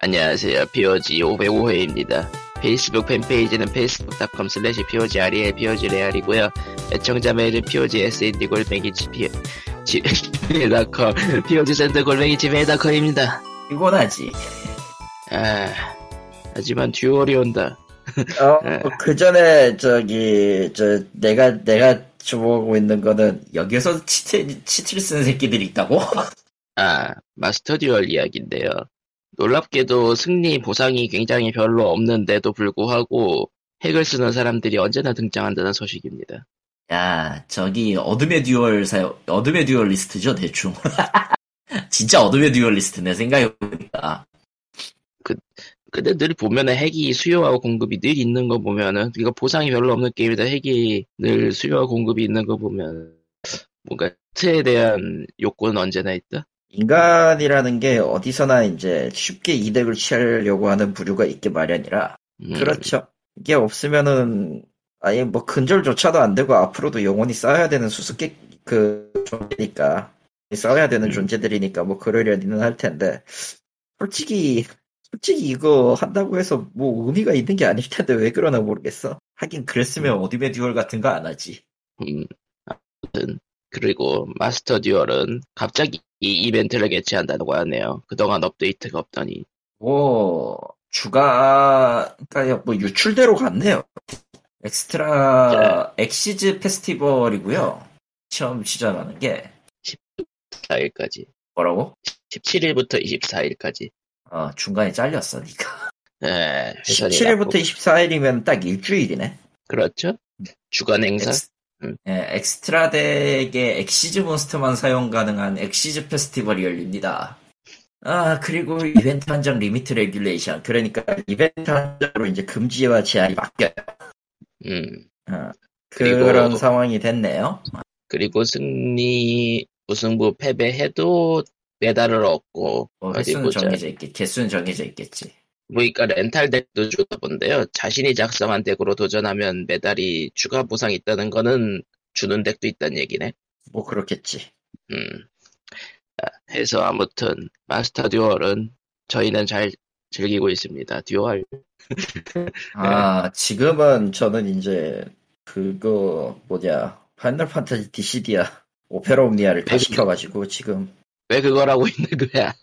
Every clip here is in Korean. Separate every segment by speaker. Speaker 1: 안녕하세요. POG 505회입니다. 페이스북 팬페이지는 facebook.com slash POGREL, POGREAL이고요. 애청자 메일은 POG SND 골뱅이 지메일.com, POG 센터 골뱅이 지메일.com입니다.
Speaker 2: 이건 하지.
Speaker 1: 아, 하지만 듀얼이 온다.
Speaker 2: 어, 그 전에 저기 저 내가 내가 주목하고 있는 거는 여기서 치트 치트를 쓰는 새끼들이 있다고?
Speaker 1: 아, 마스터 듀얼 이야기인데요. 놀랍게도 승리 보상이 굉장히 별로 없는데도 불구하고 핵을 쓰는 사람들이 언제나 등장한다는 소식입니다.
Speaker 2: 야, 저기 어둠의 듀얼 사 어둠의 듀얼 리스트죠 대충. 진짜 어둠의 듀얼 리스트네 생각해보니까.
Speaker 1: 근데 늘 보면은 핵이 수요하고 공급이 늘 있는 거 보면은 이거 보상이 별로 없는 게임이다 핵이 늘 수요와 공급이 있는 거 보면 뭔가 트에 대한 욕구는 언제나 있다.
Speaker 2: 인간이라는 게 어디서나 이제 쉽게 이득을 취하려고 하는 부류가 있기 마련이라.
Speaker 1: 음,
Speaker 2: 그렇죠. 이게 없으면은 아예 뭐 근절조차도 안 되고 앞으로도 영원히 쌓아야 되는 수수께 그 존재니까 쌓아야 되는
Speaker 1: 음.
Speaker 2: 존재들이니까 뭐 그러려니는 할 텐데 솔직히 솔직히 이거 한다고 해서 뭐 의미가 있는 게 아닐 텐데 왜 그러나 모르겠어. 하긴 그랬으면 어디메 듀얼 같은 거 안 하지.
Speaker 1: 음, 아무튼 그리고 마스터 듀얼은 갑자기 이 이벤트를 개최한다고 하네요. 그동안 업데이트가 없더니
Speaker 2: 오, 뭐 주가, 그니까 뭐 유출대로 갔네요.
Speaker 1: 네.
Speaker 2: 엑스트라, 엑시즈 페스티벌이고요 처음 시작하는 게,
Speaker 1: 4일까지
Speaker 2: 뭐라고?
Speaker 1: 17일부터 24일까지.
Speaker 2: 어, 중간에 잘렸어, 니까.
Speaker 1: 네,
Speaker 2: 17일부터 24일이면 딱 일주일이네.
Speaker 1: 그렇죠. 주간 행사.
Speaker 2: 엑스,
Speaker 1: 음.
Speaker 2: 예, 엑스트라 덱의 엑시즈 몬스터만 사용 가능한 엑시즈 페스티벌이 열립니다. 아, 그리고 이벤트 한 장 리미트 레귤레이션. 그러니까 이벤트 한 장으로 이제 금지와 제한이 바뀌어요.
Speaker 1: 음.
Speaker 2: 어,
Speaker 1: 그리고-
Speaker 2: 그런 상황이 됐네요.
Speaker 1: 그리고 승리 우승부 패배해도 메달을 얻고
Speaker 2: 뭐
Speaker 1: 어디
Speaker 2: 횟수는
Speaker 1: 보자.
Speaker 2: 정해져 있겠, 개수는 정해져 있겠지.
Speaker 1: 보니까 그러니까 렌탈 덱도 주다 본데요. 자신이 작성한 덱으로 도전하면 메달이 추가 보상 있다는 거는 주는 덱도 있다는 얘기네.
Speaker 2: 뭐 그렇겠지.
Speaker 1: 음. 아, 해서 아무튼 마스터 듀얼은 저희는 잘 즐기고 있습니다. 듀얼. 네.
Speaker 2: 아 지금은 저는 이제 그거 뭐냐 파이널 판타지 디시디아 오페라 옴니아를 다
Speaker 1: 네.
Speaker 2: 시켜가지고 지금
Speaker 1: 왜 그거라고 있는 거야?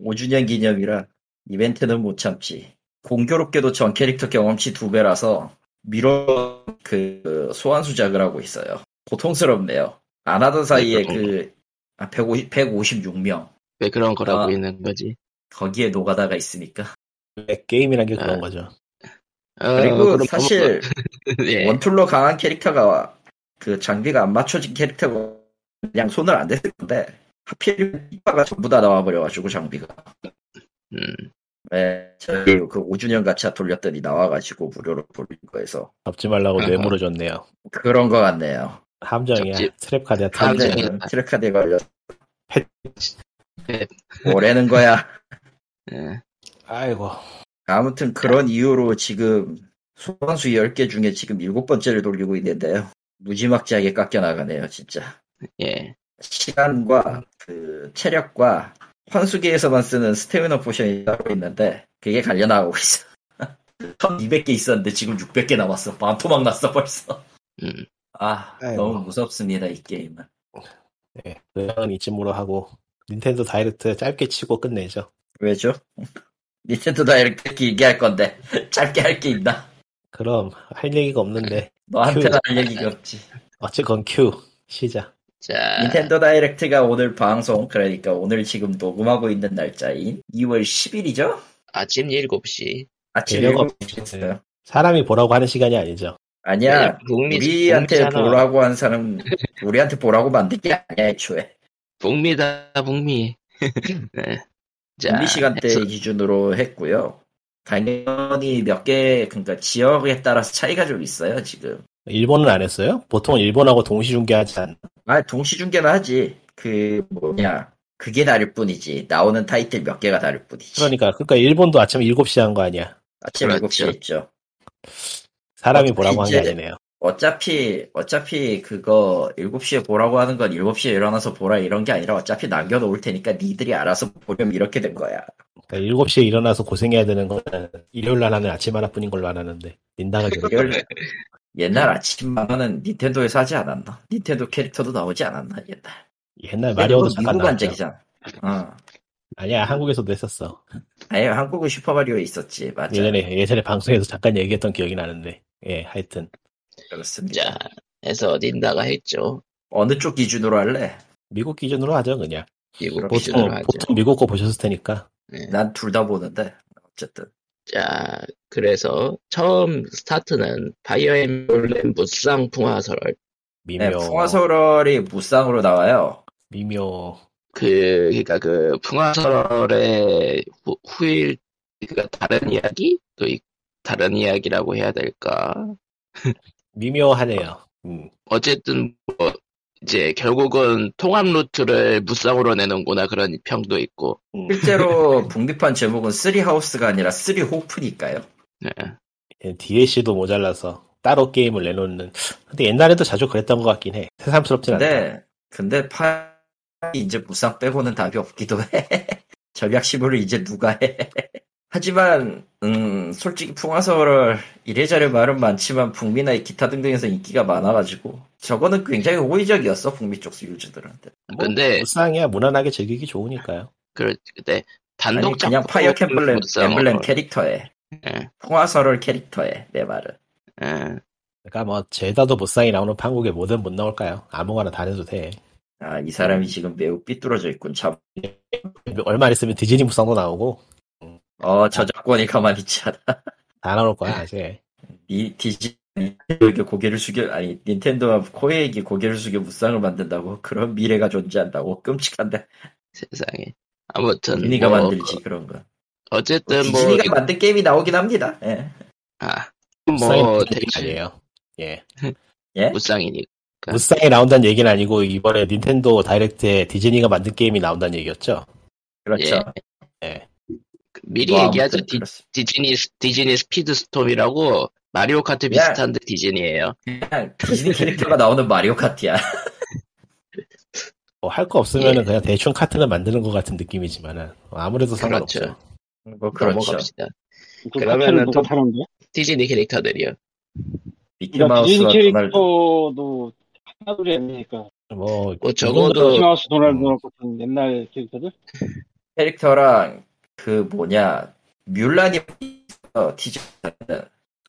Speaker 2: 5주년 기념이라 이벤트는 못 참지. 공교롭게도 전 캐릭터 경험치 두 배라서 미뤄 그 소환 수작을 하고 있어요. 고통스럽네요. 안 하던 사이에
Speaker 1: 그런
Speaker 2: 그 아, 150, 156명
Speaker 1: 왜 그런 거라고
Speaker 2: 아.
Speaker 1: 있는 거지?
Speaker 2: 거기에 노가다가 있으니까.
Speaker 3: 게임이란 게
Speaker 1: 아.
Speaker 3: 그런 거죠.
Speaker 1: 어,
Speaker 2: 그리고
Speaker 1: 그럼
Speaker 2: 사실
Speaker 1: 아무튼, 예.
Speaker 2: 원툴로 강한 캐릭터가 그 장비가 안 맞춰진 캐릭터가 그냥 손을 안 댔을 건데 하필 이빠가 전부 다 나와버려가지고 장비가
Speaker 1: 음.
Speaker 2: 네, 저희 그 5주년 가차 돌렸더니 나와가지고 무료로 돌린 거에서
Speaker 3: 잡지 말라고
Speaker 1: 아하.
Speaker 3: 뇌물을 줬네요.
Speaker 2: 그런 거 같네요.
Speaker 3: 함정이야.
Speaker 1: 잡지-
Speaker 3: 트랩 카드야. 트랩
Speaker 1: 함정.
Speaker 3: 카드.
Speaker 2: 한정은 트랙카드에 걸려
Speaker 3: 펫.
Speaker 1: 펫.
Speaker 2: 뭐라는 거야.
Speaker 1: 예.
Speaker 3: 아이고.
Speaker 2: 아무튼 그런 이유로 지금 소환수 10개 중에 지금 7번째를 돌리고 있는데요. 무지막지하게 깎여나가네요 진짜.
Speaker 1: 예.
Speaker 2: 시간과 그 체력과 환수기에서만 쓰는 스태미너 포션이 따로 있는데 그게 갈려나가고 있어. 1200개 있었는데 지금 600개 남았어. 반토막 났어 벌써.
Speaker 1: 음.
Speaker 2: 아
Speaker 3: 아이고.
Speaker 2: 너무 무섭습니다 이 게임은.
Speaker 3: 네. 그냥 이쯤으로 하고 닌텐도 다이렉트 짧게 치고 끝내죠.
Speaker 2: 왜죠? 닌텐도 다이렉트 얘기할 건데 짧게 할 게 있나?
Speaker 3: 그럼 할 얘기가 없는데
Speaker 2: 너한테는 할 얘기가 없지.
Speaker 3: 어쨌건 큐 시작.
Speaker 1: 자.
Speaker 2: 닌텐도 다이렉트가 오늘 방송 그러니까 오늘 지금 녹음하고 있는 날짜인 2월 10일이죠?
Speaker 1: 아침 7시.
Speaker 2: 아침
Speaker 3: 배려가
Speaker 2: 7시 됐어요.
Speaker 3: 사람이 보라고 하는 시간이 아니죠.
Speaker 2: 아니야
Speaker 1: 북미,
Speaker 2: 우리한테
Speaker 1: 북미잖아.
Speaker 2: 보라고 한 사람, 우리한테 보라고 만든 게 아니야, 애초에.
Speaker 1: 북미다, 북미. 네. 자,
Speaker 2: 준비 시간대
Speaker 1: 해서-
Speaker 2: 기준으로 했고요. 당연히 몇 개, 그러니까 지역에 따라서 차이가 좀 있어요, 지금.
Speaker 3: 일본은 안 했어요? 보통 일본하고 동시 중계하지 않나?
Speaker 2: 아, 동시중계는 하지. 그, 뭐냐. 그게 다를 뿐이지. 나오는 타이틀 몇 개가 다를 뿐이지.
Speaker 3: 그러니까 그러니까 일본도 아침 7시 한 거 아니야.
Speaker 2: 아침
Speaker 1: 그렇죠.
Speaker 2: 7시에 있죠.
Speaker 3: 사람이
Speaker 2: 어,
Speaker 3: 보라고 한 게
Speaker 2: 이제-
Speaker 3: 아니네요.
Speaker 2: 어차피, 어차피 그거 7시에 보라고 하는 건 7시에 일어나서 보라 이런 게 아니라 어차피 남겨놓을 테니까 니들이 알아서 보렴 이렇게 된 거야.
Speaker 3: 그러니까 7시에 일어나서 고생해야 되는 거는 일요일 날 하는 아침 하나뿐인 걸로 안 하는데 민당하게
Speaker 2: 열-
Speaker 3: 네.
Speaker 2: 옛날 아침만은 닌텐도에서 하지 않았나? 닌텐도 캐릭터도 나오지 않았나 옛날?
Speaker 3: 옛날 네, 마리오도
Speaker 2: 그건
Speaker 3: 잠깐
Speaker 2: 미국
Speaker 3: 나왔죠.
Speaker 2: 안작이잖아. 어.
Speaker 3: 아니야 한국에서도 했었어.
Speaker 2: 아예 한국은 슈퍼마리오 있었지 맞아.
Speaker 3: 예전에 예전에 방송에서 잠깐 얘기했던 기억이 나는데 예 하여튼
Speaker 2: 그렇습니다.
Speaker 1: 자, 해서 어딘다가 했죠.
Speaker 2: 어느 쪽 기준으로 할래?
Speaker 3: 미국 기준으로 하죠 그냥
Speaker 1: 미국
Speaker 2: 보통-
Speaker 3: 보통
Speaker 1: 기준으로 하죠.
Speaker 3: 보통 미국 거 보셨을 테니까
Speaker 1: 네.
Speaker 2: 난 둘 다 보는데 어쨌든
Speaker 1: 자, 그래서 처음 스타트는 파이어 엠블렘 무쌍 풍화설월.
Speaker 3: 미묘
Speaker 2: 네, 풍화설월이 무쌍으로 나와요.
Speaker 3: 미묘
Speaker 1: 그, 그니까 그 풍화설월의 후, 후일, 그니까 다른 이야기? 또 이- 다른 이야기라고 해야 될까?
Speaker 3: 미묘하네요. 음.
Speaker 1: 어쨌든 뭐 이제 결국은 통합 루트를 무쌍으로 내는구나 그런 평도 있고
Speaker 2: 실제로 북미판 제목은 쓰리 하우스가 아니라 쓰리 호프니까요.
Speaker 1: 네.
Speaker 3: DLC도 예, 모자라서 따로 게임을 내놓는 근데 옛날에도 자주 그랬던 것 같긴 해. 새삼스럽진 않다.
Speaker 2: 근데 근데 파 이제 무쌍 빼고는 답이 없기도 해. 절약 시무를 이제 누가 해? 하지만 음 솔직히 풍화설을 이래저래 말은 많지만 북미나 기타 등등에서 인기가 많아가지고 저거는 굉장히 호의적이었어 북미 쪽 유저들한테.
Speaker 3: 뭐,
Speaker 2: 어,
Speaker 1: 근데
Speaker 3: 무쌍이야 무난하게 즐기기 좋으니까요.
Speaker 1: 그 그때
Speaker 2: 아니
Speaker 1: 단독
Speaker 2: 그냥 파이어 캠블렘
Speaker 1: 무쌍으로.
Speaker 2: 엠블렘 캐릭터에
Speaker 1: 뭐. 예.
Speaker 2: 풍화설을 캐릭터에 내 말은
Speaker 1: 예.
Speaker 3: 그러니까 뭐 제다도 무쌍이 나오는 판국에 뭐든 못 나올까요? 아무거나 다 내도 돼.
Speaker 2: 아이
Speaker 1: 음.
Speaker 2: 사람이 지금 매우 삐뚤어져 있군 참.
Speaker 3: 얼마 안 있으면 디즈니 무쌍도 나오고
Speaker 2: 어 저작권이 가만히 있지 않아.
Speaker 3: 다 나올
Speaker 1: 네.
Speaker 3: 거야 이제.
Speaker 2: 이 디즈니 닌텐도에게 고개를 숙여 아니 닌텐도와 코에에게 고개를 숙여 무쌍을 만든다고 그런 미래가 존재한다고 끔찍한데
Speaker 1: 세상에 아무튼
Speaker 2: 디즈니가
Speaker 1: 뭐,
Speaker 2: 만들지 그런 거
Speaker 1: 어쨌든 뭐
Speaker 2: 디즈니가 만든 게임이 나오긴 합니다 예.
Speaker 1: 아,
Speaker 3: 무쌍이
Speaker 1: 뭐
Speaker 3: 되게
Speaker 1: 대충
Speaker 3: 아니에요. 예.
Speaker 2: 예?
Speaker 1: 무쌍이니 그러니까.
Speaker 3: 무쌍이 나온다는 얘기는 아니고 이번에 닌텐도 다이렉트에 디즈니가 만든 게임이 나온다는 얘기였죠.
Speaker 2: 그렇죠
Speaker 3: 예.
Speaker 1: 미리
Speaker 2: 뭐
Speaker 1: 얘기하죠
Speaker 2: 아무튼
Speaker 1: 디,
Speaker 2: 그렇습니다.
Speaker 1: 디즈니 디즈니 스피드 스톰이라고 마리오 카트 비슷한데 디즈니예요
Speaker 2: 그냥 디즈니 캐릭터가 나오는 마리오 카트야
Speaker 3: 뭐 할 거 없으면
Speaker 1: 예.
Speaker 3: 은 그냥 대충 카트는 만드는 것 같은 느낌이지만은 뭐 아무래도 상관없죠.
Speaker 1: 그렇죠.
Speaker 2: 뭐 그렇죠
Speaker 1: 넘어갑시다 그러면은
Speaker 4: 그러면은 누가
Speaker 1: 또-
Speaker 4: 사는데?
Speaker 1: 디즈니 캐릭터들이요
Speaker 4: 그러니까 디즈니
Speaker 2: 미키마우스와 도날드
Speaker 4: 캐릭터도 하나둘이 아니니까
Speaker 3: 뭐
Speaker 1: 뭐
Speaker 3: 그
Speaker 1: 적어도
Speaker 4: 미키마우스 도날드 같은 옛날 캐릭터들
Speaker 2: 캐릭터랑 그 뭐냐 뮬란이 어, 디즈니
Speaker 4: 네,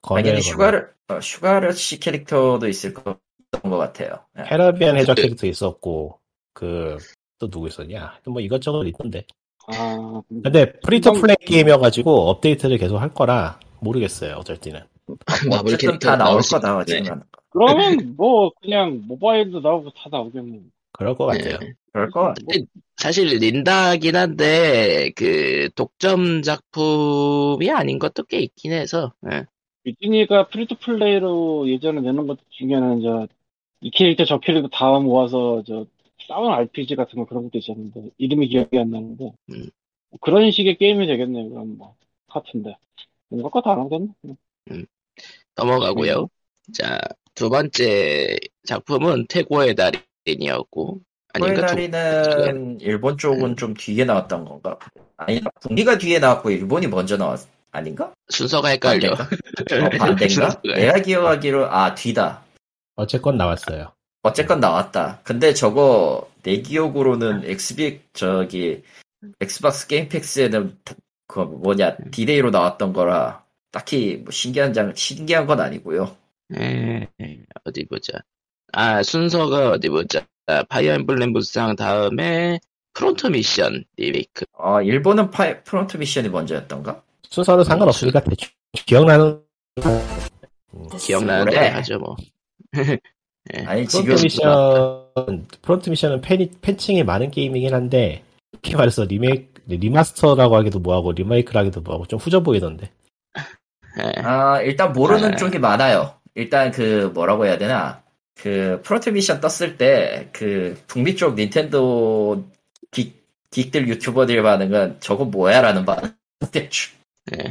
Speaker 3: 거는
Speaker 2: 당연히 슈가르 어, 슈가르 씨 캐릭터도 있을 거- 있었던 것 같아요 예.
Speaker 3: 캐러비안 해적
Speaker 1: 그-
Speaker 3: 캐릭터 있었고 그 또 누구 있었냐? 뭐 이것저것 있던데.
Speaker 4: 아
Speaker 3: 근데 프리토
Speaker 4: 그럼-
Speaker 3: 플레이 게임이어가지고 업데이트를 계속 할 거라 모르겠어요. 어쩔 때는.
Speaker 1: 마블
Speaker 2: 어쨌든
Speaker 1: 캐릭터
Speaker 2: 다 나올
Speaker 1: 수
Speaker 2: 거다
Speaker 1: 있네.
Speaker 2: 지금
Speaker 4: 그러면 뭐 그냥 모바일도 나오고 다 나오겠네
Speaker 3: 그럴 것 같아요.
Speaker 2: 그럴 거 같아
Speaker 4: 뭐,
Speaker 1: 사실 린다긴 한데 그 독점 작품이 아닌 것도 꽤 있긴 해서 예.
Speaker 4: 디즈니가 프리투플레이로 예전에 내는 것도 중요한 저이 캐릭터 저 캐릭터 다 모아서 저 싸운 RPG 같은 거 그런 것도 있었는데 이름이 기억이 안 나는데
Speaker 1: 음.
Speaker 4: 그런 식의 게임이 되겠네요 그럼 뭐 같은데 이런 것까다 안 하겠네
Speaker 1: 넘어가고요. 자 두 번째 작품은 태고의 달인이었고 아닌가 음. 두-
Speaker 2: 코에다리는 일본 쪽은 좀 뒤에 나왔던 건가? 아니, 북미가 뒤에 나왔고 일본이 먼저 나왔 아닌가?
Speaker 1: 순서가 헷갈려.
Speaker 2: 어,
Speaker 1: 네. 아,
Speaker 2: 반대인가?
Speaker 1: 순서가
Speaker 2: 내가 기억하기로 아 뒤다.
Speaker 3: 어쨌건 나왔어요.
Speaker 2: 어쨌건 나왔다. 근데 저거 내 기억으로는 엑스빅 저기 엑스박스 게임팩스에는 그 뭐냐 디데이로 나왔던 거라 딱히 뭐 신기한 장 신기한 건 아니고요.
Speaker 1: 에, 예, 어디 보자. 아, 순서가 어디 보자. 아, 파이어 엠블렘 무쌍 다음에 프론트 미션 리메이크. 그
Speaker 2: 어 일본은 파 프론트 미션이 먼저였던가?
Speaker 3: 순서는 상관없으니까 대충 기억나는
Speaker 1: 기억나는데
Speaker 2: 그래.
Speaker 1: 하죠, 뭐.
Speaker 2: 아니 지금
Speaker 3: 프론트 미션 프론트 미션은 팬이, 팬층이 많은 게임이긴 한데 이렇게 말해서 리메이크 리마스터라고 하기도 뭐하고 리메이크라 하기도 뭐하고 좀 후져 보이던데
Speaker 1: 예.
Speaker 2: 아, 일단 모르는
Speaker 1: 네.
Speaker 2: 쪽이 많아요. 일단 그 뭐라고 해야 되나? 그 프론트 미션 떴을 때 그 북미 쪽 닌텐도 기, 들 유튜버들 반응은 저거 뭐야라는 반응. 대충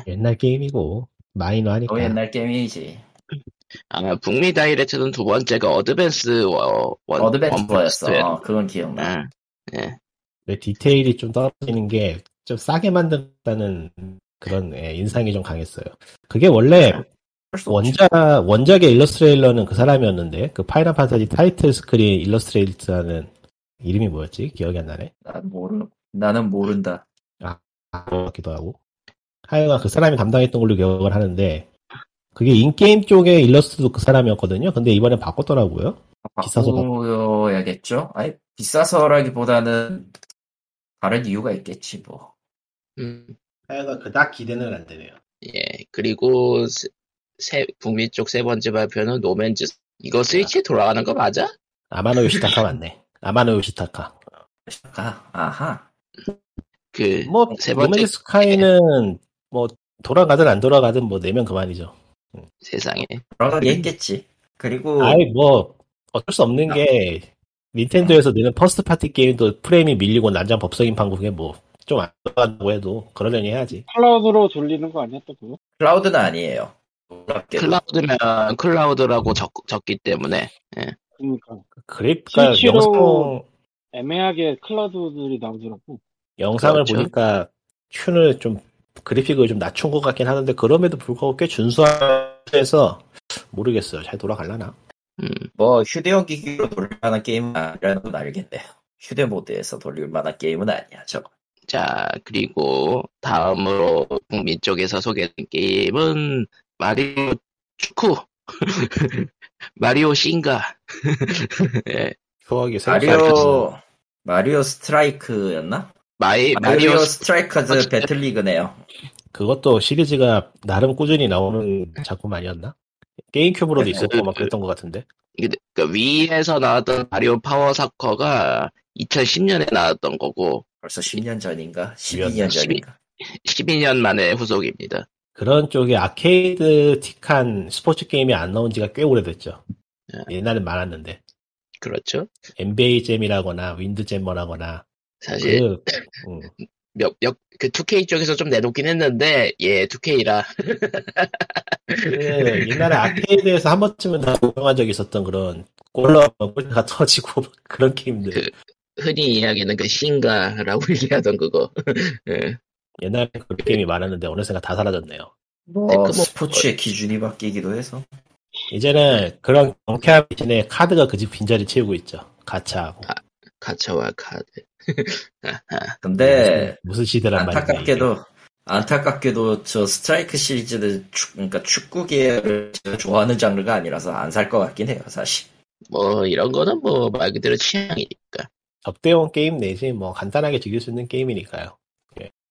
Speaker 3: 옛날 게임이고 마이너하니까
Speaker 2: 너무 어, 옛날 게임이지.
Speaker 1: 아, 북미 다이렉트는 두 번째가 어드밴스 워, 아, 원,
Speaker 2: 어드벤처였어.
Speaker 3: 네.
Speaker 1: 원플러스였나?
Speaker 2: 그건 기억나.
Speaker 1: 예.
Speaker 3: 왜 디테일이 좀 떨어지는 게 좀 싸게 만든다는 그런 예, 인상이 좀 강했어요. 그게 원래
Speaker 2: 할수 없지.
Speaker 3: 원작 원작의 일러스트레일러는 그 사람이었는데 그 파이널 판타지 타이틀 스크린 일러스트레이트라는 이름이 뭐였지? 기억이 안 나네.
Speaker 2: 난 모르. 나는 모른다.
Speaker 3: 아, 그런 것 같기도 하고. 하여간 그 사람이 담당했던 걸로 기억을 하는데 그게 인게임 쪽의 일러스트도 그 사람이었거든요. 근데 이번에 바꿨더라고요. 비싸서
Speaker 2: 바꾸어야겠죠. 아니 비싸서라기보다는 다른 이유가 있겠지 뭐.
Speaker 1: 음,
Speaker 3: 하여간 그닥 기대는 안 되네요.
Speaker 1: 예. 그리고 세, 세- 북미 쪽 세 번째 발표는 노맨즈. 이거 스위치에 돌아가는 거 맞아?
Speaker 3: 아마노 요시타카 맞네. 아마노 요시타카.
Speaker 2: 아, 아하.
Speaker 1: 그
Speaker 3: 뭐
Speaker 1: 세 번째-
Speaker 3: 노맨즈 스카이는 뭐 돌아가든 안 돌아가든 뭐 내면 그만이죠.
Speaker 1: 세상에.
Speaker 2: 돌아가겠겠지. 그리고
Speaker 3: 아예 뭐 어쩔 수 없는 게 닌텐도에서 내는 퍼스트 파티 게임도 프레임이 밀리고 난장 법석인 방송에 뭐 좀 안 돌아간다고 해도 그러려니 해야지.
Speaker 4: 클라우드로 돌리는 거 아니었다 그거?
Speaker 2: 클라우드는 아니에요. 놀랍게도.
Speaker 1: 클라우드면 클라우드라고 적, 적기 때문에.
Speaker 4: 그러니까
Speaker 3: 그러니까
Speaker 4: 실제로-
Speaker 3: 영상
Speaker 4: 애매하게 클라우드들이 나오더라고.
Speaker 3: 영상을
Speaker 1: 그렇죠.
Speaker 3: 보니까 튠을 좀 그래픽을 좀 낮춘 것 같긴 하는데 그럼에도 불구하고 꽤 준수해서 모르겠어요. 잘 돌아갈라나?
Speaker 1: 음.
Speaker 2: 뭐 휴대용 기기로 돌릴 만한 게임은 아니라는 건 알겠네요. 휴대 모드에서 돌릴 만한 게임은 아니야. 저
Speaker 1: 자, 그리고 다음으로 북미 쪽에서 소개된 게임은 마리오 축구. 마리오 싱가. 예.
Speaker 3: 추억이 새록새록
Speaker 2: 마리오 마리오 스트라이크였나?
Speaker 1: 마이,
Speaker 2: 마리오,
Speaker 1: 네, 마리오,
Speaker 2: 스트라이커즈
Speaker 1: 스트라이크.
Speaker 2: 배틀리그네요.
Speaker 3: 그것도 시리즈가 나름 꾸준히 나오는 작품 아니었나? 게임큐브로도
Speaker 1: 네,
Speaker 3: 있었고 막 그랬던 것 같은데.
Speaker 1: 그 위에서 나왔던 마리오 파워 사커가 2010년에 나왔던 거고,
Speaker 2: 벌써 10년 전인가?
Speaker 3: 미안.
Speaker 2: 12년 전인가?
Speaker 1: 12년 만에 후속입니다.
Speaker 3: 그런 쪽에 아케이드틱한 스포츠 게임이 안 나온 지가 꽤 오래됐죠.
Speaker 1: 네.
Speaker 3: 옛날엔 많았는데.
Speaker 1: 그렇죠.
Speaker 3: NBA 잼이라거나 윈드잼머라거나
Speaker 2: 네.
Speaker 1: 사실,
Speaker 3: 그, 음,
Speaker 1: 몇, 몇, 그 2K 쪽에서 좀 내놓긴 했는데, 예, 2K라.
Speaker 3: 그 옛날에 아케이드에서 한 번쯤은 다 조용한 적이 있었던 그런 골라 골가 터지고 그런 게임들.
Speaker 1: 그- 흔히 이야기하는 그 싱가라고 얘기하던 그거. 예.
Speaker 3: 옛날에 그런 게임이 많았는데 어느새가 다 사라졌네요.
Speaker 2: 뭐
Speaker 1: 네, 그 뭐-
Speaker 2: 스포츠의 기준이 바뀌기도 해서
Speaker 3: 이제는 그런 경쾌함 대신에 카드가 그 집 빈자리 채우고 있죠. 가차하고.
Speaker 2: 아,
Speaker 1: 가차와 카드.
Speaker 2: 근데
Speaker 3: 무슨, 무슨 시대란 말이야.
Speaker 2: 네. 안타깝게도 안타깝게도 저 스트라이크 시리즈는 축, 그러니까 축구 계열을 제가 좋아하는 장르가 아니라서 안 살 것 같긴 해요 사실.
Speaker 1: 뭐 이런 거는 뭐 말 그대로 취향이니까.
Speaker 3: 접대용 게임 내지 뭐 간단하게 즐길 수 있는 게임이니까요.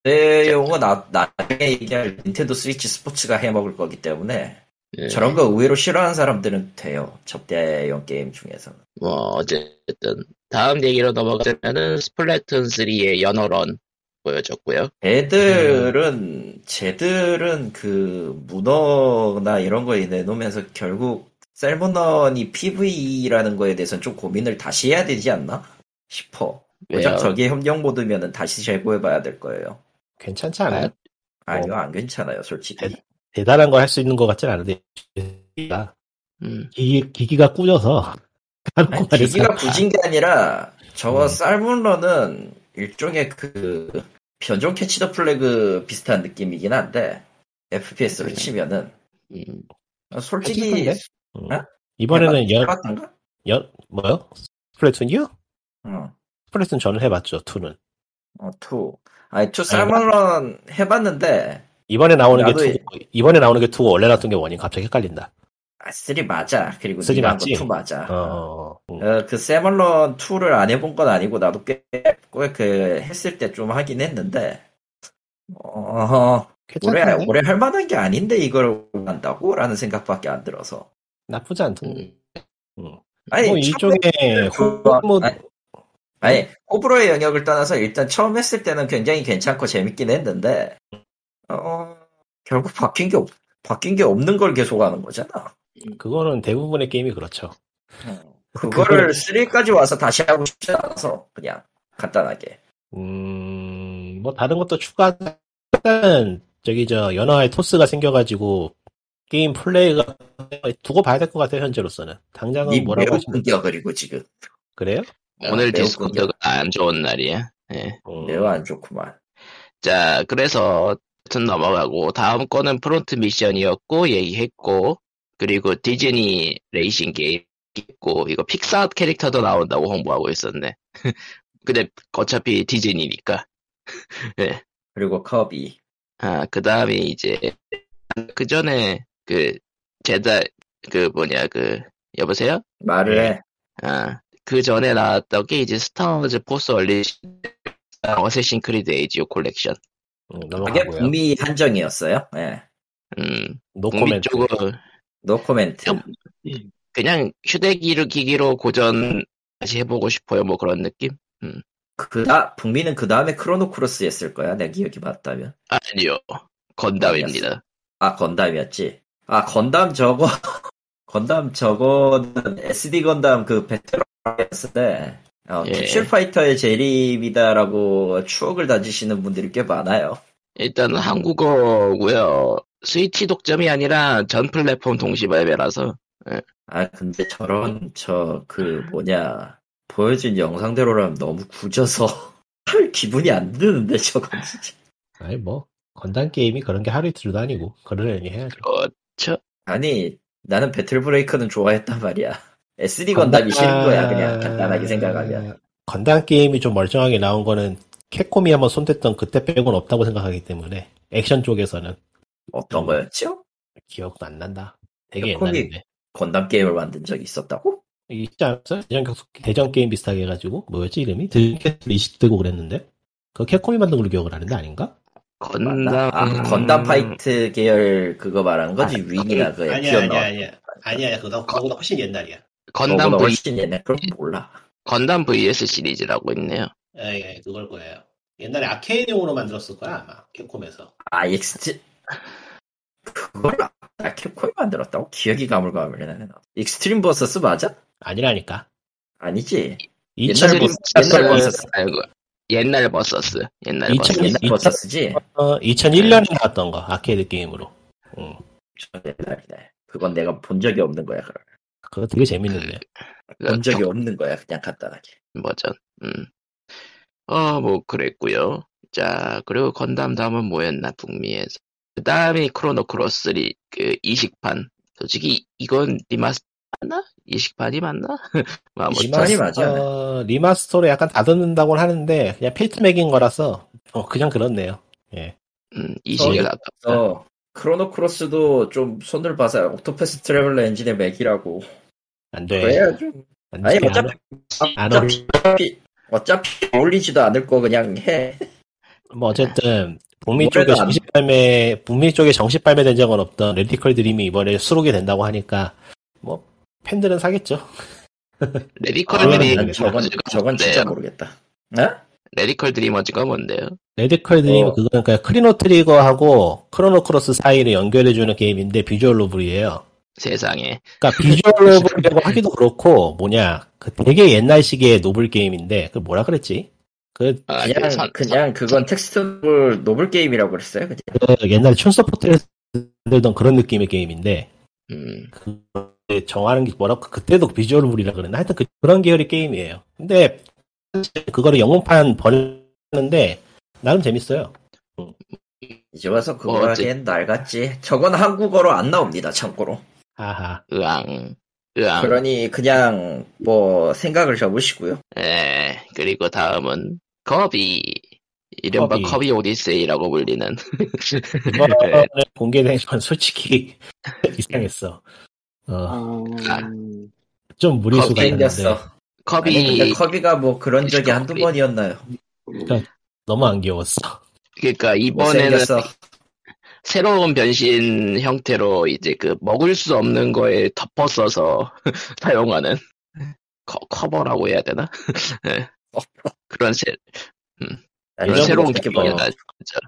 Speaker 2: 내 용어 나 나중에 얘기할 닌텐도 스위치 스포츠가 해먹을 거기 때문에
Speaker 1: 예.
Speaker 2: 저런 거 의외로 싫어하는 사람들은 돼요 접대용 게임 중에서는
Speaker 1: 뭐 어쨌든 다음 얘기로 넘어가자면은 스플래툰 3의 연어런 보여줬고요.
Speaker 2: 애들은 쟤들은 그 문어나 이런 거에 내놓으면서 결국 셀모넌이 PVE라는 거에 대해서는 좀 고민을 다시 해야 되지 않나 싶어
Speaker 1: 왜요?
Speaker 2: 왜냐면 저게 협력 모드면은 다시 재고해봐야 될 거예요
Speaker 3: 괜찮지 않아요?
Speaker 1: 아,
Speaker 2: 아니요 안 괜찮아요 솔직히
Speaker 3: 대단한 걸 할 수 있는 것 같진 않은데
Speaker 1: 음.
Speaker 3: 기기, 기기가 꾸져서
Speaker 2: 아니,
Speaker 3: 한꺼번에
Speaker 2: 기기가
Speaker 3: 사-
Speaker 2: 부진 게 아니라 저거
Speaker 3: 음.
Speaker 2: 쌀물러는 일종의 그 변종 캐치 더 플래그 비슷한 느낌이긴 한데 FPS로
Speaker 1: 네.
Speaker 2: 치면은
Speaker 1: 음.
Speaker 2: 아,
Speaker 3: 괜찮던데?
Speaker 2: 솔직히
Speaker 3: 음.
Speaker 2: 어?
Speaker 3: 이번에는 연,
Speaker 2: 해봤던가?
Speaker 3: 연 뭐요? 스플래툰이요?
Speaker 2: 어,
Speaker 3: 스플래툰 저는 해봤죠 2는
Speaker 2: 어, 투. 아니, 투 쌀물런 해봤는데
Speaker 3: 이번에 나오는
Speaker 2: 나도
Speaker 3: 게 2고 이번에 나오는 게 2고 원래 나왔던 게 원인 갑자기 헷갈린다
Speaker 2: 아, 3 맞아. 그리고
Speaker 3: 쓰리
Speaker 2: 니가
Speaker 3: 맞지?
Speaker 2: 한거2 맞아.
Speaker 3: 어, 어, 어.
Speaker 2: 어, 그 세멀런 2를 안 해본 건 아니고 나도 꽤그 했을 때 좀 하긴 했는데 어, 올해
Speaker 3: 괜찮던데?
Speaker 2: 올해 할 만한 게 아닌데 이걸 한다고? 라는 생각밖에 안 들어서
Speaker 3: 나쁘지 않던데
Speaker 1: 음.
Speaker 3: 음.
Speaker 2: 아니
Speaker 3: 뭐
Speaker 2: 처음에
Speaker 3: 일종의
Speaker 2: 그-
Speaker 3: 호모
Speaker 2: 아니, 아니 호불호의 영역을 떠나서 일단 처음 했을 때는 굉장히 괜찮고 재밌긴 했는데 어, 결국 바뀐 게 없, 바뀐 게 없는 걸 계속 하는 거잖아.
Speaker 3: 그거는 대부분의 게임이 그렇죠
Speaker 2: 어. 그거를 3까지 와서 다시 하고 싶지 않아서 그냥 간단하게
Speaker 3: 음, 뭐 다른 것도 추가 일단 저기 저 연화의 토스가 생겨가지고 게임 플레이가 두고 봐야 될 것 같아요 현재로서는 당장은
Speaker 2: 이
Speaker 3: 뭐라고
Speaker 2: 매우
Speaker 3: 하시면
Speaker 2: 끊겨 그리고 지금
Speaker 3: 그래요?
Speaker 1: 오늘
Speaker 2: 매우
Speaker 1: 디스코드가 안 좋은 날이야. 예.
Speaker 3: 음,
Speaker 2: 매우 안 좋구만.
Speaker 1: 자, 그래서 하여튼 넘어가고 다음 거는 프론트 미션이었고 얘기했고 그리고 디즈니 레이싱 게임 있고 이거 픽사 캐릭터도 나온다고 홍보하고 있었네. 근데 어차피 디즈니니까.
Speaker 2: 그리고 커비.
Speaker 1: 아, 그 다음에 이제, 그 전에, 그, 제다, 그 뭐냐, 그, 여보세요?
Speaker 3: 네,
Speaker 2: 말을 해.
Speaker 1: 아, 그 전에 나왔던 게 이제 스타워즈 포스 얼리신, 어쌔신 크리드 에이지오 콜렉션.
Speaker 3: 음,
Speaker 2: 그게
Speaker 3: 넘어가고요.
Speaker 2: 북미 한정이었어요. 예.
Speaker 1: 음, 북미
Speaker 3: 노코멘트.
Speaker 1: 쪽은
Speaker 2: 노 코멘트.
Speaker 1: 좀- 그냥 휴대기로 기기로 고전 다시 해보고 싶어요. 뭐 그런 느낌?
Speaker 2: 그다 북미는 그 다음에 크로노 크로스 했을 거야. 내 기억이 맞다면.
Speaker 1: 아니요. 건담입니다.
Speaker 2: 아 건담이었지. 아 건담 저거 건담 저거는 SD 건담 그 배틀로였을 때 어,
Speaker 1: 예.
Speaker 2: 캡슐 파이터의 재림이다라고 추억을 다지시는 분들이 꽤 많아요.
Speaker 1: 일단은 한국어고요 스위치 독점이 아니라 전 플랫폼 동시 발매라서.
Speaker 2: 아 근데 저런 저 그 뭐냐 보여준 영상대로라면 너무 굳어서 할 기분이 안 드는데 저건 진짜.
Speaker 3: 아니 뭐 건담 게임이 그런 게 하루 이틀도 아니고 그러려니 해야죠.
Speaker 1: 그렇죠.
Speaker 2: 아니, 나는 배틀 브레이크는 좋아했단 말이야. SD 건담이 싫은 거야, 그냥 간단하게 생각하면.
Speaker 3: 아, 건담 게임이 좀 멀쩡하게 나온 거는 캡콤이 한번 손댔던 그때 빼고는 없다고 생각하기 때문에 액션 쪽에서는
Speaker 2: 어떤 거였죠?
Speaker 3: 기억도 안 난다. 되게
Speaker 2: 캡콤이-
Speaker 3: 옛날인데.
Speaker 2: 건담 게임을 만든 적이 있었다고?
Speaker 3: 있지 않았어? 대전, 격- 대전 게임 비슷하게 해가지고 뭐였지 이름이? 드림캐슬 20대고 그랬는데 그 캡콤이 만든 걸로 기억을 하는데 아닌가?
Speaker 1: 건담.
Speaker 2: 맞나? 아, 건담 파이트 계열 그거 말하는 거지?
Speaker 1: 음. 아,
Speaker 2: 윙이나 그
Speaker 3: 아니야 아니야 그거 그거보다 훨씬 옛날이야.
Speaker 1: 건담
Speaker 2: 너
Speaker 1: V,
Speaker 2: 훨씬 옛날 그럼 몰라.
Speaker 1: 건담 VS 시리즈라고 있네요.
Speaker 3: 예 그걸 거예요. 옛날에 아케이드용으로 만들었을 거야 아마 캡콤에서.
Speaker 2: 아, 엑스트. 그걸 아, 캡콤이 만들었다고? 기억이 가물가물해. 나는. 익스트림 버서스 맞아?
Speaker 3: 아니라니까. 뭐,
Speaker 2: 아니지. 옛날
Speaker 3: 2000,
Speaker 2: 버스- 옛날
Speaker 3: 그
Speaker 2: 버서스.
Speaker 1: 아이고, 옛날 버서스. 옛날
Speaker 3: 이천-
Speaker 1: 버서스.
Speaker 2: 옛날 버서스지?
Speaker 3: 어, 2001년에 나왔던 거 아케이드 게임으로. 음,
Speaker 2: 저 옛날이네. 그건 내가 본 적이 없는 거야, 그럼.
Speaker 3: 그거 되게 재밌는데.
Speaker 2: 본 적이 없는 거야, 그냥 간단하게.
Speaker 1: 버전. 음. 어, 뭐 그랬고요. 자, 그리고 건담 다음은 뭐였나 북미에서. 그 다음이 크로노 크로스 리, 그 이식판. 솔직히 이건 리마스 맞나? 이식판이 맞나? 뭐 아무튼
Speaker 2: 이식판이 그 맞아.
Speaker 3: 어, 리마스터로 약간 다듬는다고 하는데 그냥 필트맥인 거라서 어, 그냥 그렇네요. 예.
Speaker 1: 음, 이식에
Speaker 2: 어,
Speaker 1: 가깝다.
Speaker 2: 어, 크로노 크로스도 좀 손을 봐서 옥토패스 트래블러 엔진의 맥이라고.
Speaker 3: 안
Speaker 1: 네.
Speaker 3: 돼.
Speaker 2: 그래야 좀.
Speaker 3: 안 돼.
Speaker 2: 아니,
Speaker 3: 안
Speaker 2: 어차피,
Speaker 3: 안 어울려.
Speaker 2: 어차피, 어차피 어울리지도 않을 거 그냥 해.
Speaker 3: 어- 뭐 어쨌든 북미
Speaker 2: 뭐래도
Speaker 3: 쪽에
Speaker 2: 안
Speaker 3: 정식 발매 북미 쪽에 정식 발매된 적은 없던 레디컬 드림이 이번에 수록이 된다고 하니까 뭐 팬들은 사겠죠.
Speaker 1: 레디컬
Speaker 2: 아, 난
Speaker 1: 드림
Speaker 2: 저건, 저건
Speaker 1: 뭔데요?
Speaker 2: 진짜
Speaker 1: 아,
Speaker 2: 모르겠다.
Speaker 1: 레디컬 드리머즈가 뭔데요?
Speaker 3: 레디컬 드림
Speaker 2: 어.
Speaker 3: 은 그거는 그러니까 크리노 트리거하고 크로노 크로스 사이를 연결해 주는 게임인데 비주얼 로블이에요.
Speaker 1: 세상에.
Speaker 3: 그러니까 비주얼 노블이라고 하기도 그렇고 뭐냐 그 되게 옛날식의 노블 게임인데 그 뭐라 그랬지 그,
Speaker 1: 아, 그
Speaker 2: 그냥,
Speaker 1: 선-
Speaker 2: 그냥 그건 텍스트 노블, 노블 게임이라고 그랬어요. 그냥.
Speaker 3: 그 옛날에 촌서포트에서 만들던 그런 느낌의 게임인데
Speaker 1: 음.
Speaker 3: 그 정하는 게 뭐라고 그때도 비주얼 노블이라 그랬나 하여튼 그, 런 계열의 게임이에요 근데 그거를 영문판 버렸는데 나름 재밌어요
Speaker 2: 이제 와서
Speaker 1: 어,
Speaker 2: 그거
Speaker 1: 어째-
Speaker 2: 하기엔 낡았지. 저건 하국어로 안 나옵니다, 참고로.
Speaker 3: 하하
Speaker 1: 으앙, 으앙.
Speaker 2: 그러니 그냥 뭐 생각을 접으시고요.
Speaker 1: 예, 그리고 다음은 커비. 이른바
Speaker 3: 커비.
Speaker 1: 커비 오디세이라고 불리는.
Speaker 2: 어,
Speaker 3: 이번에 공개된 건 솔직히 이상했어 어,
Speaker 4: 아,
Speaker 3: 좀 무리수가
Speaker 1: 겁이
Speaker 3: 있는데
Speaker 2: 생겼어.
Speaker 1: 커비,
Speaker 2: 아니, 근데 커비가 뭐 그런 적이 한두
Speaker 1: 커비.
Speaker 2: 번이었나요?
Speaker 3: 너무 안 귀여웠어
Speaker 1: 그러니까 이번에는
Speaker 2: 못생겼어.
Speaker 1: 새로운 변신 형태로 이제 그 먹을 수 없는 거에 덮어 써서 사용하는 커, 커버라고 해야 되나? 예. 그런 새, 그런
Speaker 3: 이런
Speaker 1: 새로운
Speaker 2: 게
Speaker 1: 기능이다. 진짜.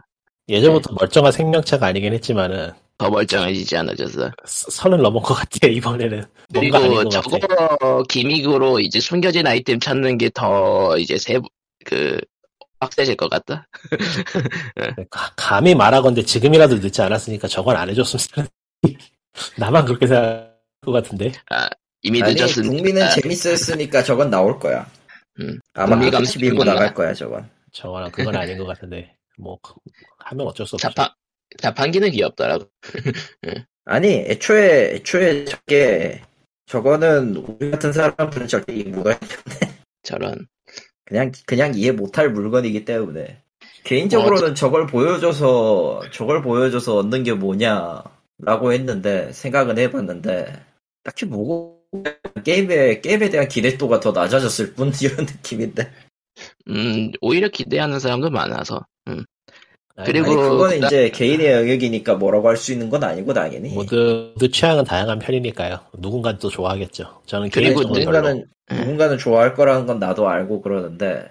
Speaker 3: 예전부터 멀쩡한 생명체가 아니긴 했지만은
Speaker 1: 더 멀쩡해지지 않아졌어.
Speaker 3: 서- 선을 넘은 것 같아 이번에는 뭔가 아닌
Speaker 1: 그리고
Speaker 3: 것
Speaker 1: 저거
Speaker 3: 같아
Speaker 1: 기믹으로 이제 숨겨진 아이템 찾는 게 더 이제 세, 그, 빡세질 것 같다?
Speaker 3: 네, 가- 감히 말하건데 지금이라도 늦지 않았으니까 저건 안 해줬으면 사람들이 나만 그렇게 생각할 것 같은데
Speaker 1: 이미
Speaker 2: 아니
Speaker 1: 늦었으니까.
Speaker 2: 북미는 재밌었으니까 저건 나올 거야.
Speaker 1: 음.
Speaker 2: 아마
Speaker 1: 북미
Speaker 2: 같이
Speaker 1: 감성
Speaker 2: 밀고
Speaker 1: 맞나?
Speaker 2: 나갈 거야 저건.
Speaker 3: 저거랑 그건 아닌 것 같은데 뭐 그- 하면 어쩔 수 없죠.
Speaker 1: 자판 자판기는 귀엽더라고.
Speaker 2: 아니 애초에 애초에 저게 저거는 우리 같은 사람들은 절대 이 물건
Speaker 1: 저런.
Speaker 2: 그냥 그냥 이해 못할 물건이기 때문에
Speaker 1: 뭐,
Speaker 2: 개인적으로는 저걸 보여줘서 저걸 보여줘서 얻는 게 뭐냐라고 했는데 생각은 해봤는데 딱히 뭐고 게임에 게임에 대한 기대도가 더 낮아졌을 뿐 이런 느낌인데
Speaker 1: 음 오히려 기대하는 사람도 많아서. 음.
Speaker 3: 아니,
Speaker 1: 그리고-
Speaker 2: 아니 그거는
Speaker 1: 나-
Speaker 2: 이제 개인의 영역이니까 뭐라고 할 수 있는 건 아니고 당연히
Speaker 1: 뭐,
Speaker 3: 모두, 모두 취향은 다양한 편이니까요. 누군가 또 좋아하겠죠. 저는
Speaker 1: 그리고
Speaker 3: 개인적으로 별로. 네.
Speaker 2: 누군가는 누군가는 좋아할 거라는 건 나도 알고 그러는데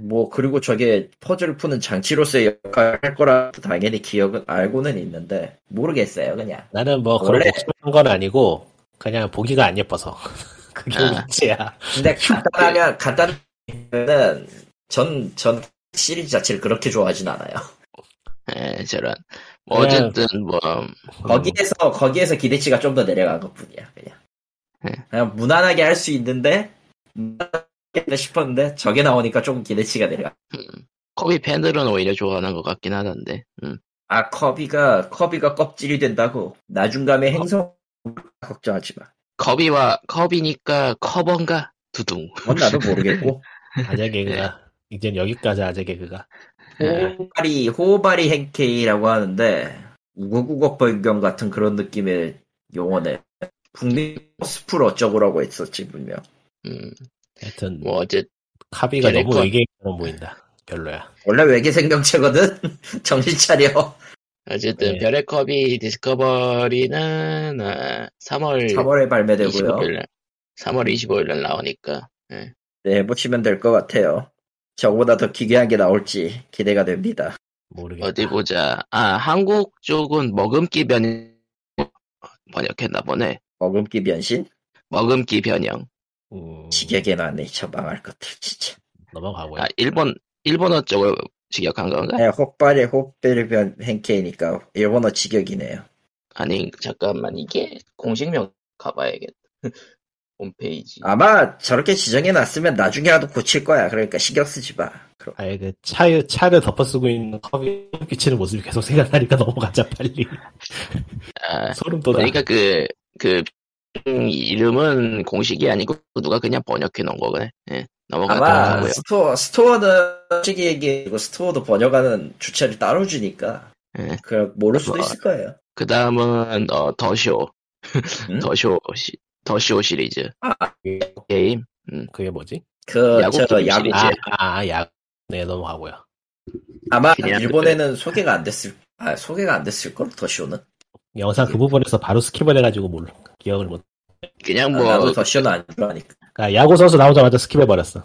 Speaker 2: 뭐 그리고 저게 퍼즐 푸는 장치로서의 역할을 할 거라 당연히 기억은 알고는 있는데 모르겠어요 그냥
Speaker 3: 나는 뭐 그런
Speaker 2: 원래-
Speaker 3: 복수한 건 아니고 그냥 보기가 안 예뻐서 그게
Speaker 1: 아.
Speaker 3: 문제야.
Speaker 2: 근데 간단하면 간단하면은 전전 시리즈 자체를 그렇게 좋아하진 않아요
Speaker 1: 예, 저런. 뭐
Speaker 2: 네.
Speaker 3: 그냥-
Speaker 1: 어쨌든 뭐
Speaker 2: 거기에서 거기에서 기대치가 좀 더 내려간 것뿐이야 그냥
Speaker 1: 네.
Speaker 2: 그냥 무난하게 할 수 있는데 무난하게 싶었는데 저게 나오니까 조금 기대치가 내려가
Speaker 1: 음, 커비 팬들은 오히려 좋아하는 것 같긴 하던데. 음.
Speaker 2: 아 커비가 커비가 껍질이 된다고 나중감에 행성 걱정하지 마.
Speaker 1: 커비와 커비니까 커번가 두둥.
Speaker 2: 그건 나도 모르겠고
Speaker 3: 아재 개그가 이젠 여기까지 아재 개그가
Speaker 4: 네.
Speaker 1: 예.
Speaker 2: 호발이 호발이 행케이라고 하는데 우거우거 변경 같은 그런 느낌의 용어네. 국내 스풀 어쩌고라고 했었지 분명.
Speaker 1: 음,
Speaker 3: 하여튼
Speaker 1: 뭐 어째
Speaker 3: 카비가 너무
Speaker 1: 걔네 건-
Speaker 3: 외계인처럼 보인다. 별로야.
Speaker 2: 원래 외계 생명체거든. 정신 차려.
Speaker 1: 어쨌든
Speaker 3: 예.
Speaker 2: 네.
Speaker 1: 별의 커비 디스커버리는 아, 3월
Speaker 2: 3월에 발매되고요.
Speaker 1: 25일 3월 25일 날 나오니까. 예.
Speaker 2: 네 보시면 될 것 같아요. 저보다 더 기괴한 게 나올지 기대가 됩니다. 네.
Speaker 3: 모르겠다.
Speaker 1: 어디 보자. 아 한국 쪽은 먹음기 변 번역했나 보네.
Speaker 2: 어금기 변신
Speaker 1: 먹음기 변형.
Speaker 3: 음,
Speaker 2: 지게게 나네 저 망할 것들 진짜.
Speaker 3: 넘어가고요.
Speaker 1: 아 일본 일본어 쪽을 직역한 건가?
Speaker 2: 네, 혹발의 혹별변 행케이니까 일본어 직역이네요.
Speaker 1: 아니 잠깐만 이게 공식명 가봐야겠다. 홈페이지.
Speaker 2: 아마 저렇게 지정해 놨으면 나중에라도 고칠 거야. 그러니까 신경 쓰지 마. 그럼.
Speaker 3: 아예 그 차에 차를 덮어 쓰고 있는 커비 끼치는 모습이 계속 생각나니까 넘어가자 빨리.
Speaker 1: 아,
Speaker 3: 소름 돋아.
Speaker 1: 그러니까 그, 그, 음, 이름은 공식이 아니고 누가 그냥 번역해 놓은 거네. 예, 넘어가도록
Speaker 2: 아마
Speaker 1: 하고요.
Speaker 2: 스토어 스토어는 솔직히 얘기고 스토어도 번역하는 주체를 따로 주니까
Speaker 1: 예.
Speaker 2: 그 모를 수도
Speaker 1: 뭐,
Speaker 2: 있을 거예요.
Speaker 1: 그 다음은, 어, 더쇼.
Speaker 2: 음?
Speaker 1: 더쇼, 시, 더쇼 시리즈. 게임.
Speaker 3: 그게 뭐지?
Speaker 2: 그
Speaker 1: 야구
Speaker 2: 저
Speaker 1: 게임
Speaker 2: 야구
Speaker 1: 시리즈.
Speaker 3: 아,
Speaker 1: 이제-
Speaker 3: 아, 야, 네, 넘어가고요.
Speaker 2: 아마
Speaker 1: 그냥-
Speaker 2: 일본에는 소개가 안 됐을 아, 소개가 안 됐을 걸 더 쇼는
Speaker 3: 영상 그 부분에서 바로 스킵을 해가지고 몰 기억을 못.
Speaker 1: 그냥
Speaker 2: 아,
Speaker 1: 뭐,
Speaker 2: 나도 더 쇼는 안 좋아하니까
Speaker 3: 그러니까 야구 선수 나오자마자 스킵해버렸어.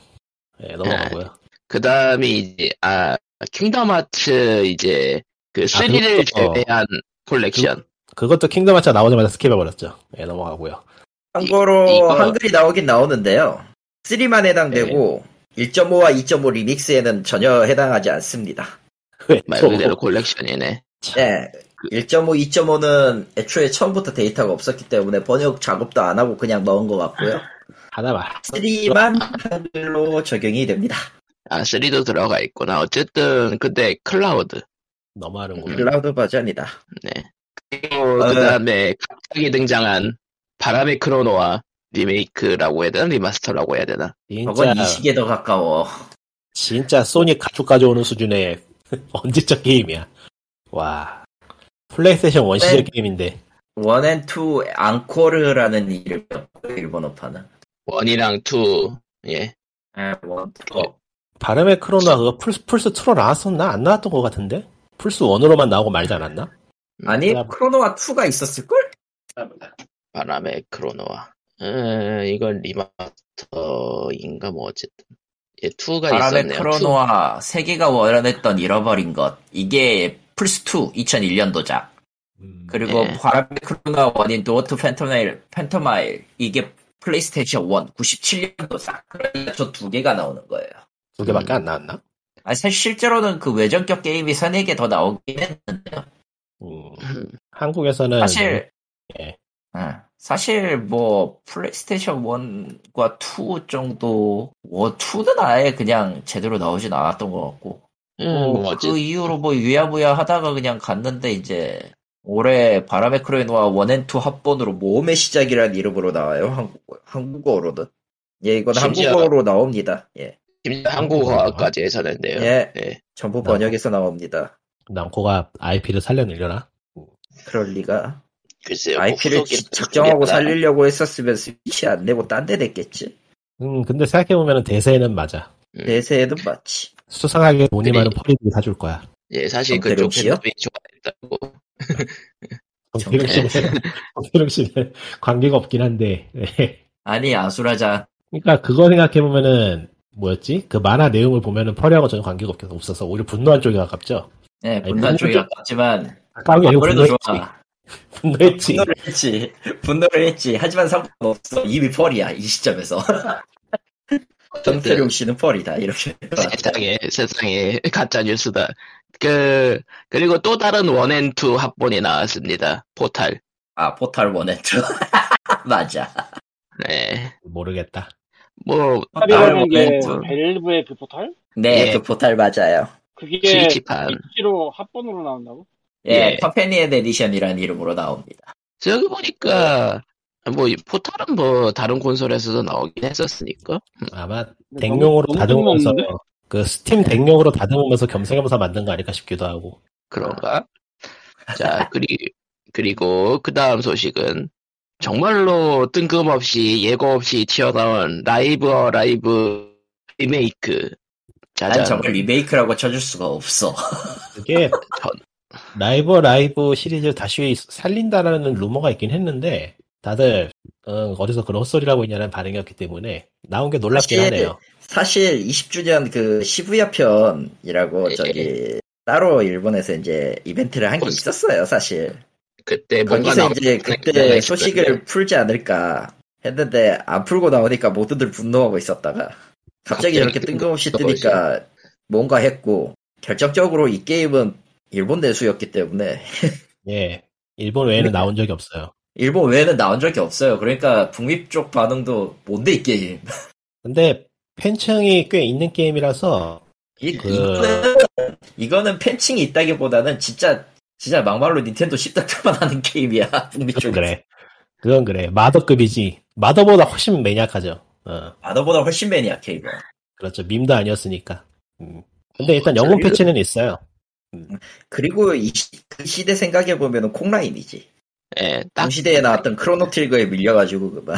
Speaker 3: 네, 넘어가고요.
Speaker 1: 그 다음에 이제, 아, 킹덤 하츠 이제, 그
Speaker 2: 아,
Speaker 1: 3를
Speaker 2: 어.
Speaker 3: 그것도-
Speaker 1: 제외한 콜렉션.
Speaker 3: 그것도 킹덤 하츠 나오자마자 스킵해버렸죠. 네, 넘어가고요.
Speaker 2: 참고로
Speaker 1: 이- 이거-
Speaker 2: 한글이 나오긴 나오는데요. 3만 해당되고 1.5와 2.5 리믹스에는 전혀 해당하지 않습니다.
Speaker 3: 왜
Speaker 1: 말
Speaker 3: 또-
Speaker 2: 어.
Speaker 1: 그대로 콜렉션이네.
Speaker 2: 네. 1.5, 2.5는 애초에 처음부터 데이터가 없었기 때문에 번역 작업도 안 하고 그냥 넣은 것 같고요.
Speaker 3: 하나만.
Speaker 2: 3만 한글로 적용이 됩니다.
Speaker 1: 아, 3도 들어가 있구나. 어쨌든, 근데 클라우드.
Speaker 3: 넘어가는군요.
Speaker 2: 클라우드 버전이다. 어,
Speaker 1: 그리고
Speaker 2: 네.
Speaker 1: 그 다음에 갑자기 등장한 바람의 크로노와 리메이크라고 해야 되나? 리마스터라고 해야 되나?
Speaker 3: 진짜,
Speaker 2: 저건 이 시기에 더 가까워.
Speaker 3: 진짜 소닉 가축 가져오는 수준의 언제적 게임이야. 와. 플레이스테이션 원 시절
Speaker 2: 네.
Speaker 3: 게임인데.
Speaker 2: 원앤투 앙코르라는 이름이었고 일본어판은.
Speaker 1: 원이랑 투, 예.
Speaker 2: 아, 원투.
Speaker 3: 어, 바람의 크로나 그거 플스, 플스 2로 나왔었나? 안 나왔던 것 같은데? 플스 1으로만 나오고 말지 않았나?
Speaker 2: 아니, 크로노와 2가 있었을걸?
Speaker 1: 바람의 크로노와. 음, 이건 리마스터인가 뭐 어쨌든. 예, 투가
Speaker 2: 바람의
Speaker 1: 있었네요.
Speaker 2: 크로노와 세계가 원했던 잃어버린 것. 이게 플스2 2001년도작. 그리고
Speaker 1: 예.
Speaker 2: 바람의 크루나 원인 도어트 팬터마일, 팬터마일 이게 플레이스테이션 1 97년도 싹 그러니까 저 두 개가 나오는 거예요.
Speaker 3: 두 개밖에 안 나왔나?
Speaker 2: 아 사실 실제로는 그 외전격 게임이 세네 개 더 나오긴 했는데
Speaker 3: 음.
Speaker 1: 음,
Speaker 3: 한국에서는
Speaker 2: 사실
Speaker 3: 네. 예.
Speaker 2: 예. 사실 뭐 플레이스테이션 1과 2 정도 뭐 2는 아예 그냥 제대로 나오진 않았던 것 같고
Speaker 1: 예,
Speaker 2: 뭐
Speaker 1: 뭐
Speaker 2: 그
Speaker 1: 어쨌든
Speaker 2: 이후로 뭐 유야무야 하다가 그냥 갔는데 이제 올해 바람의 크로이노와 원앤투 합본으로 모험의 시작이라는 이름으로 나와요 한국 한국어로는 예 이건
Speaker 1: 심지어-
Speaker 2: 한국어로 나옵니다 예
Speaker 1: 심지어 한국어까지 해서 낸대요.
Speaker 2: 예,
Speaker 1: 예.
Speaker 2: 전부 번역해서 나옵니다
Speaker 3: 남코가 IP를 살려내려나?
Speaker 2: 그럴 리가
Speaker 1: 글쎄요. 뭐
Speaker 2: IP를
Speaker 1: 후속이
Speaker 2: 측정하고
Speaker 1: 나오겠나.
Speaker 2: 살리려고 했었으면 스위치 안 내고 딴 데 냈겠지
Speaker 3: 음, 근데 생각해보면 대세는 맞아.
Speaker 1: 음.
Speaker 2: 내세에도 맞지
Speaker 3: 수상하게 돈이
Speaker 1: 그래.
Speaker 3: 많은 퍼리들이 사줄 거야.
Speaker 1: 예, 사실
Speaker 2: 정태룡
Speaker 1: 그쪽
Speaker 2: 씨요?
Speaker 1: 팬들이 좋아했다고.
Speaker 3: 정태룡 씨는, 정태룡 씨는 관계가 없긴 한데. 예.
Speaker 2: 아니 아수라장
Speaker 3: 그러니까 그거 생각해보면은, 뭐였지? 그 만화 내용을 보면은 퍼리하고 전혀 관계가 없- 없어서 오히려 분노한 쪽이 가깝죠?
Speaker 2: 예
Speaker 3: 아니,
Speaker 2: 분단 쪽이
Speaker 3: 분노-
Speaker 2: 아깝지만
Speaker 3: 가까운 게 아니고
Speaker 2: 아무래도
Speaker 3: 분노했지.
Speaker 2: 좋아
Speaker 3: 분노했지.
Speaker 4: 아,
Speaker 2: 분노를 했지 분노를 했지 하지만 상관없어 이미 펄이야 이 시점에서 정태룡 씨는 펄이다 이렇게
Speaker 1: 네. 세상에, 세상에, 가짜 뉴스다. 그, 그리고 또 다른 원앤투 합본이 나왔습니다. 포탈.
Speaker 2: 아 포탈 원앤투 맞아
Speaker 1: 네.
Speaker 3: 모르겠다.
Speaker 1: 뭐,
Speaker 4: 포탈이라는 게
Speaker 2: 원앤투
Speaker 4: 벨브의 그 포탈?
Speaker 2: 네
Speaker 1: 예.
Speaker 2: 그 포탈 맞아요
Speaker 4: 그게
Speaker 1: 스위치판.
Speaker 4: 스위치로 합본으로 나온다고?
Speaker 2: 예,
Speaker 1: 예.
Speaker 2: 컴패니언 에디션이라는 이름으로 나옵니다
Speaker 1: 저기 보니까, 뭐, 이 포탈은 뭐, 다른 콘솔에서도 나오긴 했었으니까.
Speaker 3: 아마
Speaker 4: 근데
Speaker 3: 댕용으로
Speaker 4: 너무- 너무
Speaker 3: 다듬으면서
Speaker 4: 뜬금없는데? 네.
Speaker 3: 그 스팀 댕용으로 다듬으면서 겸사겸사 만든 거 아닐까 싶기도 하고
Speaker 1: 그런가? 자, 그리, 그리고, 그 다음 소식은, 정말로 뜬금없이, 예고 없이 튀어나온 라이브 어 라이브 리메이크.
Speaker 2: 난
Speaker 1: 자자.
Speaker 2: 정말 리메이크라고 쳐줄 수가 없어
Speaker 3: 그게 라이브 라이브 시리즈 다시 살린다라는 루머가 있긴 했는데 다들 어, 어디서 그런 헛소리라고 있냐는 반응이었기 때문에 나온 게 놀랍긴
Speaker 2: 사실-
Speaker 3: 하네요
Speaker 2: 사실 20주년 그 시부야 편이라고
Speaker 1: 예.
Speaker 2: 저기 따로 일본에서 이제 이벤트를 한 게
Speaker 1: 코스.
Speaker 2: 있었어요 사실
Speaker 1: 그때 뭔가
Speaker 3: 아,
Speaker 2: 거기서
Speaker 1: 나오지
Speaker 3: 네,
Speaker 2: 이제
Speaker 1: 않았나 싶은데.
Speaker 2: 그때 소식을 풀지 않을까 했는데 안 풀고 나오니까 모두들 분노하고 있었다가
Speaker 1: 갑자기
Speaker 2: 갑자기 저렇게
Speaker 1: 뜬금-
Speaker 2: 뜬금없이
Speaker 1: 뜬금없이.
Speaker 2: 뜨니까 뭔가 했고 결정적으로 이 게임은 일본 내수였기 때문에
Speaker 3: 예 일본 외에는 나온 적이 없어요
Speaker 2: 일본 외에는 나온 적이 없어요. 그러니까 북미 쪽 반응도 뭔데 이 게임.
Speaker 3: 근데 팬층이 꽤 있는 게임이라서
Speaker 2: 이,
Speaker 3: 그-
Speaker 2: 이거는, 이거는 팬층이 있다기보다는 진짜 진짜 막말로 닌텐도 십다트만 하는 게임이야 북미
Speaker 3: 그건
Speaker 2: 쪽에.
Speaker 3: 그래 그건 그래 마더급이지 마더보다 훨씬 매니악하죠 어,
Speaker 2: 아더보다 훨씬 매니악해 이거.
Speaker 3: 그렇죠 밈도 아니었으니까 음. 근데 일단 영혼
Speaker 1: 저기요.
Speaker 3: 패치는 있어요
Speaker 2: 그리고 이 시, 그 시대 생각해 보면은 콩라인이지.
Speaker 1: 예, 딱
Speaker 2: 동시대에 나왔던 크로노트리거에 밀려가지고 그만.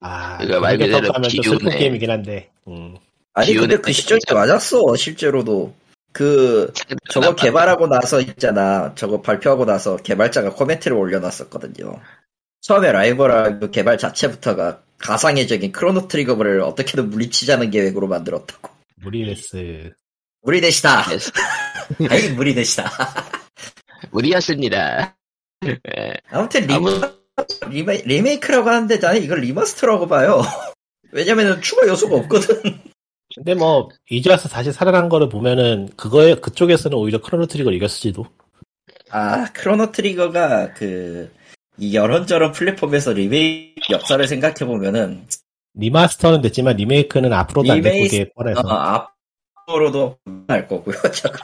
Speaker 3: 아,
Speaker 1: 그거 말 그대로
Speaker 3: 그렇게 평가하면 좀 슬픈
Speaker 1: 기운에.
Speaker 3: 게임이긴 한데. 음.
Speaker 2: 아니 근데
Speaker 1: 기운의
Speaker 2: 그 시절이
Speaker 1: 땡기죠.
Speaker 2: 맞았어 실제로도 그 저거 개발하고 나서 있잖아 저거 발표하고 나서 개발자가 코멘트를 올려놨었거든요 처음에 라이벌 그 개발 자체부터가 가상의적인 크로노 트리거를 어떻게든 물리치자는 계획으로 만들었다고
Speaker 3: 무리레스.
Speaker 2: 물이 되시다 아이 물이 되시다
Speaker 1: 무리였습니다. 예,
Speaker 2: 아무튼 리,
Speaker 1: 아무
Speaker 2: 리메, 리메이크라고 하는데 나는 이걸 리마스터라고 봐요 왜냐면은 추가 요소가 없거든
Speaker 3: 근데 뭐, 이제 와서 다시 살아난 거를 보면은, 그거에, 그쪽에서는 오히려 크로노 트리거를 이겼을지도.
Speaker 2: 아, 크로노 트리거가 그, 이 여런저런 플랫폼에서 리메이크 역사를 생각해보면은,
Speaker 3: 리마스터는 됐지만 리메이크는 앞으로도 안 되고
Speaker 2: 리메이스-
Speaker 3: 그게 뻔해서.
Speaker 2: 어, 앞으로도 할 거고요. 저거.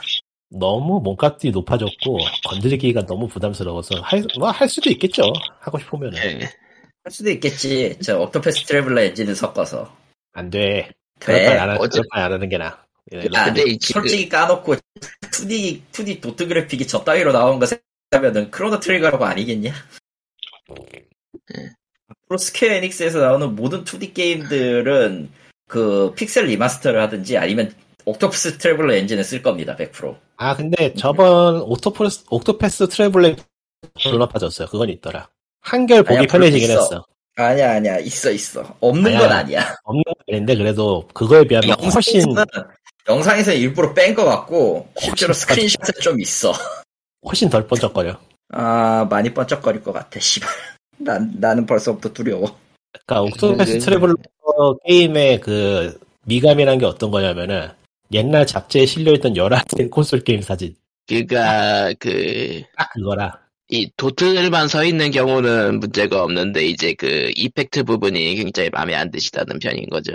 Speaker 3: 너무 몸값이 높아졌고, 건드리기가 너무 부담스러워서, 할, 뭐, 할 수도 있겠죠. 하고 싶으면은.
Speaker 1: 예.
Speaker 2: 할 수도 있겠지. 저 옥토패스 트래블러 엔진을 섞어서. 네.
Speaker 3: 안 돼. 그럴 바엔
Speaker 2: 그래.
Speaker 3: 안, 하,
Speaker 1: 어째-
Speaker 3: 그럴 바엔 안 하는 게 나아. 예,
Speaker 2: 야,
Speaker 1: 근데 이 지금
Speaker 2: 네, 솔직히 까놓고 2D, 2D 도트 그래픽이 저 따위로 나온 거 생각하면은 크로노 트리거라고 아니겠냐? 예. 앞으로 스퀘어 에닉스에서 나오는 모든 2D 게임들은 그 픽셀 리마스터를 하든지 아니면 옥토패스 트래블러 엔진을 쓸 겁니다, 100%.
Speaker 3: 아, 근데 저번 옥토패스, 옥토패스 트래블링 졸라빠졌어요. 그건 있더라. 한결 보기
Speaker 2: 아니야,
Speaker 3: 편해지긴
Speaker 2: 그럴 수
Speaker 3: 했어.
Speaker 2: 아니야, 아니야. 있어, 있어. 없는 건
Speaker 3: 아니야.
Speaker 2: 아니야.
Speaker 3: 없는 건 아닌데 그래도 그거에 비하면 훨씬
Speaker 2: 영상에서는, 영상에서 일부러 뺀 것 같고 실제로
Speaker 3: 훨씬
Speaker 2: 스크린샷에 좀 있어.
Speaker 3: 훨씬 덜 번쩍거려.
Speaker 2: 아 많이 번쩍거릴 것 같아. 씨발. 난 나는 벌써부터 두려워. 예,
Speaker 3: 그러니까 옥토패스
Speaker 1: 근데-
Speaker 3: 트래블러 게임의 그 미감이란 게 어떤 거냐면은 옛날 잡지에 실려있던 열화된 콘솔 게임 사진
Speaker 1: 그니까 그
Speaker 3: 딱 그거라.
Speaker 1: 이 도트들만 서 있는 경우는 문제가 없는데 이제 그 이펙트 부분이 굉장히 마음에 안 드시다는 편인 거죠.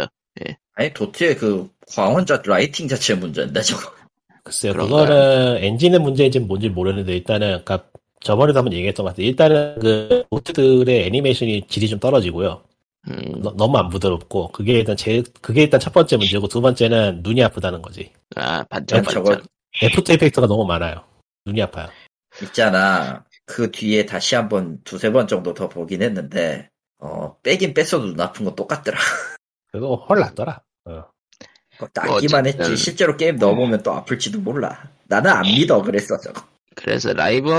Speaker 2: 아니 도트의 그 광원자 라이팅 자체 문제인데 저거.
Speaker 3: 글쎄요, 그
Speaker 1: 그런가요?
Speaker 3: 거는 엔진의 문제인지 뭔지 모르는데 일단은 아까 저번에도 한번 얘기했던 것 같아요. 일단은 그 보트들의 애니메이션이 질이 좀 떨어지고요.
Speaker 1: 음,
Speaker 3: 너, 무안 부드럽고 그게 일단 제 그게 일단 첫 번째 문제고 두 번째는 눈이 아프다는 거지.
Speaker 1: 아
Speaker 2: 난 저거
Speaker 1: 반짝반짝.
Speaker 3: 애프터 이펙터가 너무 많아요. 눈이 아파요.
Speaker 2: 있잖아. 그 뒤에 다시 한번 두세 번 정도 더 보긴 했는데, 어, 빼긴 뺐어도 눈 아픈 건 똑같더라.
Speaker 3: 그래도 헐 났더라. 어.
Speaker 2: 낫기만
Speaker 1: 뭐 어쨌든.
Speaker 2: 했지. 실제로 게임 넣어보면 또 아플지도 몰라. 나는 안 믿어, 그랬어, 저거.
Speaker 1: 그래서 라이브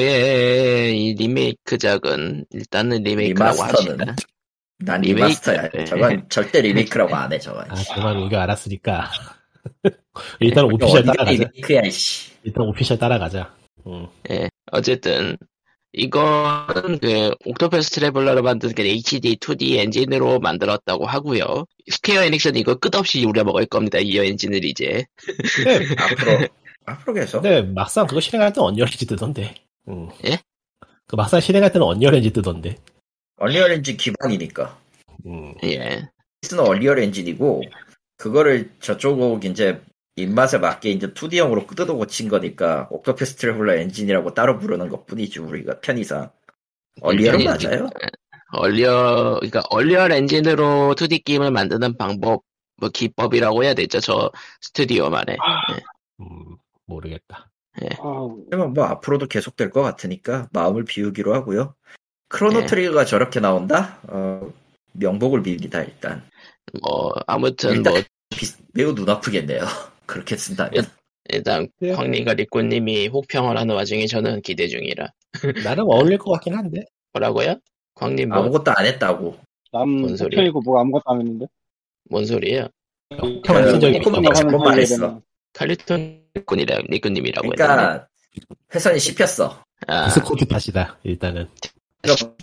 Speaker 1: 라이브의 이 리메이크작은 일단은 리메이크라고
Speaker 2: 리마스터는.
Speaker 1: 합시다.
Speaker 2: 난
Speaker 1: 리메이크. 네.
Speaker 2: 리마스터야. 저건 절대 리메이크라고 안 해, 저건.
Speaker 3: 아 정말 우리가 알았으니까 일단
Speaker 2: 이거
Speaker 3: 오피셜
Speaker 2: 네, 어디가
Speaker 3: 따라가자.
Speaker 2: 리메이크야, 이씨.
Speaker 3: 일단 오피셜 따라가자. 음.
Speaker 1: 예, 어쨌든 이거는 그 옥토패스 트래블러를 만든 그 HD 2D 엔진으로 만들었다고 하고요. 스퀘어 에닉스는 이거 끝없이 우려먹을 겁니다. 이 엔진을 이제
Speaker 3: 근데
Speaker 2: 앞으로, 앞으로 계속.
Speaker 3: 근데 막상 그거 실행할 때 언리얼엔지 뜨던데. 음.
Speaker 1: 예?
Speaker 3: 그 막상 실행할 때는 언리얼엔지 뜨던데.
Speaker 2: 얼리얼 엔진 기반이니까.
Speaker 3: 음.
Speaker 1: 예,
Speaker 2: 스는 얼리얼 엔진이고, 그거를 저쪽 이제 입맛에 맞게 이제 2D형으로 뜯어 고친 거니까, 옥토패스 트래블러 엔진이라고 따로 부르는 것 뿐이지, 우리가 편의상. 얼리얼은
Speaker 1: 편의상.
Speaker 2: 맞아요.
Speaker 1: 얼리어 그러니까 얼리얼 엔진으로 2D 게임을 만드는 방법 뭐 기법이라고 해야 되죠. 저 스튜디오만의
Speaker 3: 음, 모르겠다.
Speaker 4: 아,
Speaker 2: 하지만 뭐 앞으로도 계속될 것 같으니까 마음을 비우기로 하고요.
Speaker 1: 네.
Speaker 2: 크로노 트리거가 저렇게 나온다? 어, 명복을 빕니다 일단.
Speaker 1: 뭐 아무튼
Speaker 2: 일단-
Speaker 1: 뭐
Speaker 2: 비- 매우 눈 아프겠네요. 그렇게 쓴다면.
Speaker 1: 예. 일단 광님과 그러니까 리꾸님이 혹평을 하는 와중에 저는 기대 중이라
Speaker 3: 나름 어울릴 것 같긴 한데.
Speaker 1: 뭐라고요? 광님 뭐,
Speaker 2: 아무것도 안 했다고.
Speaker 4: 남
Speaker 1: 뭔 소리야?
Speaker 4: 호텔이고 뭐 아무것도 안 했는데. 네,
Speaker 1: 뭔 소리예요?
Speaker 3: 평평한
Speaker 2: 그,
Speaker 3: 친절이
Speaker 2: 조금은
Speaker 3: 없다.
Speaker 2: 약간- 그것만 했어.
Speaker 1: 칼리톤 리꾸님이라 리꾸님이라고 했나요?
Speaker 2: 그러니까 회선이 씹혔어.
Speaker 1: 아,
Speaker 3: 디스코드 탓이다. 일단은
Speaker 2: 그러니까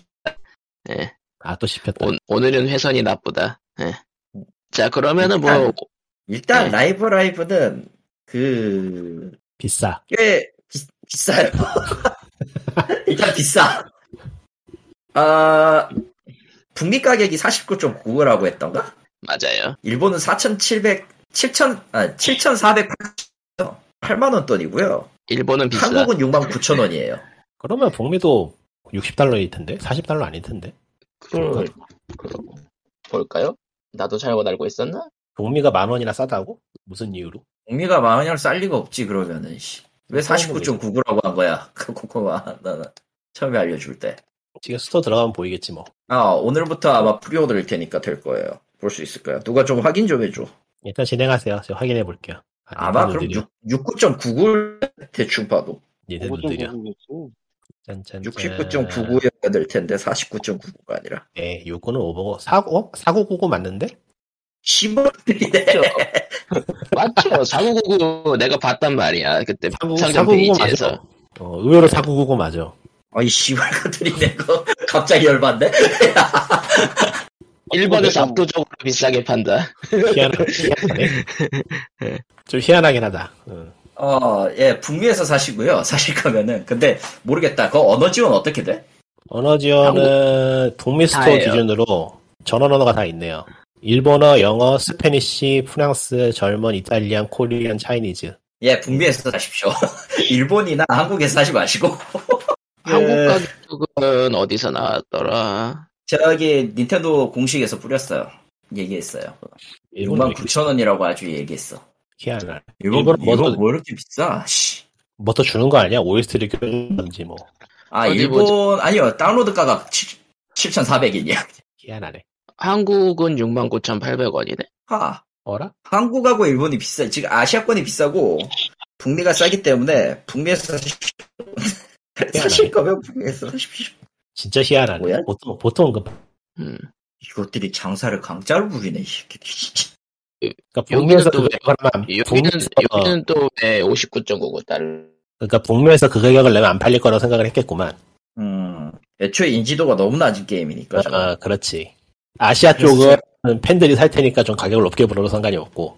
Speaker 3: 아 또 씹혔다.
Speaker 1: 오, 늘은 회선이 나쁘다. 예. 자 그러면은 뭐
Speaker 2: 일단- 일단
Speaker 1: 네.
Speaker 2: 라이브 라이브는 그...
Speaker 3: 비싸.
Speaker 2: 꽤 비, 비싸요. 일단 비싸. 아... 북미 가격이 49.99라고 했던가?
Speaker 1: 맞아요.
Speaker 2: 일본은 4,700, 7,000, 아, 7,480, 8만원 돈이고요.
Speaker 1: 일본은 비싸.
Speaker 2: 한국은 69,000원이에요.
Speaker 3: 그러면 북미도 60달러일 텐데, 40달러 아닐 텐데.
Speaker 1: 그걸 그러고 볼까요? 나도 잘못 알고 있었나?
Speaker 3: 북미가 만 원이나 싸다고? 무슨 이유로?
Speaker 2: 공미가 마흔이랑 쌀 리가 없지, 그러면은, 씨. 왜 49.99라고 한 거야? 그 코코마, 나는. 처음에 알려줄 때.
Speaker 3: 지금 스토어 들어가면 보이겠지 뭐.
Speaker 2: 아, 오늘부터 아마 프리오더일 테니까 될 거예요. 볼 수 있을 거야. 누가 좀 확인 좀 해줘.
Speaker 3: 일단 진행하세요. 제가 확인해 볼게요. 아,
Speaker 2: 아마 그럼
Speaker 3: 얘네들이요.
Speaker 2: 69.99를 대충 봐도.
Speaker 4: 그거 좀
Speaker 3: 얘네들이요.
Speaker 4: 모르겠지.
Speaker 3: 짠짠짠.
Speaker 2: 69.99여야 될 텐데, 49.99가 아니라.
Speaker 3: 네, 요거는 오버고 45? 4999 맞는데?
Speaker 2: 10원이네.
Speaker 1: 맞죠. 4999 내가 봤단 말이야. 그때
Speaker 3: 4999
Speaker 1: 상장 페이지에서.
Speaker 3: 맞아. 어, 의외로 4999 맞아.
Speaker 2: 아이, 씨발, 것들이 내거 갑자기 열받네.
Speaker 1: 일본에서
Speaker 4: 어, 내가-
Speaker 1: 압도적으로 비싸게
Speaker 2: 예.
Speaker 1: 판다.
Speaker 3: 희한하, 희한하네. 좀 희한하긴 하다. 응.
Speaker 2: 어, 예, 북미에서 사시고요. 사실 거면은. 근데 모르겠다. 그거 언어 지원 어떻게 돼?
Speaker 3: 언어 지원은 북미 스토어
Speaker 1: 다예요.
Speaker 3: 기준으로 전원 언어가 다 있네요. 일본어, 영어, 스페니쉬, 프랑스, 젊은, 이탈리안, 코리안, 차이니즈.
Speaker 2: 예, 북미에서 사십시오. 일본이나 한국에서 사지 마시고.
Speaker 1: 한국 가격은 어디서 나왔더라?
Speaker 2: 저기 닌텐도 공식에서 뿌렸어요. 얘기했어요.
Speaker 3: 일본어
Speaker 2: 6만 9천 원이라고 아주 얘기했어.
Speaker 3: 희한하.
Speaker 2: 일본,
Speaker 3: 일본은 뭐
Speaker 2: 일본
Speaker 3: 더-
Speaker 2: 뭐 이렇게 비싸? 씨.
Speaker 3: 뭐또 주는 거 아니야? OST를 껴준다든지 뭐.
Speaker 2: 아,
Speaker 1: 어디
Speaker 2: 일본, 아니요. 다운로드가가 7,400원이야.
Speaker 3: 희한하네.
Speaker 1: 한국은 69,800원이네.
Speaker 2: 하.
Speaker 3: 어라?
Speaker 2: 한국하고 일본이 비싸. 지금 아시아권이 비싸고 북미가 싸기 때문에 북미에서 사십시오. 사실 거면 북미에서 사십시오.
Speaker 3: 진짜 희한하네.
Speaker 2: 뭐야?
Speaker 3: 보통, 보통 그, 그러니까
Speaker 1: 음.
Speaker 2: 이것들이 장사를 강짜로 부리네 이 새끼들 진짜.
Speaker 3: 북미에서
Speaker 1: 여기는 또
Speaker 3: 그 가격을
Speaker 1: 아,
Speaker 3: 하면,
Speaker 1: 여기는
Speaker 3: 북미에서, 어,
Speaker 1: 여기는 또왜 59.99 달러?
Speaker 3: 그러니까 북미에서 그 가격을 내면 안 팔릴 거라고 생각을 했겠구만. 어,
Speaker 2: 음, 애초에 인지도가 너무 낮은 게임이니까. 저거.
Speaker 3: 아, 그렇지. 아시아 쪽은 팬들이 살 테니까 좀 가격을 높게 부르는 상관이 없고.
Speaker 1: 어.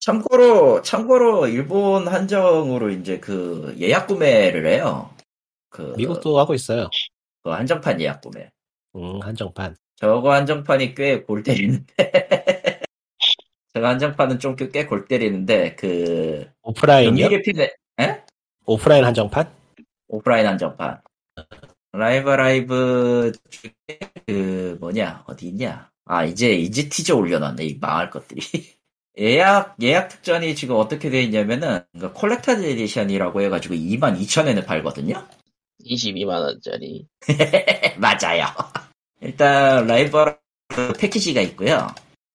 Speaker 2: 참고로 참고로 일본 한정으로 이제 그 예약 구매를 해요. 그
Speaker 3: 미국도 하고 있어요.
Speaker 2: 그 한정판 예약 구매.
Speaker 3: 음, 한정판.
Speaker 2: 저거 한정판이 꽤 골 때리는데 제가 한정판은 좀꽤골 때리는데 그
Speaker 3: 오프라인이요?
Speaker 2: 연일의 피네 에?
Speaker 3: 오프라인 한정판?
Speaker 2: 오프라인 한정판 라이브 라이브 중에 그 뭐냐 어디 있냐 아 이제 이제 티저 올려놨네 이 망할 것들이 예약 예약 특전이 지금 어떻게 돼 있냐면은 그 콜렉터 에디션이라고 해가지고 22,000엔에 팔거든요
Speaker 1: 22만원짜리.
Speaker 2: 맞아요. 일단 라이벌 패키지가 있고요.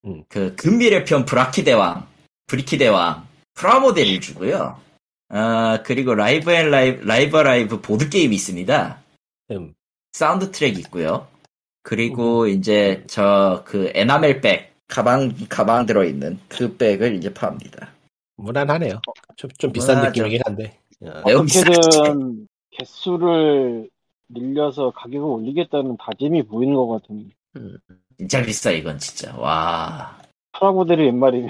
Speaker 3: 음.
Speaker 2: 그 금미래 편 브라키 대왕, 브리키 대왕, 프라모델을 주고요. 아 그리고 라이브 앤 라이브 라이브 라이브 보드 게임이 있습니다.
Speaker 3: 음.
Speaker 2: 사운드 트랙 있고요. 그리고 이제 저 그 에나멜 백 가방 가방 들어 있는 그 백을 이제 팝니다.
Speaker 3: 무난하네요. 좀, 좀 비싼
Speaker 2: 어, 무난하죠.
Speaker 3: 느낌이긴 한데. 어,
Speaker 2: 매우 비싸지.
Speaker 4: 어떻게든 개수를 늘려서 가격을 올리겠다는 다짐이 보이는 것 같은
Speaker 1: 음.
Speaker 2: 진짜 비싸 이건 진짜 와
Speaker 4: 프라모델이 웬 말이며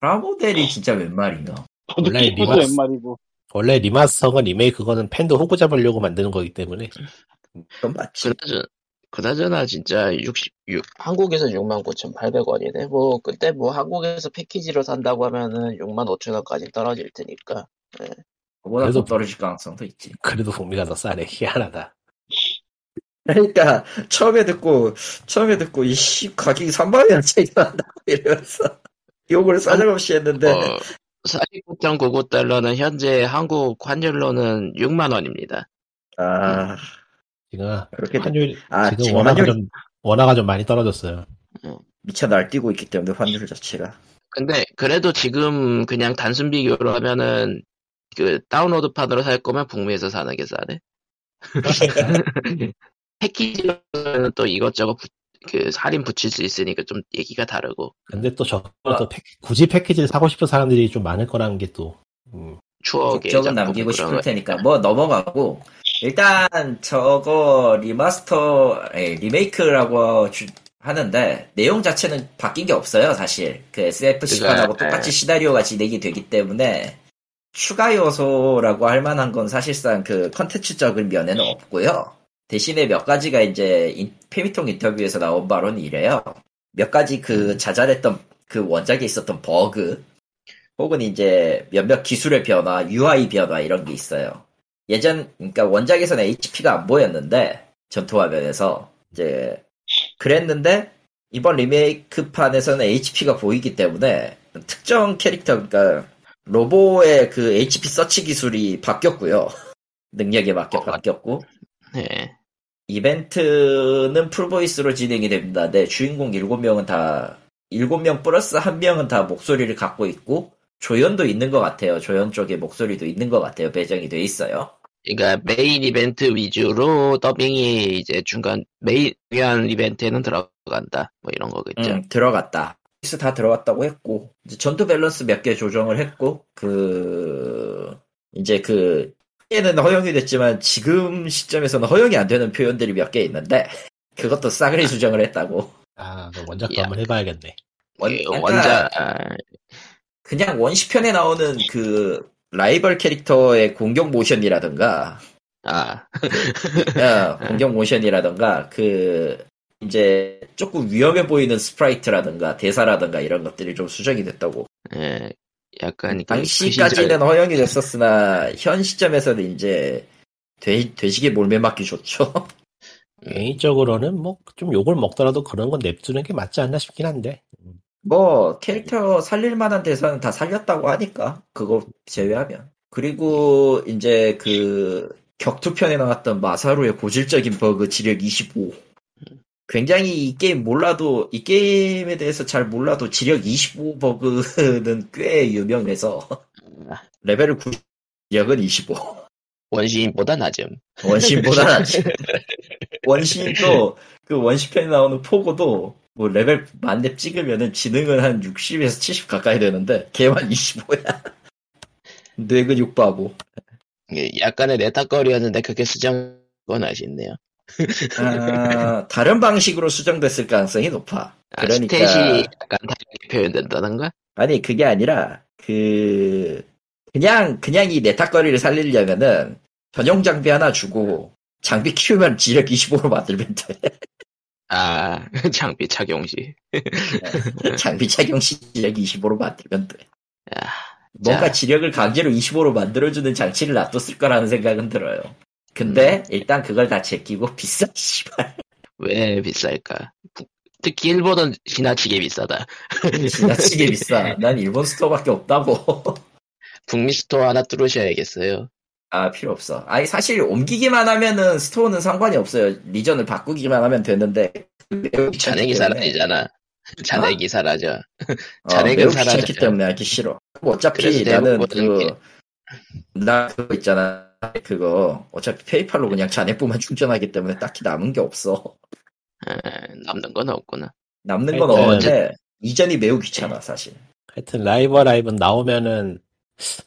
Speaker 2: 프라모델이 진짜 웬 말인가?
Speaker 3: 온라인
Speaker 4: 보드게임도
Speaker 3: 리마스.
Speaker 4: 웬 말이고
Speaker 3: 원래 리마스터건 리메이크거는 팬도 호구 잡으려고 만드는 거기 때문에 음.
Speaker 2: 그건 맞지.
Speaker 1: 그나저나, 그나저나 진짜 66, 한국에서 69,800원이네. 뭐, 그때 뭐 한국에서 패키지로 산다고 하면은 65,000원까지 떨어질 테니까.
Speaker 2: 그보다 더
Speaker 3: 그래서-
Speaker 2: 떨어질 가능성도 있지.
Speaker 3: 그래도 북미가 더 싸네. 희한하다.
Speaker 2: 그러니까 처음에 듣고 처음에 듣고 이씨 가격이 3만 원 차이가 난다고 이러면서 욕을 사정없이 했는데
Speaker 1: 어, 49.99달러는 현재 한국 환율로는 6만원입니다.
Speaker 2: 아
Speaker 3: 지금
Speaker 2: 그렇게 돼.
Speaker 3: 환율
Speaker 2: 아
Speaker 3: 지금
Speaker 2: 지금
Speaker 3: 원화가
Speaker 2: 환율 이
Speaker 3: 좀 원화가 좀 많이 떨어졌어요.
Speaker 2: 미쳐 날뛰고 있기 때문에 환율 자체가
Speaker 1: 근데 그래도 지금 그냥 단순 비교로 하면은 그 다운로드 판으로 살 거면 북미에서 사는 게 싸네. 패키지로는 또 이것저것 부- 그 할인 붙일 수 있으니까 좀 얘기가 다르고
Speaker 3: 근데 또 저거
Speaker 2: 아.
Speaker 3: 또 패- 굳이 패키지를 사고 싶은 사람들이 좀 많을 거라는 게 또. 음.
Speaker 1: 추억의
Speaker 2: 적은
Speaker 1: 작품
Speaker 2: 남기고
Speaker 1: 그런
Speaker 2: 싶을
Speaker 1: 거.
Speaker 2: 테니까 뭐 넘어가고 일단 저거 리마스터 에, 리메이크라고 주- 하는데 내용 자체는 바뀐 게 없어요 사실 그 SF 시간하고
Speaker 1: 그러니까,
Speaker 2: 똑같이
Speaker 1: 에.
Speaker 2: 시나리오가 진행이 되기 때문에 추가 요소라고 할 만한 건 사실상 그 컨텐츠적인 면에는 없고요 대신에 몇 가지가 이제 인- 페미통 인터뷰에서 나온 바로는 이래요 몇 가지 그 자잘했던 그 원작에 있었던 버그 혹은 이제 몇몇 기술의 변화, UI 변화 이런 게 있어요. 예전 그러니까 원작에서는 HP가 안 보였는데 전투 화면에서 이제 그랬는데 이번 리메이크판에서는 HP가 보이기 때문에 특정 캐릭터 그러니까 로보의 그 HP 서치 기술이 바뀌었고요. 능력에 맞게
Speaker 1: 어, 맞-
Speaker 2: 바뀌었고
Speaker 1: 네.
Speaker 2: 이벤트는 풀보이스로 진행이 됩니다. 네, 주인공 7명은 다, 7명 플러스 1명은 다 목소리를 갖고 있고, 조연도 있는 것 같아요. 조연 쪽에 목소리도 있는 것 같아요. 배정이 돼 있어요.
Speaker 1: 그러니까 메인 이벤트 위주로 더빙이 이제 중간 메인 중요한 이벤트에는 들어간다. 뭐 이런 거겠죠.
Speaker 2: 음, 들어갔다. 보이스 다 들어갔다고 했고, 이제 전투 밸런스 몇 개 조정을 했고, 그, 이제 그, 에는 허용이 됐지만, 지금 시점에서는 허용이 안 되는 표현들이 몇 개 있는데, 그것도 싸그리 수정을 했다고.
Speaker 3: 아, 그 원작도
Speaker 1: 야.
Speaker 3: 한번 해봐야겠네.
Speaker 1: 예, 원,
Speaker 2: 약간
Speaker 1: 원작 아,
Speaker 2: 그러니까 그냥 원시편에 나오는 그 라이벌 캐릭터의 공격 모션이라든가
Speaker 1: 아,
Speaker 2: 어, 공격 모션이라든가 그 이제 조금 위험해 보이는 스프라이트라든가 대사라든가 이런 것들이 좀 수정이 됐다고
Speaker 1: 예. 약간 그
Speaker 2: 당시까지는 허용이 됐었으나 현 시점에서는 이제 돼, 돼지게 몰매맞기 좋죠 음.
Speaker 3: 개인적으로는 뭐 좀 욕을 먹더라도 그런 건 냅두는 게 맞지 않나 싶긴 한데. 음.
Speaker 2: 뭐 캐릭터 살릴 만한 대사는 다 살렸다고 하니까 그거 제외하면 그리고 이제 그 격투편에 나왔던 마사루의 고질적인 버그 지력 25 굉장히 이 게임 몰라도 이 게임에 대해서 잘 몰라도 지력 25 버그는 꽤 유명해서 아. 레벨을 9 지력은 25
Speaker 1: 원시인보다 낮음.
Speaker 2: 원신보다 낫지. 원신도 그 원시편에 나오는 포고도 뭐 레벨 만렙 찍으면은 지능은 한 60에서 70 가까이 되는데 걔만 25야. 뇌근육 바보.
Speaker 1: 예, 약간의 내탁거리였는데 그게 수정한 건 아쉽네요.
Speaker 2: 아, 다른 방식으로 수정됐을 가능성이 높아.
Speaker 1: 아,
Speaker 2: 그러니까
Speaker 1: 스탯이 약간 다르게 표현된다던가?
Speaker 2: 아니 그게 아니라 그 그냥 그냥 이 네타거리를 살리려면은 전용 장비 하나 주고 장비 키우면 지력 25로 만들면 돼.
Speaker 1: 아, 장비 착용 시.
Speaker 2: 장비 착용 시력 25로 만들면 돼.
Speaker 1: 야,
Speaker 2: 뭔가
Speaker 1: 자.
Speaker 2: 지력을 강제로 25로 만들어주는 장치를 놔뒀을 거라는 생각은 들어요.
Speaker 1: 음.
Speaker 2: 근데 일단 그걸 다 제끼고 비싸 씨발
Speaker 1: 왜 비쌀까? 부- 특히 일본은 지나치게 비싸다.
Speaker 2: 지나치게 비싸. 난 일본 스토어밖에 없다고.
Speaker 1: 북미 스토어 하나 뚫으셔야겠어요.
Speaker 2: 아 필요 없어. 아니 사실 옮기기만 하면은 스토어는 상관이 없어요. 리전을 바꾸기만 하면 되는데 매우 귀찮기
Speaker 1: 잔액이
Speaker 2: 때문에.
Speaker 1: 사라지잖아. 잔액이 사라져.
Speaker 2: 어,
Speaker 1: 잔액은
Speaker 2: 매우
Speaker 1: 사라져요.
Speaker 2: 귀찮기 때문에 하기 싫어. 뭐 어차피
Speaker 1: 그래서
Speaker 2: 나는
Speaker 1: 대부분은
Speaker 2: 그, 나 그거 있잖아. 그거 어차피 페이팔로 그냥 잔액부만 충전하기 때문에 딱히 남은 게 없어.
Speaker 1: 아, 남는 건 없구나.
Speaker 2: 남는 건
Speaker 3: 하여튼-
Speaker 2: 없는데 이전이 매우 귀찮아 사실.
Speaker 3: 하여튼 라이브 라이브 나오면은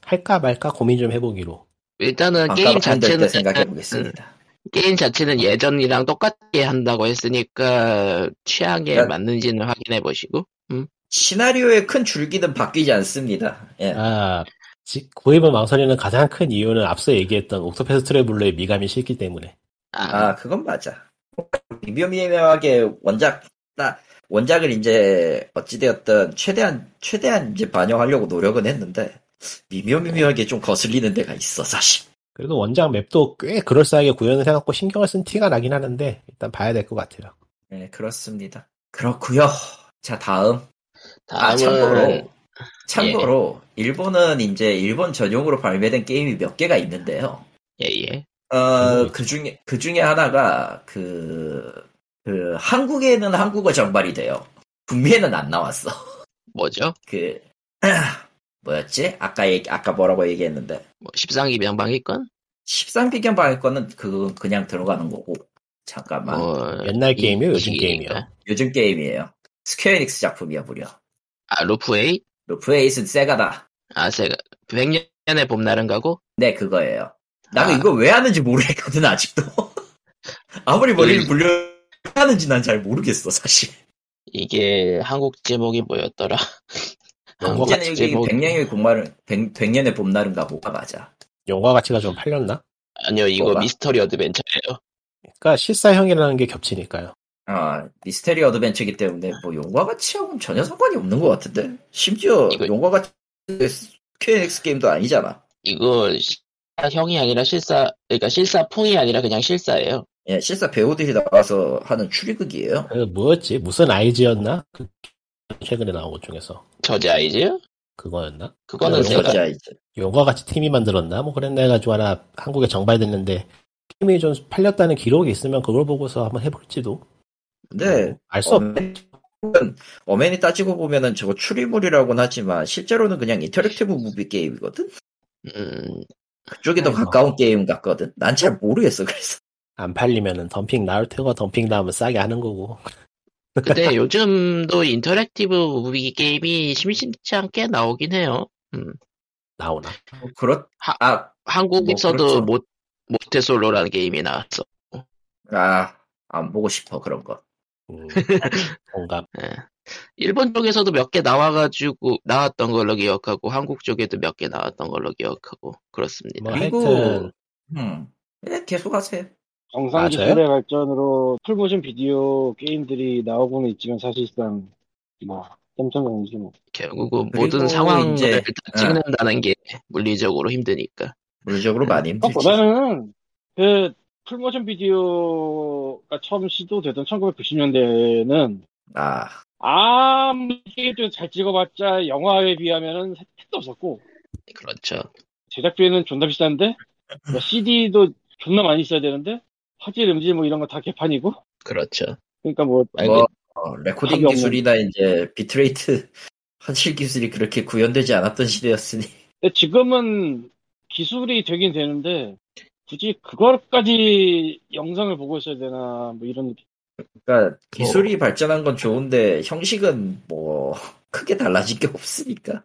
Speaker 3: 할까 말까 고민 좀 해보기로.
Speaker 1: 일단은 그러니까 게임
Speaker 2: 아까 판들 때
Speaker 1: 자체는
Speaker 2: 생각해 보겠습니다.
Speaker 1: 게임 자체는 예전이랑 똑같게 한다고 했으니까 취향에
Speaker 2: 그러니까-
Speaker 1: 맞는지는 확인해 보시고.
Speaker 2: 시나리오의 큰 줄기는 바뀌지 않습니다.
Speaker 1: 네.
Speaker 2: 예.
Speaker 3: 아, 지- 구입을 망설이는 가장 큰 이유는 앞서 얘기했던 옥토패스 트래블러의 미감이 싫기 때문에.
Speaker 1: 아,
Speaker 2: 아, 그건 맞아. 리뷰 미묘하게 원작, 나, 원작을 이제 어찌되었든 최대한, 최대한 이제 반영하려고 노력은 했는데, 미묘미묘하게 좀 거슬리는 데가 있어, 사실.
Speaker 3: 그래도 원작 맵도 꽤 그럴싸하게 구현을 해갖고 신경을 쓴 티가 나긴 하는데 일단 봐야 될 것 같아요.
Speaker 2: 네, 그렇습니다. 그렇구요. 자, 다음. 아,
Speaker 1: 다음은 예.
Speaker 2: 참고로. 참고로, 일본은 이제 일본 전용으로 발매된 게임이 몇 개가 있는데요.
Speaker 1: 예예. 음.
Speaker 2: 어, 그 중에, 그 중에 하나가, 그, 그, 한국에는 한국어 정발이 돼요. 북미에는 안 나왔어.
Speaker 1: 뭐죠?
Speaker 2: 그 뭐였지? 아까 얘기, 아까 뭐라고 얘기했는데
Speaker 1: 뭐 13기 명방위권?
Speaker 2: 13비견 받을 거는 그건 그냥 들어가는 거고 잠깐만
Speaker 1: 뭐
Speaker 3: 옛날
Speaker 1: 이-
Speaker 3: 게임이요,
Speaker 1: 이
Speaker 3: 요즘
Speaker 1: 시기니까.
Speaker 3: 게임이요.
Speaker 2: 요즘 게임이에요 스퀘어닉스 작품이야 무려
Speaker 1: 아 로프웨이?
Speaker 2: 로프에이스는 세가다
Speaker 1: 아 제가 100년의 봄날은 가고?
Speaker 2: 네 그거예요 나는
Speaker 1: 아.
Speaker 2: 이거 왜 하는지 모르겠거든 아직도 아무리 머리를
Speaker 1: 음.
Speaker 2: 굴려 하는지 난 잘 모르겠어 사실
Speaker 1: 이게 한국 제목이 뭐였더라?
Speaker 3: 영화,
Speaker 1: 한국
Speaker 3: 가,
Speaker 2: 이제는
Speaker 1: 같이
Speaker 2: 여기
Speaker 1: 뭐-
Speaker 2: 백년의 봄날은 백, 백년의 봄날은가 뭐가 맞아
Speaker 3: 영화 가치가 좀 팔렸나?
Speaker 1: 아니요 이거
Speaker 2: 뭐가?
Speaker 1: 미스터리 어드벤처예요.
Speaker 3: 그러니까 실사형이라는 게 겹치니까요.
Speaker 2: 아, 미스테리 어드벤처이기 때문에 뭐 용과가 치하고는 전혀 상관이 없는 것 같은데 심지어
Speaker 1: 이거-
Speaker 2: 용과가 KNX 게임도 아니잖아.
Speaker 1: 이거 실사형이 아니라 실사 그러니까 실사풍이 아니라 그냥 실사예요.
Speaker 2: 예, 실사 배우들이 나와서 하는 추리극이에요.
Speaker 3: 그 뭐였지? 무슨 아이즈였나? 그 최근에 나온 것 중에서
Speaker 1: 저지 아이즈요?
Speaker 3: 그거였나?
Speaker 1: 그거는
Speaker 3: 그래요,
Speaker 1: 제가
Speaker 2: 용과자 이제
Speaker 3: 영화 같이 팀이 만들었나? 뭐 그랬나 해가지고 하나 한국에 정발됐는데 게임이 좀 팔렸다는 기록이 있으면 그걸 보고서 한번 해볼지도.
Speaker 2: 근데
Speaker 3: 알 수 없.
Speaker 4: 음.
Speaker 2: 어맨- 어맨이 따지고 보면은 저거 추리물이라고는 하지만 실제로는 그냥 인터랙티브 무비 게임이거든.
Speaker 1: 음,
Speaker 2: 그쪽이 더
Speaker 3: 아이고.
Speaker 2: 가까운 게임 같거든. 난 잘 모르겠어. 그래서
Speaker 3: 안 팔리면은 덤핑 나올 테고 덤핑 나오면 싸게 하는 거고.
Speaker 1: 근데 요즘도 인터랙티브 무비 게임이 심심치 않게 나오긴 해요.
Speaker 3: 나오나?
Speaker 2: 뭐 그렇
Speaker 1: 하-
Speaker 2: 아,
Speaker 1: 한국에서도
Speaker 2: 그렇죠.
Speaker 1: 못 모태솔로라는 게임이 나왔어.
Speaker 2: 아, 안 보고 싶어 그런 거.
Speaker 3: 음, 공감.
Speaker 1: 일본 쪽에서도 몇 개 나와가지고 나왔던 걸로 기억하고 한국 쪽에도 몇 개 나왔던 걸로 기억하고 그렇습니다.
Speaker 3: 뭐
Speaker 2: 그리고-
Speaker 3: 하여튼
Speaker 2: 음, 예, 계속 하세요.
Speaker 4: 정상
Speaker 3: 맞아요?
Speaker 4: 기술의 발전으로 풀모션 비디오 게임들이 나오고는 있지만 사실상 뭐 점점 아니지 뭐.
Speaker 1: 결국은
Speaker 2: 그리고
Speaker 1: 모든 상황을
Speaker 2: 이제, 예.
Speaker 1: 다 찍는다는 게 물리적으로 힘드니까.
Speaker 2: 물리적으로 많이 힘들지.
Speaker 4: 네. 그것보다는 그 풀모션 비디오가 처음 시도되던 1990년대에는
Speaker 2: 아,
Speaker 4: 아무리 게임도 잘 찍어봤자 영화에 비하면은 택도 없었고
Speaker 1: 그렇죠.
Speaker 4: 제작비는 존나 비싼데 뭐 CD도 존나 많이 있어야 되는데 화질 음질 뭐 이런 거 다 개판이고
Speaker 1: 그렇죠.
Speaker 4: 그러니까 뭐
Speaker 1: 말
Speaker 2: 뭐,
Speaker 1: 그대로
Speaker 2: 어, 레코딩
Speaker 4: 환경은-
Speaker 2: 기술이나 이제 비트레이트 현실 기술이 그렇게 구현되지 않았던 시대였으니
Speaker 4: 근데 지금은 기술이 되긴 되는데 굳이 그걸까지 영상을 보고 있어야 되나 뭐 이런 느낌.
Speaker 2: 그러니까 기술이
Speaker 4: 뭐.
Speaker 2: 발전한 건 좋은데 형식은 뭐 크게 달라진 게 없으니까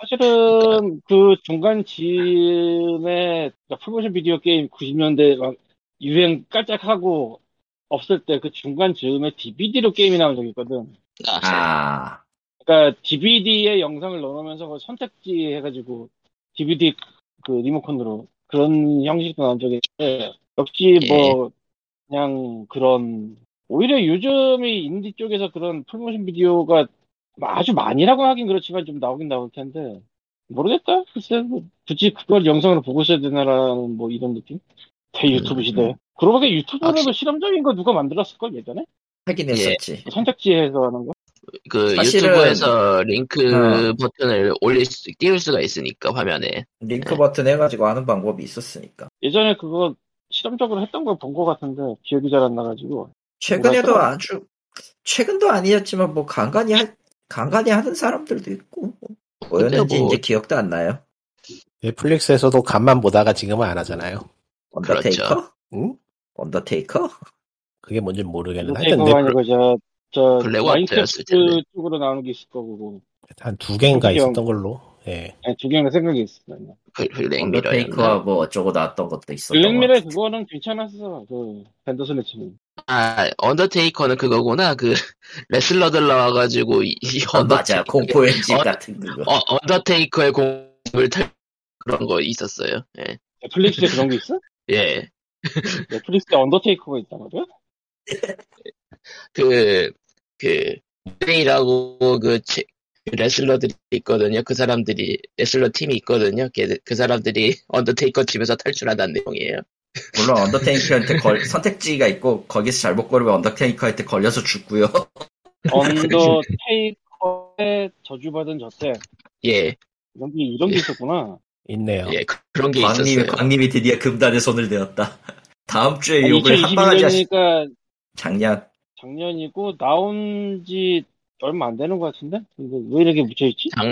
Speaker 4: 사실은 그 중간쯤에 그러니까 풀모션 비디오 게임 90년대 막 유행 깔짝하고 없을 때 그 중간쯤에 DVD로 게임이 나온 적이 있거든.
Speaker 1: 아,
Speaker 2: 아
Speaker 4: 그러니까 DVD에 영상을 넣으면서 그걸 선택지 해가지고 DVD
Speaker 1: 예.
Speaker 4: 그 리모컨으로 그런 형식도 나온 적이 있는데 역시 뭐 그냥 그런 오히려 요즘이 인디 쪽에서 그런 풀모션 비디오가 아주 많이라고 하긴 그렇지만 좀 나오긴 나올 텐데 모르겠다 글쎄 뭐 굳이 그걸 영상으로 보고 있어야 되나라는 뭐 이런 느낌 대 유튜브 시대 그러고 보니 유튜브로도
Speaker 1: 음, 확실히.
Speaker 4: 실험적인 거 누가 만들었을걸 예전에
Speaker 2: 하긴
Speaker 4: 예.
Speaker 2: 했었지.
Speaker 4: 선택지에서 하는 거
Speaker 1: 그
Speaker 2: 사실은-
Speaker 1: 유튜브에서 링크
Speaker 2: 어.
Speaker 1: 버튼을 올릴 수, 띄울 수가 있으니까 화면에
Speaker 2: 링크
Speaker 4: 네.
Speaker 2: 버튼 해가지고 하는 방법이 있었으니까.
Speaker 4: 예전에 그거 실험적으로 했던 걸 본 것 같은데 기억이 잘 안 나가지고
Speaker 2: 최근에도
Speaker 4: 뭐랄까?
Speaker 2: 아주 최근도 아니었지만 뭐 간간히 하, 간간히 하는 사람들도 있고 뭐 뭐였는지
Speaker 1: 근데 뭐-
Speaker 2: 이제 기억도 안 나요.
Speaker 3: 넷플릭스에서도 간만 보다가 지금은 안 하잖아요.
Speaker 4: 그렇죠.
Speaker 2: 언더테이커?
Speaker 3: 응?
Speaker 2: 언더테이커?
Speaker 3: 그게 뭔지 모르겠는데 네, 하여튼
Speaker 4: 이거 음, 네, 아니고 저저
Speaker 1: 블랙 와트였을 텐데.
Speaker 4: 마인크래프트 쪽으로 나오는 게 있을 거고
Speaker 3: 한 두 개인가
Speaker 4: 그냥-
Speaker 3: 있었던 걸로. 예.
Speaker 4: 아니, 두 개가 생각이 있었나
Speaker 1: 블- 블랙미러였나?
Speaker 2: 언더테이커하고 어쩌고 나왔던 것도 있었던
Speaker 4: 블랙미래
Speaker 2: 것 같아.
Speaker 4: 그거는 괜찮았어 그 밴더슨의 치는
Speaker 1: 아 언더테이커는 그거구나 그 레슬러들 나와가지고 이, 이
Speaker 2: 아, 맞아
Speaker 1: 언더테이커
Speaker 2: 공포의 집
Speaker 1: 언-
Speaker 2: 같은 그거
Speaker 1: 어, 언더테이커의 공을 탈 그런 거 있었어요. 예.
Speaker 4: 넷플릭스에 그런 게 있어?
Speaker 1: 예.
Speaker 4: 넷플릭스에 언더테이커가 있단 말이야?
Speaker 1: 그, 그, 레이라고 그, 체- 그 레슬러들이 있거든요. 그 사람들이, 레슬러 팀이 있거든요. 걔- 그 사람들이 언더테이커 집에서 탈출한다는 내용이에요.
Speaker 2: 물론 언더테이커한테 걸- 선택지가 있고 거기서 잘못 걸으면 언더테이커한테 걸려서 죽고요
Speaker 4: 언더테이커의 저주받은 저택
Speaker 1: 예,
Speaker 4: 이런 게 이런 게 있었구나
Speaker 3: 있네요.
Speaker 1: 예, 그, 런게
Speaker 2: 광님이,
Speaker 1: 있었어요.
Speaker 2: 광님이 드디어 금단의 손을 대었다 다음 주에 욕을 한 방아지 하시
Speaker 4: 2021년이니까
Speaker 2: 작년
Speaker 4: 작년이고 나온 지 얼마 안 되는 것 같은데? 이거 왜 이렇게 묻혀있지?
Speaker 1: 장,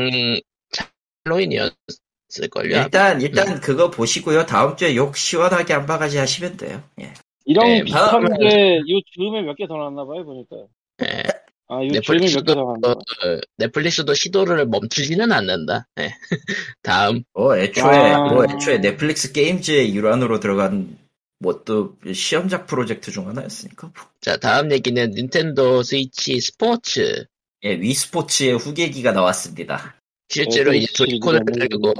Speaker 1: 장- 할로윈이었을걸요?
Speaker 2: 일단
Speaker 1: 음.
Speaker 2: 일단 그거 보시고요 다음 주에 욕 시원하게 한 방아지 하시면 돼요 예.
Speaker 4: 이런
Speaker 1: 네,
Speaker 4: 비슷한
Speaker 2: 다음에-
Speaker 4: 게요 즈음에 몇 개 더 나왔나 봐요 보니까
Speaker 1: 예.
Speaker 4: 아요 즈음에 몇 개
Speaker 1: 넷플릭스도,
Speaker 4: 더 나왔나 봐
Speaker 1: 어, 넷플릭스도 시도를 멈추지는 않는다. 예. 다음,
Speaker 2: 뭐 애초에
Speaker 4: 아.
Speaker 2: 뭐 애초에 넷플릭스 게임즈의 일환으로 들어간 뭣도 시험작 프로젝트 중 하나였으니까 뭐.
Speaker 1: 자, 다음 얘기는 닌텐도 스위치 스포츠.
Speaker 2: 예, 위스포츠의 후계기가 나왔습니다.
Speaker 1: 실제로
Speaker 4: 어,
Speaker 1: 이제 조이콘을
Speaker 4: 그렇지.
Speaker 1: 들고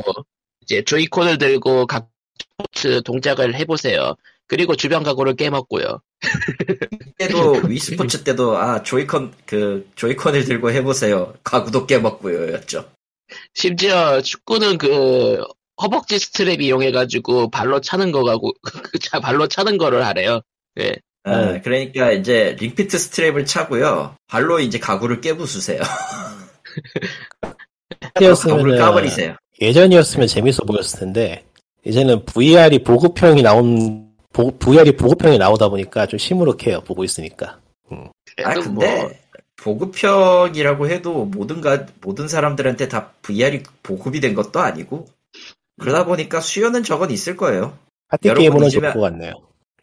Speaker 1: 이제 조이콘을 들고 각 스포츠 동작을 해보세요. 그리고 주변 가구를 깨먹고요.
Speaker 2: 때도 위스포츠 때도 아 조이콘 그 조이콘을 들고 해보세요. 가구도 깨먹고요였죠.
Speaker 1: 심지어 축구는 그 허벅지 스트랩 이용해가지고 발로 차는 거 가고 자, 발로 차는 거를 하래요.
Speaker 2: 아,
Speaker 3: 네.
Speaker 2: 그러니까 이제 링피트 스트랩을 차고요. 발로 이제 가구를 깨부수세요. 가구를
Speaker 3: 예전이었으면
Speaker 2: 까버리세요.
Speaker 3: 예전이었으면 재밌어 보였을 텐데 이제는 VR이 보급형이 나온 보, VR이 보급형이 나오다 보니까 좀 시무룩해요 보고 있으니까.
Speaker 2: 아
Speaker 3: 네.
Speaker 1: 그래도
Speaker 2: 근데
Speaker 1: 뭐,
Speaker 2: 보급형이라고 해도 모든 가 모든 사람들한테 다 VR이 보급이 된 것도 아니고 그러다 보니까 수요는 저건 있을 거예요.
Speaker 3: 파티
Speaker 2: 여러분
Speaker 3: 게임으로는
Speaker 2: 이제는-
Speaker 3: 좋을 것 같네요.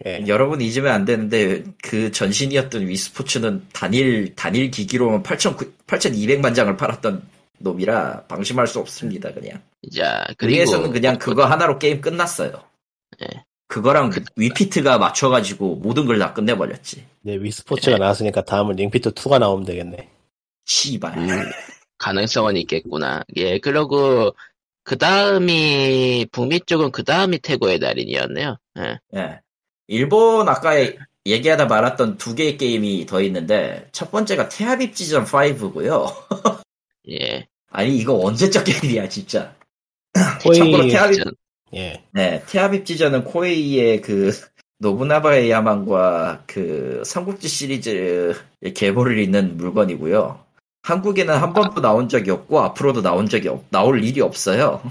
Speaker 3: 예.
Speaker 2: 여러분 잊으면 안 되는데 그 전신이었던 위스포츠는 단일 단일 기기로만 8,000 8,200만 장을 팔았던 놈이라 방심할 수 없습니다. 그냥
Speaker 1: 자 그리고
Speaker 2: 그리고에서는 그냥 그거 하나로 게임 끝났어요.
Speaker 1: 예.
Speaker 2: 그거랑 위피트가 맞춰가지고 모든 걸 다 끝내버렸지.
Speaker 3: 네,
Speaker 2: 예.
Speaker 3: 위스포츠가 나왔으니까 다음은 링피트 2가 나오면 되겠네.
Speaker 2: 씨발.
Speaker 1: 음, 가능성은 있겠구나. 예, 그리고 그 다음이 북미 쪽은 그 다음이 태고의 달인이었네요. 예.
Speaker 2: 예. 일본 아까 얘기하다 말았던 두 개의 게임이 더 있는데 첫 번째가 태아립지전 5고요.
Speaker 1: 예.
Speaker 2: 아니 이거 언제적 게임이야 진짜.
Speaker 3: 거의-
Speaker 2: 참고로 태아립
Speaker 3: 예.
Speaker 2: 네, 태아빕지전은 코에이의 그 노부나바의 야망과 그 삼국지 시리즈의 계보를 잇는 물건이고요. 한국에는 한 번도 나온 적이 없고 앞으로도 나온 적이 없, 나올 일이 없어요.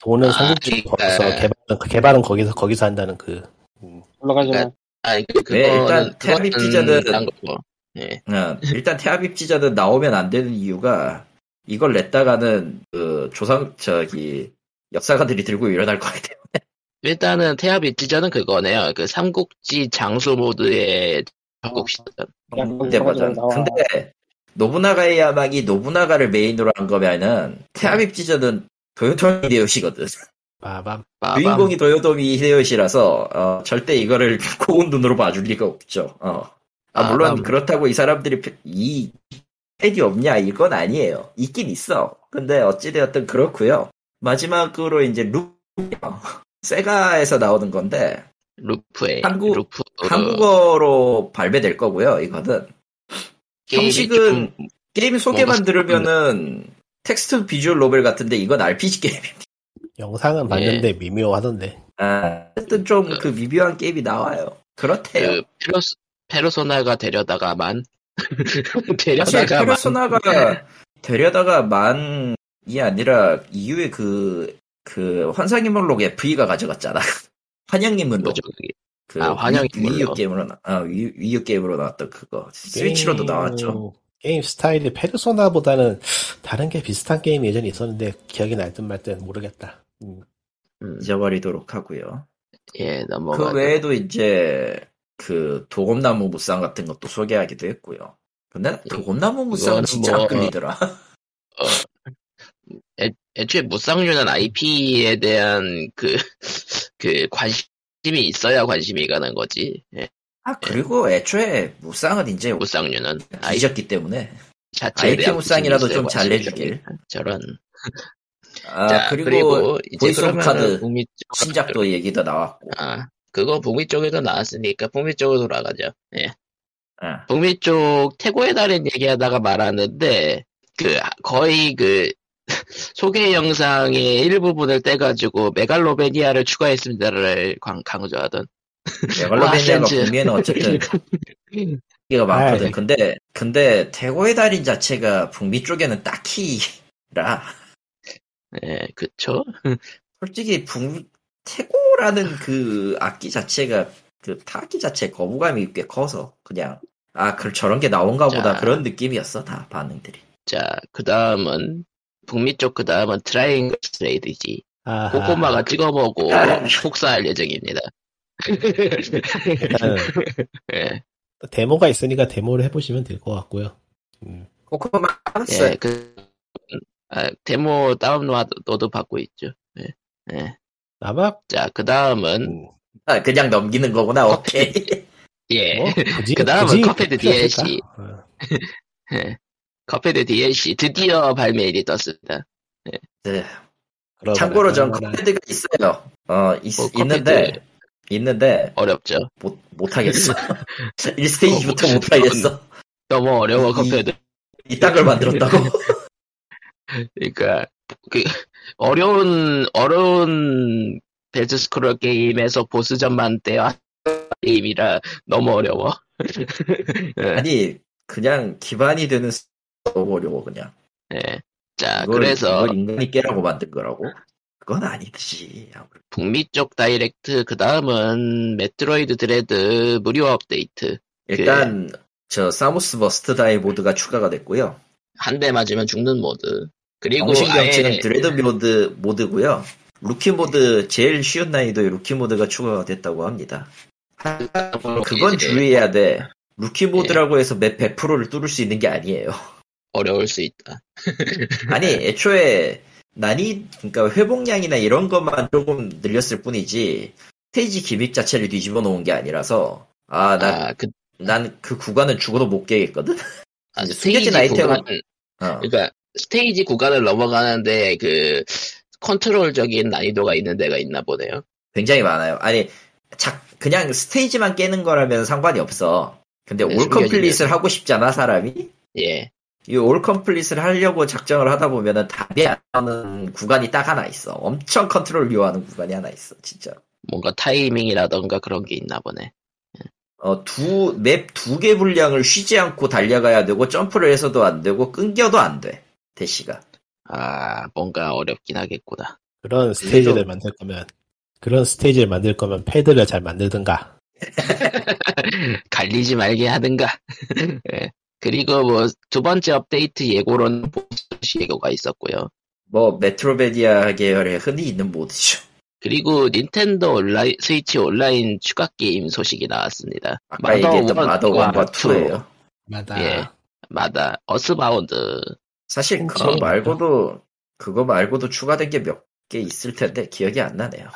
Speaker 3: 돈은
Speaker 1: 아,
Speaker 2: 네.
Speaker 3: 삼국지
Speaker 1: 그러니까-
Speaker 3: 벌어서 개발은, 개발은 거기서 거기서 한다는 그 음,
Speaker 4: 올라가잖아
Speaker 1: 아니 그-
Speaker 2: 네,
Speaker 1: 그거는
Speaker 2: 일단 태아미
Speaker 1: 그거는
Speaker 2: 피자는-
Speaker 1: 딴 거고. 예.
Speaker 2: 어, 일단 태아빕지전은 나오면 안 되는 이유가 이걸 냈다가는 그 조상 저기 역사가들이 들고 일어날 것 같아요.
Speaker 1: 일단은 태아비 찌자는 그거네요. 그 삼국지 장수 모드의
Speaker 2: 어.
Speaker 1: 삼국 시전.
Speaker 4: 야,
Speaker 2: 근데 네, 맞아. 근데 노부나가의 야망이 노부나가를 메인으로 한 거면은 태아빕지전은 도요토미 히데요시거든.
Speaker 3: 빠밤.
Speaker 1: 빠밤.
Speaker 2: 주인공이 도요토미 히데요시라서 어, 절대 이거를 고운 눈으로 봐줄 리가 없죠. 어. 아,
Speaker 1: 아,
Speaker 2: 물론
Speaker 1: 난-
Speaker 2: 그렇다고 이 사람들이 팬- 이 팬이 없냐 이건 아니에요. 있긴 있어. 근데 어찌되었든 그렇고요. 마지막으로 이제 루 세가에서 나오는 어, 건데
Speaker 1: 루프에
Speaker 2: 한국-
Speaker 1: 루프
Speaker 2: 한국어로 발매될 거고요. 이거는
Speaker 1: 게임이
Speaker 2: 형식은
Speaker 1: 조금-
Speaker 2: 게임 소개만
Speaker 1: 뭔가 음.
Speaker 2: 들으면은 텍스트 비주얼 노벨 같은데 이건 RPG 게임입니다. 예.
Speaker 3: 영상은 봤는데 미묘하던데.
Speaker 2: 아, 어쨌든 좀 그 미묘한 게임이 나와요. 그렇대요.
Speaker 1: 음. 그 페르소 페르소나가 데려다가만
Speaker 2: 사실
Speaker 1: 데려다가만
Speaker 2: 페르소나가 데려다가 만이 아니라 이후에 그, 그 환상의 목록 FE가 가져갔잖아. 환영의 목록.
Speaker 1: 뭐죠 그게
Speaker 2: 그
Speaker 1: 아, 환영의
Speaker 2: 위- 위유
Speaker 1: 목록.
Speaker 2: 게임으로 나, 아, 위, 위유 게임으로 나왔던 그거. 스위치로도
Speaker 3: 게임-
Speaker 2: 나왔죠.
Speaker 3: 게임 스타일이 페르소나보다는 다른 게 비슷한 게임이 예전에 있었는데 기억이 날 듯 말 듯 모르겠다. 음.
Speaker 1: 음,
Speaker 2: 잊어버리도록 하고요.
Speaker 1: 예 넘어가
Speaker 2: 그 외에도 이제 그 도검나무 무쌍 같은 것도 소개하기도 했고요. 근데 도검나무
Speaker 1: 네.
Speaker 2: 무쌍은
Speaker 1: 이거는
Speaker 2: 진짜
Speaker 1: 뭐-
Speaker 2: 안 끌리더라.
Speaker 1: 애초에 무쌍류는 IP에 대한 그, 그 관심이 있어야 관심이 가는 거지. 예,
Speaker 2: 아, 그리고 애초에 무쌍은 이제
Speaker 1: 무쌍류는 아이
Speaker 2: 뒤졌기 때문에
Speaker 1: 자체에
Speaker 2: IP
Speaker 1: 대한
Speaker 2: 무쌍이라도
Speaker 1: 관심이
Speaker 2: 좀
Speaker 1: 있어야
Speaker 2: 잘
Speaker 1: 관심이
Speaker 2: 내주길.
Speaker 1: 가니까. 저런.
Speaker 2: 아,
Speaker 1: 자,
Speaker 2: 그리고,
Speaker 1: 그리고, 이제
Speaker 2: 보이스 오브
Speaker 1: 그러면은
Speaker 2: 카드
Speaker 1: 북미 쪽-
Speaker 2: 신작도 얘기도 나왔고.
Speaker 1: 아, 그거 북미 쪽에도 나왔으니까 북미 쪽으로 돌아가죠. 예.
Speaker 2: 아,
Speaker 1: 북미 쪽 태고의 달인 얘기하다가 말았는데 그 거의 그 소개 영상의 일부분을 떼가지고 메갈로베니아를 추가했습니다를 광- 강조하던
Speaker 2: 메갈로베니아가
Speaker 1: 센즈.
Speaker 2: 보기에는 네, 어쨌든 얘기가
Speaker 3: 아,
Speaker 2: 많거든. 근데, 근데 태고의 달인 자체가 북미 쪽에는 딱히라.
Speaker 1: 예, 그쵸?
Speaker 2: 솔직히 북, 태고라는 그 악기 자체가 그 타악기 자체 거부감이 꽤 커서 그냥 아, 그 저런 게 나온가
Speaker 1: 자.
Speaker 2: 보다 그런 느낌이었어 다 반응들이.
Speaker 1: 자, 그 다음은, 북미 쪽 그 다음은 트라이앵글 스레이드지.
Speaker 3: 아하.
Speaker 1: 꼬꼬마가 찍어보고
Speaker 2: 아.
Speaker 1: 폭사할 예정입니다.
Speaker 3: 일단은
Speaker 1: 예,
Speaker 3: 데모가 있으니까 데모를 해보시면 될 것 같고요. 음.
Speaker 2: 코코마 알았어.
Speaker 1: 예, 그, 아, 데모 다운로드 받고 있죠. 예, 예.
Speaker 3: 아마
Speaker 1: 자, 그 다음은,
Speaker 3: 음,
Speaker 2: 아, 그냥 넘기는 거구나. 오케이.
Speaker 1: 예,
Speaker 3: 뭐 굳이
Speaker 1: 그다음은
Speaker 3: 굳이
Speaker 1: 컵헤드 DLC.
Speaker 3: 필요했을까? 어.
Speaker 1: 컵헤드 DLC 드디어 발매일이 떴습니다.
Speaker 2: 네.
Speaker 3: 그러거나
Speaker 2: 참고로 전
Speaker 3: 그러거나.
Speaker 2: 컵헤드가 있어요. 어, 있,
Speaker 1: 어,
Speaker 2: 있는데, 있는데,
Speaker 1: 어렵죠?
Speaker 2: 못, 못하겠어. 1스테이지부터 못하겠어.
Speaker 1: 너무 어려워, 컵헤드.
Speaker 2: 이딴 걸 만들었다고.
Speaker 1: 그러니까 그 어려운 어려운 데스 스크롤 게임에서 보스전만 때와 게임이라 너무 어려워. 예,
Speaker 2: 아니, 그냥 기반이 되는 스- 너무 어려워, 그냥.
Speaker 1: 예. 자,
Speaker 2: 이걸-
Speaker 1: 그래서
Speaker 2: 이걸 인간이 깨라고 만든 거라고? 그건 아니지.
Speaker 1: 그
Speaker 2: 아무래도.
Speaker 1: 북미 쪽 다이렉트 그 다음은 메트로이드 드레드 무료 업데이트
Speaker 2: 일단, 저, 사무스 버스트 다이 모드가 추가가 됐고요.
Speaker 1: 한 대 맞으면 죽는 모드 그리고
Speaker 2: 정식 명칭은
Speaker 1: 아예
Speaker 2: 드레드 모드, 모드고요. 루키 모드, 제일 쉬운 난이도의 루키 모드가 추가가 됐다고 합니다.
Speaker 1: 음,
Speaker 2: 그건
Speaker 1: 이제 예.
Speaker 2: 주의해야 돼. 루키 모드라고 해서 맵 100%를 뚫을 수 있는 게 아니에요.
Speaker 1: 어려울 수 있다.
Speaker 2: 아니,
Speaker 1: 네.
Speaker 2: 애초에 난이 그러니까 회복량이나 이런 것만 조금 늘렸을 뿐이지 스테이지 기믹 자체를 뒤집어 놓은 게 아니라서 아, 나,
Speaker 1: 아, 그
Speaker 2: 난 그 구간은 죽어도 못 깨겠거든.
Speaker 1: 아,
Speaker 2: 이제
Speaker 1: 스테이지
Speaker 2: 숨겨진 아이템은-
Speaker 1: 구간
Speaker 2: 어.
Speaker 1: 그러니까 스테이지 구간을 넘어가는데 그 컨트롤적인 난이도가 있는 데가 있나 보네요.
Speaker 2: 굉장히 많아요. 아니, 자, 그냥 스테이지만 깨는 거라면 상관이 없어. 근데
Speaker 1: 네,
Speaker 2: 올
Speaker 1: 숨겨진
Speaker 2: 컴플릿을 하고 싶잖아, 사람이.
Speaker 1: 예.
Speaker 2: 이 올 컴플릿을 하려고 작정을 하다 보면은 답이 안 나오는 구간이 딱 하나 있어. 엄청 컨트롤 요하는 구간이 하나 있어, 진짜.
Speaker 1: 뭔가 타이밍이라던가 그런 게 있나 보네.
Speaker 2: 어, 두, 맵 두 개 분량을 쉬지 않고 달려가야 되고, 점프를 해서도 안 되고, 끊겨도 안 돼. 대시가.
Speaker 1: 아, 뭔가 어렵긴 하겠구나.
Speaker 3: 그런 스테이지를 만들 거면 그런 스테이지를 만들 거면 패드를 잘 만들든가.
Speaker 1: 갈리지 말게 하든가. 예. 그리고 뭐, 두 번째 업데이트 예고로는 보스 예고가 있었고요.
Speaker 2: 뭐, 메트로베디아 계열에 흔히 있는 모드죠.
Speaker 1: 그리고 닌텐도 온라인, 스위치 온라인 추가 게임 소식이 나왔습니다.
Speaker 2: 아까 얘기했던 마더 1과 2예요.
Speaker 3: 마다.
Speaker 1: 예. 마다, 어스바운드.
Speaker 2: 사실 그거
Speaker 3: 그렇죠.
Speaker 2: 말고도, 그거 말고도 추가된 게 몇 개 있을 텐데, 기억이 안 나네요.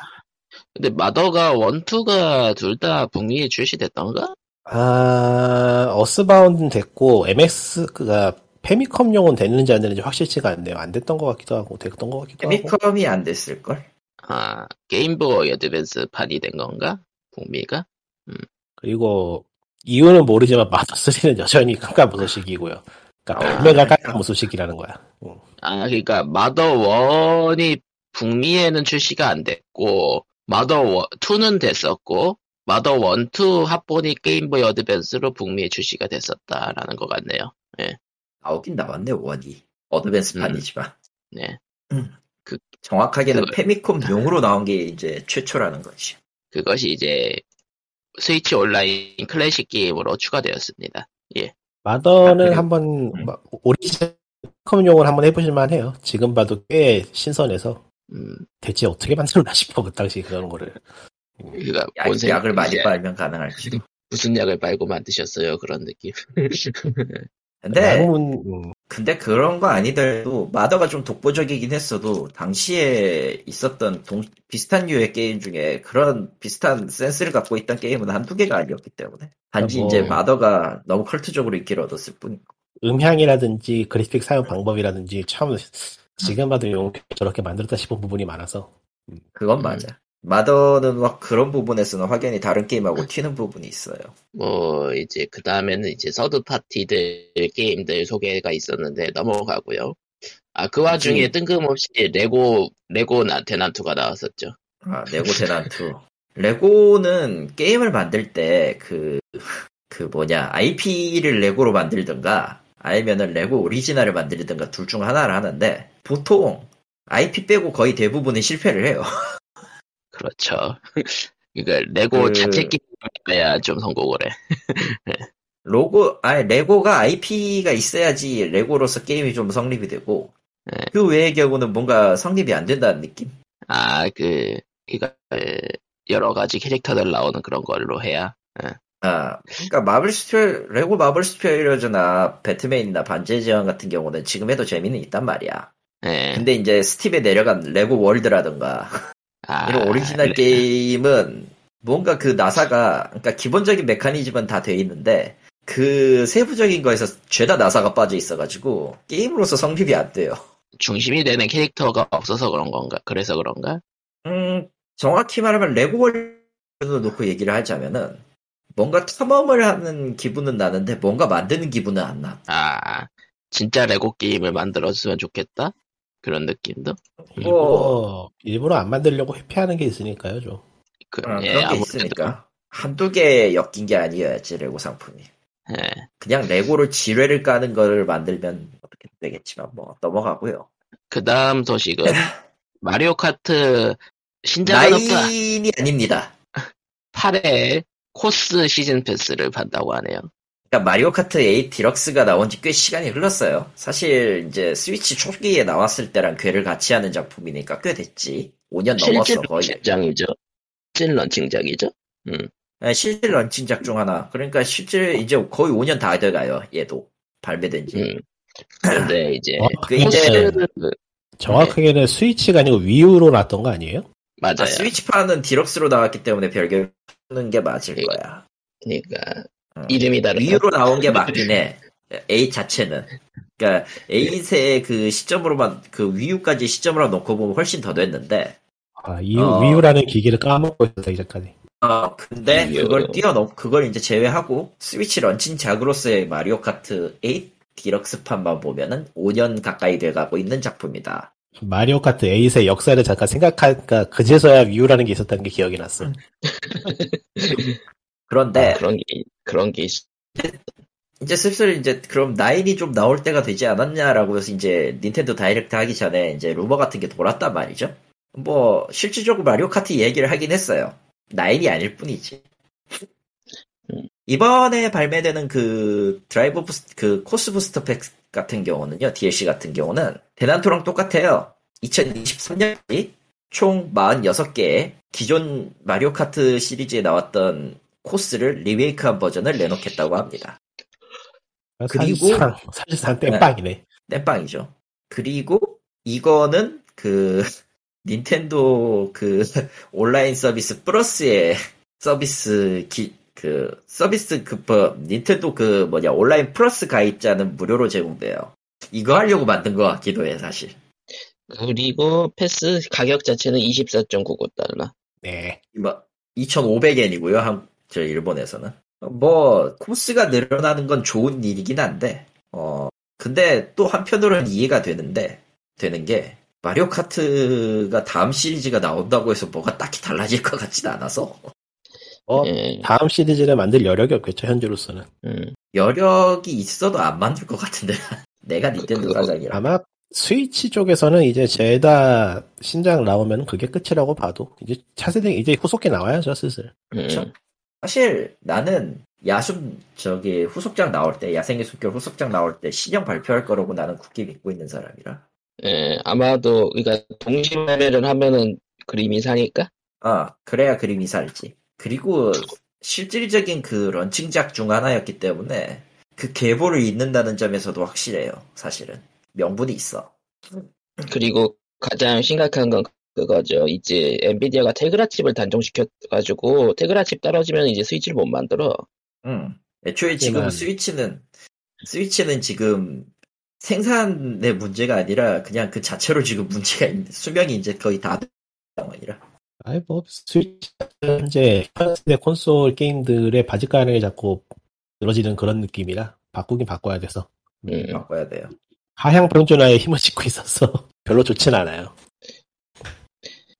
Speaker 1: 근데 마더가 원, 투가 둘 다 북미에 출시됐던가?
Speaker 3: 아 어스바운드는 됐고 MX가 페미컴용은 됐는지 안 됐는지 확실치가 않네요. 안 됐던 것 같기도 하고 됐던 것 같기도 하고.
Speaker 2: 페미컴이 안 됐을걸?
Speaker 1: 아, 게임보이 어드밴스 판이 된 건가? 북미가?
Speaker 3: 그리고 이유는 모르지만 마더3는 여전히 깜깜무소식이고요. 그러니까
Speaker 1: 아,
Speaker 3: 발매가
Speaker 2: 그러니까.
Speaker 3: 깜깜무소식이라는 거야. 응.
Speaker 1: 아, 그러니까 마더 1이 북미에는 출시가 안 됐고 마더 2는 됐었고 마더 1, 2 합본이 게임보이 어드밴스로 북미에 출시가 됐었다라는 것 같네요.
Speaker 2: 나오긴 나왔네 원이 어드밴스판이지만
Speaker 1: 네.
Speaker 2: 정확하게는
Speaker 1: 그걸-
Speaker 2: 페미컴용으로 나온 게 이제 최초라는 거지.
Speaker 1: 그것이 이제 스위치 온라인 클래식 게임으로 추가되었습니다.
Speaker 3: 마더는
Speaker 2: 아, 그래요?
Speaker 3: 한번
Speaker 2: 음.
Speaker 3: 마- 오리지널 컴용을 한번 해보실만 해요. 지금 봐도 꽤 신선해서
Speaker 1: 음,
Speaker 3: 대체 어떻게 만들었나 싶어 그 당시 그런 거를. 음.
Speaker 1: 그러니까
Speaker 2: 약,
Speaker 1: 뭔 생각-
Speaker 2: 약을 많이
Speaker 1: 이제
Speaker 2: 빨면 가능할지도.
Speaker 1: 무슨 약을 빨고 만드셨어요 그런 느낌.
Speaker 2: 근데
Speaker 3: 남은, 음,
Speaker 2: 근데 그런 거 아니더라도 마더가 좀 독보적이긴 했어도 당시에 있었던 동- 비슷한 류의 게임 중에 그런 비슷한 센스를 갖고 있던 게임은 한두 개가 아니었기 때문에 단지
Speaker 3: 뭐-
Speaker 2: 이제 마더가 너무 컬트적으로 인기를 얻었을 뿐.
Speaker 3: 음향이라든지 그래픽 사용 방법이라든지 참 지금 봐도 용 저렇게 만들었다 싶은 부분이 많아서
Speaker 2: 그건
Speaker 1: 음.
Speaker 2: 맞아. 마더는 막 그런 부분에서는 확연히 다른 게임하고 튀는 부분이 있어요.
Speaker 1: 뭐 이제 그 다음에는 이제 서드 파티들 게임들 소개가 있었는데 넘어가고요. 아 그 와중에
Speaker 2: 음.
Speaker 1: 뜬금없이 레고 레고 나 대난투가 나왔었죠.
Speaker 2: 아, 레고 대난투. 레고는 게임을 만들 때 그, 그 뭐냐, IP를 레고로 만들든가, 아니면은 레고 오리지널을 만들든가 둘 중 하나를 하는데, 보통 IP 빼고 거의 대부분이 실패를 해요.
Speaker 1: 그렇죠. 그러니까 레고
Speaker 2: 그-
Speaker 1: 자체 게임을 해야 좀 성공을 해.
Speaker 2: 로고, 아니, 레고가 IP가 있어야지 레고로서 게임이 좀 성립이 되고,
Speaker 1: 네.
Speaker 2: 그 외의 경우는 뭔가 성립이 안 된다는 느낌?
Speaker 1: 아그 그러니까 여러 가지 캐릭터들 나오는 그런 걸로 해야.
Speaker 2: 아, 그러니까 마블 스튜 레고 마블 스튜어리즈나 배트맨이나 반지의 제왕 같은 경우는 지금 해도 재미는 있단 말이야.
Speaker 1: 예.
Speaker 2: 근데 이제 스팀에 내려간 레고 월드라든가
Speaker 1: 아,
Speaker 2: 이런 오리지널
Speaker 1: 레-
Speaker 2: 게임은 뭔가 그 나사가 그러니까 기본적인 메커니즘은 다 돼 있는데 그 세부적인 거에서 죄다 나사가 빠져 있어가지고 게임으로서 성립이 안 돼요.
Speaker 1: 중심이 되는 캐릭터가 없어서 그런 건가? 그래서 그런가?
Speaker 2: 음 정확히 말하면 레고 월드로 놓고 얘기를 하자면은 뭔가 탐험을 하는 기분은 나는데 뭔가 만드는 기분은 안 나.
Speaker 1: 아 진짜 레고 게임을 만들었으면 좋겠다. 그런 느낌도.
Speaker 2: 어,
Speaker 3: 일부러 일부러 안 만들려고 회피하는 게 있으니까요 좀.
Speaker 1: 그, 예,
Speaker 2: 어, 그런 게
Speaker 1: 아무래도.
Speaker 2: 있으니까 한두 개 엮인 게 아니어야지 레고 상품이.
Speaker 1: 예.
Speaker 2: 그냥 레고로 지뢰를 까는 거를 만들면 어떻게 되겠지만 뭐 넘어가고요.
Speaker 1: 그 다음 소식은 마리오 카트 신작은 없다.
Speaker 2: 라인이 아닙니다.
Speaker 1: 8회 코스 시즌 패스를 판다고 하네요.
Speaker 2: 그러니까 마리오 카트 8 디럭스가 나온 지 꽤 시간이 흘렀어요. 사실 이제 스위치 초기에 나왔을 때랑 궤를 같이 하는 작품이니까 꽤 됐지. 5년
Speaker 1: 실질
Speaker 2: 넘었어 거의.
Speaker 1: 런칭작이죠. 실질 런칭작이죠.
Speaker 2: 네, 실질 런칭작 중 하나. 그러니까 실질 이제 거의 5년 다 돼가요. 얘도 발매된 지.
Speaker 1: 음. 그런데 이제
Speaker 2: 그
Speaker 3: 정확하게는,
Speaker 2: 예. 이제-
Speaker 3: 정확하게는 스위치가 아니고 위유로 났던 거 아니에요?
Speaker 1: 맞아요.
Speaker 2: 아, 스위치판은 디럭스로 나왔을 때문에 별개 하는 게 맞을
Speaker 1: 예.
Speaker 2: 거야.
Speaker 1: 그러니까
Speaker 2: 음.
Speaker 1: 이름이 다른
Speaker 2: 위로 나온 게 맞긴 해. A 자체는. 그러니까 A의 그 시점으로만 그 위유까지 시점으로 놓고 보면 훨씬 더 됐는데.
Speaker 3: 아, 이유,
Speaker 2: 어.
Speaker 3: 위유라는 기계를 까먹고 있었다 이제까지.
Speaker 2: 어, 근데
Speaker 1: 위유.
Speaker 2: 그걸 뛰어넘 그걸 이제 제외하고 스위치 런칭작으로서의 마리오 카트 8 디럭스판만 보면은 5년 가까이 돼가고 있는 작품이다.
Speaker 3: 마리오 카트 8의 역사를 잠깐 생각하니까 그제서야 위유라는 게 있었다는 게 기억이 났어.
Speaker 2: 그런데 네.
Speaker 1: 아, 그런 게 그런 게 있-
Speaker 2: 이제 슬슬 이제 그럼 9이 좀 나올 때가 되지 않았냐라고 해서 이제 닌텐도 다이렉트 하기 전에 이제 루머 같은 게 돌았단 말이죠. 뭐 실질적으로 마리오 카트 얘기를 하긴 했어요. 9이 아닐 뿐이지.
Speaker 1: 음.
Speaker 2: 이번에 발매되는 그 드라이브 부스, 그 코스 부스터 팩 같은 경우는요, DLC 같은 경우는 대난토랑 똑같아요. 2023년까지 총 46개의 기존 마리오 카트 시리즈에 나왔던 코스를 리메이크한 버전을 내놓겠다고 합니다. 그리고-
Speaker 3: 사실상, 사실상 땜빵이네.
Speaker 2: 땜빵이죠. 그리고 이거는 그 닌텐도 그 온라인 서비스 플러스의 서비스 기, 그 서비스 그 뭐, 닌텐도 그 뭐냐 온라인 플러스 가입자는 무료로 제공돼요. 이거 하려고 만든 것 같기도 해 사실.
Speaker 1: 그리고 패스 가격 자체는 24.99달러.
Speaker 3: 네.
Speaker 2: 뭐 2,500엔이고요. 한, 저 일본에서는. 뭐 코스가 늘어나는 건 좋은 일이긴 한데 어 근데 또 한편으로는 이해가 되는데 되는 게 마리오 카트가 다음 시리즈가 나온다고 해서 뭐가 딱히 달라질 것 같진 않아서
Speaker 3: 어,
Speaker 5: 예,
Speaker 3: 다음 시리즈를 만들 여력이 없겠죠 현재로서는
Speaker 5: 음.
Speaker 2: 여력이 있어도 안 만들 것 같은데 내가 닌텐도
Speaker 5: 그거-
Speaker 2: 사장이라
Speaker 3: 아마 스위치 쪽에서는 이제 제다 신작 나오면 그게 끝이라고 봐도 이제 차세대 이제 후속기 나와야죠 슬슬
Speaker 2: 그쵸? 사실 나는 야숨 저기 후속작 나올 때 야생의 숨결 후속작 나올 때 신형 발표할 거라고 나는 굳게 믿고 있는 사람이라
Speaker 5: 예, 아마도 그러니까 동시 매매를 하면은 그림이 사니까
Speaker 2: 아, 그래야 그림이 살지. 그리고 실질적인 그 런칭작 중 하나였기 때문에 그 계보를 잇는다는 점에서도 확실해요, 사실은. 명분이 있어. 음.
Speaker 5: 그리고 가장 심각한 건 그거죠. 이제 엔비디아가 테그라 칩을 단종시켜 가지고 테그라 칩 떨어지면 이제 스위치를 못 만들어.
Speaker 2: 응. 애초에 지금
Speaker 3: 하지만-
Speaker 2: 스위치는, 스위치는 지금 생산의 문제가 아니라 그냥 그 자체로 지금 문제가 있는, 수명이 이제 거의 다 된 상황이라.
Speaker 3: 아이 뭐 스위치 현재 현대 콘솔 게임들의 바지가랑이 자꾸 늘어지는 그런 느낌이라 바꾸긴 바꿔야 돼서
Speaker 5: 음.
Speaker 1: 네.
Speaker 2: 바꿔야 돼요.
Speaker 3: 하향 평준화에 힘을 싣고 있어서 별로 좋진 않아요.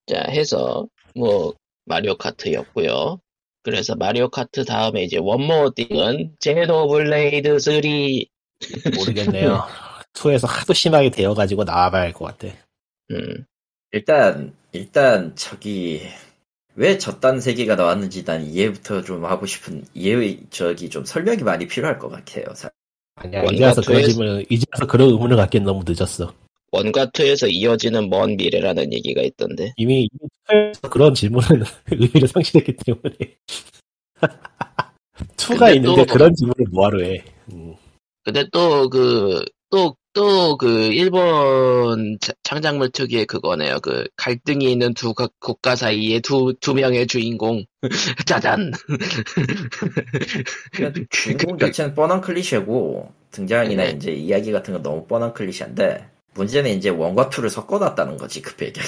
Speaker 5: 자, 해서 뭐 마리오 카트였고요. 그래서 마리오 카트 다음에 이제 원모어 띵은 제노블레이드 3
Speaker 3: 모르겠네요. 2에서 하도 심하게 되어가지고 나와봐야 할 것 같아.
Speaker 5: 음,
Speaker 2: 일단, 일단 저기 왜 저딴 세계가 나왔는지 난 이해부터 좀 하고 싶은 이해 저기 좀 설명이 많이 필요할 것 같아요. 사-
Speaker 5: 뭔가
Speaker 3: 아니야, 뭐, 이제 와서 그런
Speaker 5: 투에서-
Speaker 3: 질문을, 이제 와서 그런 의문을 갖기엔 너무 늦었어.
Speaker 5: 원과 투에서 이어지는 먼 미래라는 얘기가 있던데.
Speaker 3: 이미, 이미 투에서 그런 질문은 의미를 상실했기 때문에. 2가
Speaker 1: 근데
Speaker 3: 있는데
Speaker 1: 또-
Speaker 3: 그런 질문을 뭐하러 해. 음.
Speaker 1: 근데 또 그, 또, 또 그 일본 자- 창작물 특유의 그거네요. 그 갈등이 있는 두 가- 국가 사이의 두, 두 명의 주인공. 짜잔!
Speaker 2: 그러니까 주인공
Speaker 1: 그-
Speaker 2: 자체는 뻔한 클리셰고 등장이나
Speaker 1: 네.
Speaker 2: 이제 이야기 같은 건 너무 뻔한 클리셰인데 문제는 이제 원과 투를 섞어놨다는 거지 그 배경이.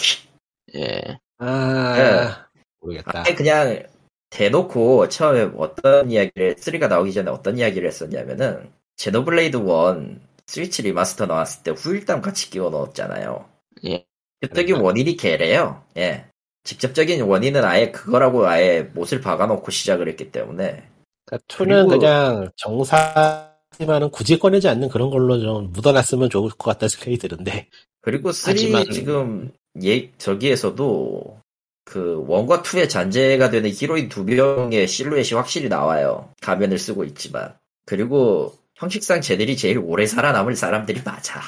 Speaker 1: 예.
Speaker 3: 아,
Speaker 2: 예.
Speaker 3: 모르겠다.
Speaker 2: 아예 그냥 대놓고 처음에 어떤 이야기를 3가 나오기 전에 어떤 이야기를 했었냐면은 제노블레이드 1 스위치 리마스터 나왔을 때 후일담 같이 끼워 넣었잖아요.
Speaker 1: 예.
Speaker 2: 그때기 원인이 개래요. 예. 직접적인 원인은 아예 그거라고 아예 못을 박아놓고 시작을 했기 때문에
Speaker 3: 그러니까 2는
Speaker 2: 그리고-
Speaker 3: 그냥 정사지만은 굳이 꺼내지 않는 그런 걸로 좀 묻어놨으면 좋을 것 같다는 생각이 드는데.
Speaker 2: 그리고 3
Speaker 1: 하지만-
Speaker 2: 지금 예 저기에서도 그 원과 2의 잔재가 되는 히로인 두 명의 실루엣이 확실히 나와요. 가면을 쓰고 있지만 그리고 형식상 쟤들이 제일 오래 살아남을 사람들이 맞아.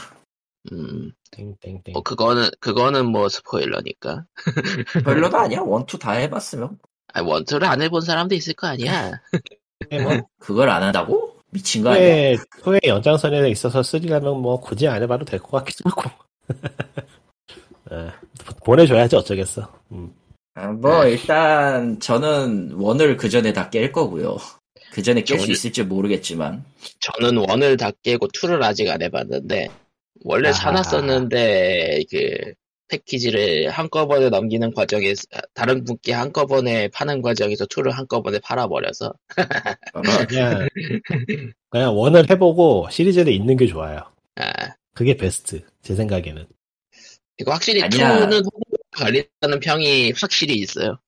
Speaker 1: 음,
Speaker 3: 땡땡땡.
Speaker 1: 뭐 그거는 그거는 뭐 스포일러니까.
Speaker 2: 별로도 아니야. 원투 다 해봤으면
Speaker 1: 아 원투를 안 해본 사람도 있을 거 아니야.
Speaker 3: 뭐,
Speaker 2: 네. 그걸 안 한다고? 미친 거 아니야?
Speaker 3: 후에, 후에 네, 연장선에 있어서 쓰리라면 뭐 굳이 안 해봐도 될 것 같기도 하고. 예, 보내줘야지 어쩌겠어. 음.
Speaker 2: 아, 뭐 일단 저는 원을 그 전에 다 깰 거고요. 그 전에 깰 수
Speaker 5: 정리-
Speaker 2: 있을지 모르겠지만
Speaker 5: 저는 원을 다 깨고 투를 아직 안 해봤는데 원래
Speaker 3: 아하.
Speaker 1: 사놨었는데 그 패키지를 한꺼번에 넘기는 과정에 서 다른 분께 한꺼번에 파는 과정에서 투를 한꺼번에 팔아버려서
Speaker 3: 그냥, 그냥 원을 해보고 시리즈를 있는 게 좋아요.
Speaker 1: 아
Speaker 3: 그게 베스트. 제 생각에는.
Speaker 1: 이거 확실히
Speaker 2: 아니야.
Speaker 1: 투는 관리하는 평이 확실히 있어요.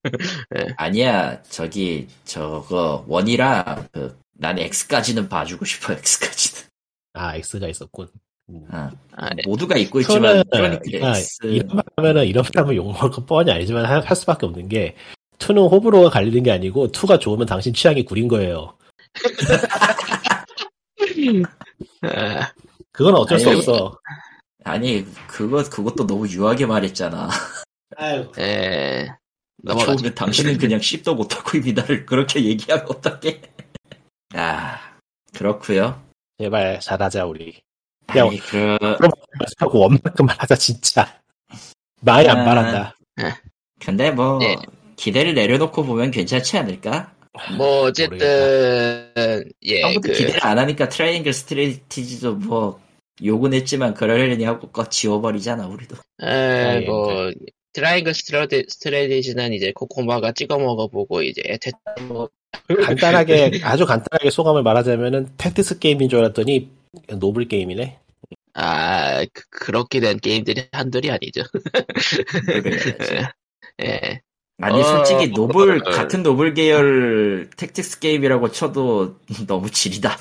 Speaker 2: 아니야 저기 저거 원이라 그, 난 X까지는 봐주고 싶어 X까지는
Speaker 3: 아, X가 있었군. 음.
Speaker 2: 아,
Speaker 1: 아,
Speaker 2: 모두가 있고 있지만
Speaker 3: 저는
Speaker 2: 크로니클
Speaker 3: 아,
Speaker 2: X
Speaker 3: 이런 말 하면은 이런 말 하면 욕먹을 건 뻔히 알지만 할, 할 수밖에 없는 게 2는 호불호가 갈리는 게 아니고 2가 좋으면 당신 취향이 구린 거예요.
Speaker 1: 아,
Speaker 3: 그건 어쩔 수
Speaker 2: 아니,
Speaker 3: 없어.
Speaker 2: 아니 그거 그것도 너무 유하게 말했잖아
Speaker 3: 아유.
Speaker 1: 예. 넘어가죠.
Speaker 2: 좋으면 당신은 그냥 씹도 못하고 입니다를 그렇게 얘기하면 어떡해 아 그렇구요
Speaker 3: 제발 잘하자 우리. 야,
Speaker 2: 아니 그
Speaker 3: 하고 원만큼만 하자 진짜. 많이
Speaker 2: 아.
Speaker 3: 안 바란다.
Speaker 2: 근데 뭐
Speaker 1: 네.
Speaker 2: 기대를 내려놓고 보면 괜찮지 않을까?
Speaker 1: 뭐 어쨌든 예
Speaker 2: 아무도
Speaker 1: 그.
Speaker 2: 기대를 안 하니까 트라이앵글 스트레티지도 뭐 욕은 했지만 그러려니 하고 거 지워버리잖아 예. 우리도
Speaker 1: 에,
Speaker 3: 아이고.
Speaker 1: 예, 뭐,
Speaker 5: 트라이앵글 스트레디, 스트레디지는 이제 코코마가 찍어 먹어보고 이제 에테 뭐
Speaker 3: 간단하게 아주 간단하게 소감을 말하자면은 택티스 게임인 줄 알았더니 노블 게임이네.
Speaker 1: 아, 그, 그렇게 된 게임들이 한둘이 아니죠. 예.
Speaker 2: 아니 네.
Speaker 1: 어,
Speaker 2: 솔직히 노블
Speaker 1: 어, 어.
Speaker 2: 같은 노블 계열 택틱스 게임이라고 쳐도 너무 지리다.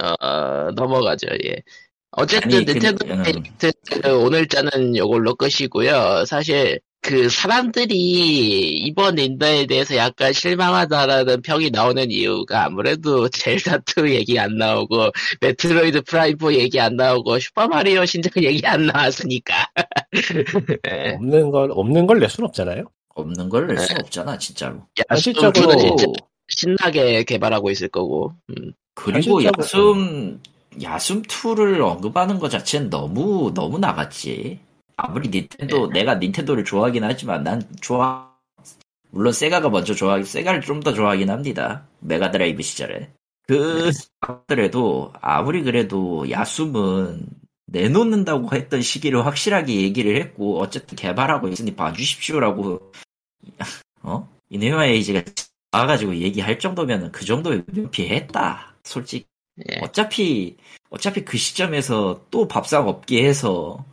Speaker 1: 어, 넘어가죠, 예. 어쨌든
Speaker 2: 아니, 그-
Speaker 1: 닌텐도
Speaker 2: 음.
Speaker 1: 다이렉트 오늘 자는 이걸로 끝이고요. 사실 그 사람들이 이번 인더에 대해서 약간 실망하다라는 평이 나오는 이유가 아무래도 젤다 2 얘기 안 나오고 메트로이드 프라임 4 얘기 안 나오고 슈퍼 마리오 신작 얘기 안 나왔으니까.
Speaker 2: 네.
Speaker 1: 예.
Speaker 3: 없는 걸 없는 걸 낼 순 없잖아요.
Speaker 2: 없는 걸 낼 수 없잖아 진짜로.
Speaker 3: 사실적으로-
Speaker 1: 야수는 진짜
Speaker 2: 네. 그리고
Speaker 1: 신나게 개발하고 있을 거고. 음.
Speaker 2: 그리고
Speaker 3: 사실적으로-
Speaker 2: 야숨 야숨 2를 언급하는 것 자체는 너무 너무 나갔지. 아무리 닌텐도
Speaker 3: 네.
Speaker 2: 내가 닌텐도를 좋아하긴 하지만 난 좋아 물론 세가가 먼저 좋아하기 세가를 좀 더 좋아하긴 합니다. 메가드라이브 시절에 그
Speaker 3: 네.
Speaker 2: 그래도 아무리 그래도 야숨은 내놓는다고 했던 시기를 확실하게 얘기를 했고 어쨌든 개발하고 있으니 봐주십시오라고 어 이네마 에이지가 와가지고 얘기할 정도면은 그 정도의 면피했다 솔직히
Speaker 1: 예.
Speaker 2: 어차피 어차피 그 시점에서 또 밥상 없게 해서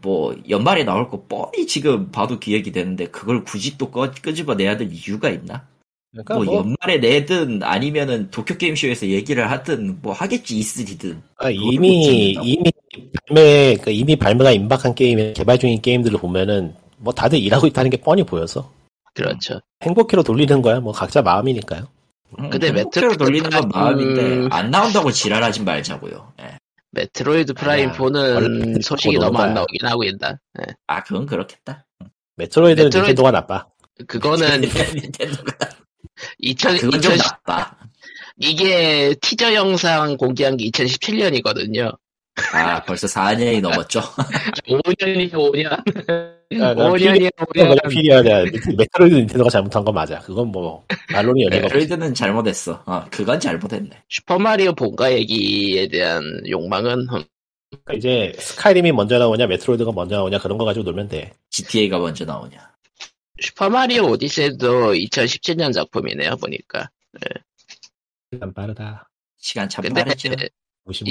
Speaker 2: 뭐 연말에 나올 거 뻔히 지금 봐도 기획이 되는데 그걸 굳이 또 꺼, 끄집어내야 될 이유가 있나?
Speaker 3: 그러니까
Speaker 2: 뭐
Speaker 3: 뭐
Speaker 2: 연말에 내든 아니면은 도쿄 게임쇼에서 얘기를 하든 뭐 하겠지 있으리든
Speaker 3: 아, 이미
Speaker 2: 그걸 못
Speaker 3: 이미 발매 그러니까 이미 발매가 임박한 게임 개발 중인 게임들을 보면은 뭐 다들 일하고 있다는 게 뻔히 보여서
Speaker 1: 그렇죠.
Speaker 3: 행복해로 돌리는 거야. 뭐 각자 마음이니까요.
Speaker 2: 음,
Speaker 1: 근데
Speaker 2: 행복대로
Speaker 1: 매트릭스
Speaker 2: 돌리는
Speaker 1: 프라임-
Speaker 2: 건 마음인데 안 나온다고 지랄하지 말자고요. 예.
Speaker 1: 네, 메트로이드 프라임
Speaker 2: 아니야.
Speaker 1: 4는
Speaker 3: 원래
Speaker 1: 소식이
Speaker 3: 그거
Speaker 1: 너무 안
Speaker 3: 넘어가요.
Speaker 1: 나오긴 하고 있다. 예.
Speaker 2: 아 그건 그렇겠다.
Speaker 3: 메트로이드는
Speaker 1: 메트로이드-
Speaker 3: 닌텐도가 나빠.
Speaker 1: 그거는
Speaker 2: 닌텐도가
Speaker 1: 2000,
Speaker 2: 아, 그건 좀
Speaker 1: 2000
Speaker 2: 낫다.
Speaker 1: 이게 티저 영상 공개한 게 2017년이거든요.
Speaker 2: 아 벌써 4년이 넘었죠.
Speaker 1: 5년이 5년.
Speaker 3: 아, 난
Speaker 1: 5년이
Speaker 3: 그건 그냥
Speaker 1: 5년.
Speaker 3: 필요하냐. 메트로이드 닌텐도가 잘못한 건 맞아. 그건 뭐 말론이 여지가 없어.
Speaker 2: 네, 메트로이드는 잘못했어. 어, 그건 잘못했네.
Speaker 1: 슈퍼마리오 본가 얘기에 대한 욕망은 음,
Speaker 3: 그러니까 이제 스카이림이 먼저 나오냐 메트로이드가 먼저 나오냐 그런 거 가지고 놀면 돼.
Speaker 2: GTA가 먼저 나오냐.
Speaker 1: 슈퍼마리오 오디세이도 2017년 작품이네요, 보니까.
Speaker 3: 난 빠르다.
Speaker 2: 시간 참
Speaker 1: 근데
Speaker 2: 아, 빠르죠.
Speaker 3: 무시무시.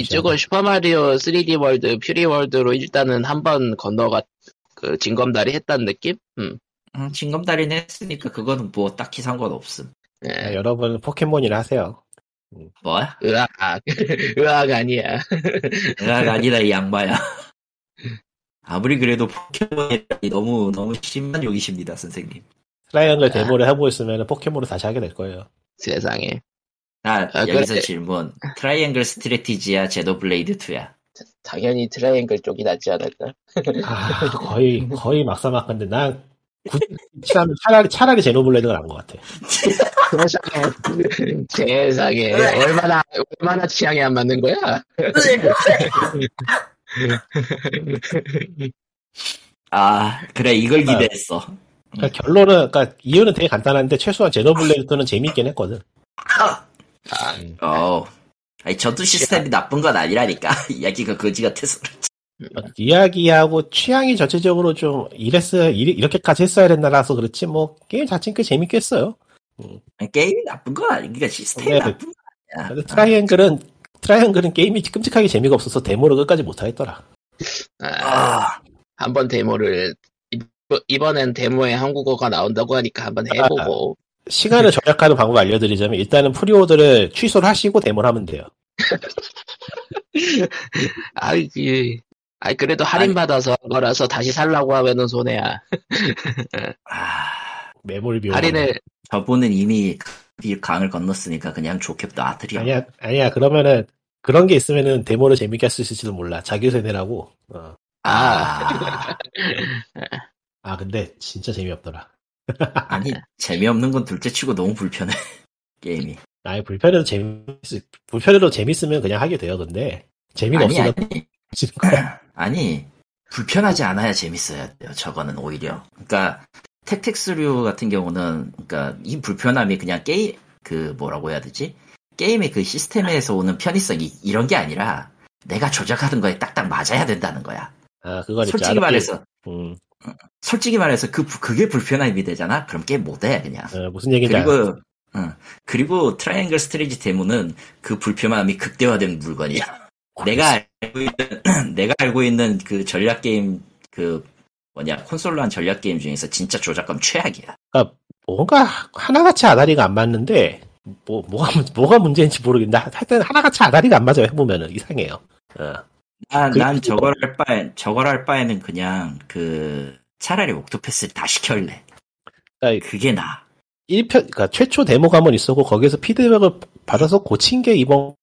Speaker 1: 이쪽은 슈퍼마리오 3D 월드, 퓨리 월드로 일단은 한 번 건너갔, 그, 진검다리 했다는 느낌? 음.
Speaker 2: 음, 징검다리는 했으니까 그거는 뭐 딱히 상관없음.
Speaker 1: 예.
Speaker 3: 네, 여러분 포켓몬이나 하세요.
Speaker 2: 뭐야?
Speaker 1: 으악, 으악 아, 아니야.
Speaker 2: 내가 아니라 이 양마야. 아무리 그래도 포켓몬이 너무 너무 심한 욕이십니다, 선생님.
Speaker 1: 아.
Speaker 3: 트라이앵글 데모를 하고 있으면 포켓몬을 다시 하게 될 거예요.
Speaker 1: 세상에.
Speaker 2: 아,
Speaker 1: 아,
Speaker 2: 여기서
Speaker 1: 그래.
Speaker 2: 질문. 트라이앵글 스트레티지야, 제노 블레이드 2야.
Speaker 5: 당연히 트라이앵글 쪽이 낫지 않을까?
Speaker 3: 아, 거의, 거의 막사막한데, 난, 굳이 치라면 차라리, 차라리 제노블레드가 나은 것 같아.
Speaker 1: 세상에. 세상에. 얼마나, 얼마나 취향이 안 맞는 거야?
Speaker 2: 아, 그래 이걸 기대했어.
Speaker 1: 음.
Speaker 3: 그러니까 결론은, 그러니까 이유는 되게 간단한데, 최소한 제노블레드는 재미있긴 했거든.
Speaker 1: 아, 음.
Speaker 2: 어. 아니 전투 시스템이 나쁜 건 아니라니까 이야기가 거지 같아서.
Speaker 3: 이야기하고 취향이 전체적으로 좀, 이랬어야, 이- 이렇게까지 했어야 됐나라서 그렇지, 뭐, 게임 자체는 꽤 재밌게 했어요.
Speaker 2: 게임이 나쁜 건 아니, 그러니까 시스템이
Speaker 3: 네.
Speaker 2: 나쁜 건 아니야.
Speaker 3: 근데 트라이앵글은, 트라이앵글은 게임이 끔찍하게 재미가 없어서 데모를 끝까지 못하겠더라.
Speaker 1: 아,
Speaker 2: 아,
Speaker 1: 한번 데모를, 이번- 이번엔 데모에 한국어가 나온다고 하니까 한번 해보고.
Speaker 3: 시간을
Speaker 2: 그렇죠.
Speaker 3: 절약하는 방법 알려드리자면, 일단은 프리오더를 취소를 하시고 데모를 하면 돼요.
Speaker 1: 아이, 그, 아이, 그래도 할인받아서 한 거라서 다시 살라고 하면은 손해야.
Speaker 2: 아,
Speaker 3: 메모리
Speaker 1: 예.
Speaker 3: 비용.
Speaker 1: 할인을,
Speaker 2: 저분은 이미 이 강을 건넜으니까 그냥 좋게 놔드려.
Speaker 3: 아니야, 아니야. 그러면은 그런 게 있으면은 데모를 재밌게 할 수 있을지도 몰라. 자기 세대라고. 어.
Speaker 1: 아,
Speaker 3: 아 근데 진짜 재미없더라.
Speaker 2: 아니 재미없는 건 둘째치고 너무 불편해 게임이.
Speaker 3: 아예 불편해도 재미 불편해도 재밌으면 그냥 하게 돼요. 근데 재미가
Speaker 2: 아니
Speaker 3: 없으면
Speaker 2: 아니
Speaker 3: 지는 거야.
Speaker 2: 아니 불편하지 않아야 재밌어야 돼요. 저거는 오히려. 그러니까 택틱스류 같은 경우는 그러니까 이 불편함이 그냥 게임 그 뭐라고 해야 되지? 게임의 그 시스템에서 오는 편의성이 이런 게 아니라 내가 조작하는 거에 딱딱 맞아야 된다는 거야.
Speaker 3: 아 그건 있지.
Speaker 2: 솔직히
Speaker 3: RP.
Speaker 2: 말해서
Speaker 3: 음,
Speaker 2: 솔직히 말해서 그 부- 그게 불편함이 되잖아. 그럼 게임 못해 그냥.
Speaker 3: 어, 무슨 얘기인지 알아.
Speaker 2: 그리고 어, 그리고 트라이앵글 스트레이지 데모는 그 불편함이 극대화된 물건이야. 내가 알고 있는 내가 알고 있는 그 전략 게임 그 뭐냐 콘솔로 한 전략 게임 중에서 진짜 조작감 최악이야.
Speaker 3: 뭔가 하나같이 아다리가 안 맞는데 뭐 뭐가 문- 뭐가 문제인지 모르겠는데 하- 하여튼 하나같이 아다리가 안 맞아요. 해보면은 이상해요. 어.
Speaker 2: 난,
Speaker 3: 그-
Speaker 2: 난 저걸 할 바엔 저걸 할 바에는 그냥 그 차라리 옥토패스를 다 시킬래.
Speaker 3: 그러니까
Speaker 2: 그게 나.
Speaker 3: 1편 그러니까 최초 데모가 한번 있었고 거기에서 피드백을 받아서 고친 게 이번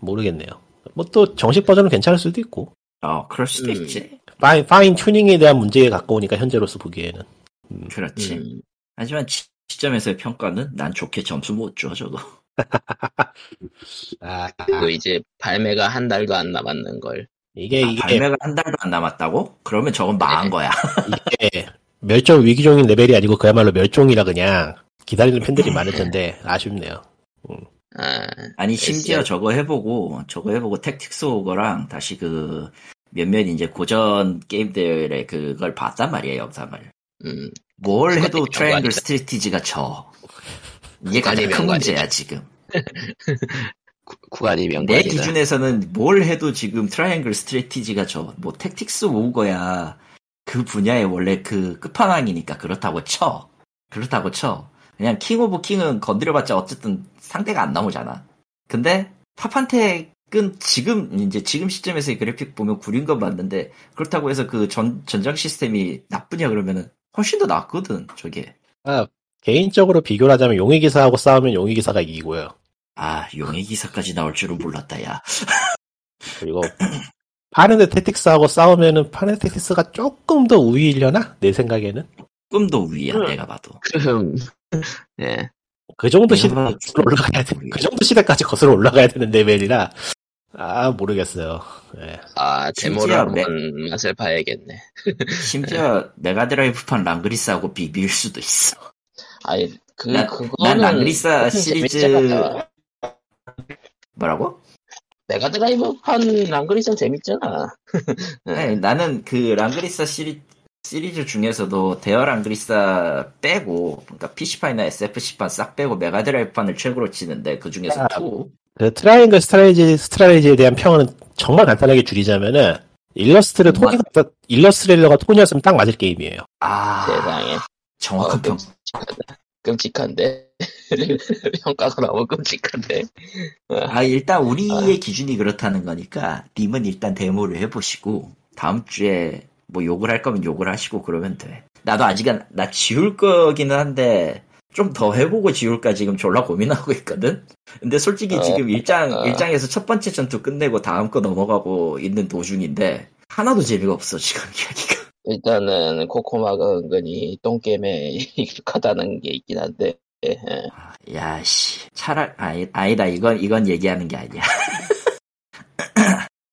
Speaker 3: 모르겠네요. 뭐 또 정식 버전은 괜찮을 수도 있고
Speaker 2: 어 그럴 수도
Speaker 5: 음.
Speaker 2: 있지.
Speaker 3: 파인 파인 튜닝에 대한 문제에 갖고 오니까 현재로서 보기에는
Speaker 2: 그렇지.
Speaker 5: 음.
Speaker 2: 하지만 지- 시점에서의 평가는 난 좋게 점수 못 줘, 저도.
Speaker 3: 아,
Speaker 5: 그리고 이제 발매가 한 달도 안 남았는 걸.
Speaker 3: 이게
Speaker 2: 아,
Speaker 3: 이게
Speaker 2: 발매가 한 달도 안 남았다고? 그러면 저건 망한
Speaker 5: 네.
Speaker 2: 거야.
Speaker 3: 이게 멸종 위기종인 레벨이 아니고 그야말로 멸종이라 그냥 기다리는 팬들이 많을 텐데 아쉽네요.
Speaker 5: 아,
Speaker 2: 아니 심지어
Speaker 5: SR.
Speaker 2: 저거 해보고 저거 해보고 택틱스 오거랑 다시 그 몇몇 이제 고전 게임들의 그걸 봤단 말이에요 영상을
Speaker 5: 음,
Speaker 2: 뭘 해도
Speaker 5: 그것도
Speaker 2: 트라이앵글
Speaker 5: 연관이다.
Speaker 2: 스트레티지가 져 이게
Speaker 5: 그것도
Speaker 2: 가장 큰
Speaker 5: 연관이다.
Speaker 2: 문제야 지금
Speaker 1: 구- 구간이
Speaker 2: 내
Speaker 1: 명관이다.
Speaker 2: 기준에서는 뭘 해도 지금 트라이앵글 스트레티지가 저뭐 택틱스 오거야 그 분야의 원래 그 끝판왕이니까 그렇다고 쳐 그렇다고 쳐 그냥 킹 오브 킹은 건드려봤자 어쨌든 상대가 안 나오잖아 근데 파판텍은 지금 이제 지금 시점에서의 그래픽 보면 구린 건 맞는데 그렇다고 해서 그 전 전장 시스템이 나쁘냐 그러면은 훨씬 더 낫거든 저게
Speaker 3: 개인적으로 비교를 하자면 용의 기사하고 싸우면 용의 기사가 이기고요.
Speaker 2: 아 용의 기사까지 나올 줄은 몰랐다 야
Speaker 3: 그리고 파네드 테틱스하고 싸우면은 파네드 테틱스가 조금 더 우위이려나? 내 생각에는
Speaker 2: 꿈도 위야 내가 봐도
Speaker 1: 그럼 예
Speaker 3: 그 정도 시대
Speaker 2: 내가 봐도
Speaker 3: 거슬러 올라가야 돼. 그 정도 시대까지 거슬러 올라가야 되는 레벨이라 아 모르겠어요. 예.
Speaker 5: 아, 데모를
Speaker 2: 심지어 매-
Speaker 5: 한번 맛을 봐야겠네.
Speaker 2: 심지어 메가드라이브판 랑그리스하고 비빌 수도 있어.
Speaker 5: 아니, 그,
Speaker 2: 난-
Speaker 5: 그거는.
Speaker 2: 난 랑그리사
Speaker 5: 무슨
Speaker 2: 시리즈-
Speaker 5: 재밌잖아.
Speaker 2: 뭐라고?
Speaker 5: 메가드라이브판 랑그리선 재밌잖아.
Speaker 2: 네, 나는 그 랑그리사 시리, 시리즈 중에서도 대여 랑그리사 빼고, 그러니까 PC판이나 SFC판 싹 빼고 메가드라이브판을 최고로 치는데 그 중에서
Speaker 3: 아,
Speaker 2: 2.
Speaker 3: 그 트라이앵글 스트라이지 스트라이지에 대한 평은 정말 간단하게 줄이자면은 일러스트를 토니 일러스트레일러가 토니였으면 딱 맞을 게임이에요.
Speaker 2: 아,
Speaker 5: 세상에.
Speaker 2: 정확한
Speaker 5: 어,
Speaker 2: 평.
Speaker 5: 끔찍하다. 끔찍한데. 평가가 너무 끔찍한데.
Speaker 2: 아, 일단 우리의 기준이 그렇다는 거니까, 님은 일단 데모를 해보시고, 다음 주에 뭐 욕을 할 거면 욕을 하시고 그러면 돼. 나도 아직은, 나 지울 거기는 한데, 좀 더 해보고 지울까 지금 졸라 고민하고 있거든? 근데 솔직히
Speaker 5: 어,
Speaker 2: 지금 일장,
Speaker 5: 어.
Speaker 2: 일장에서 첫 번째 전투 끝내고 다음 거 넘어가고 있는 도중인데, 하나도 재미가 없어, 지금 이야기가.
Speaker 5: 일단은 코코마가 은근히 똥게임에 익숙하다는 게 있긴 한데. 예, 예.
Speaker 2: 야, 씨. 차라리, 아니, 아니다, 이건, 이건 얘기하는 게 아니야.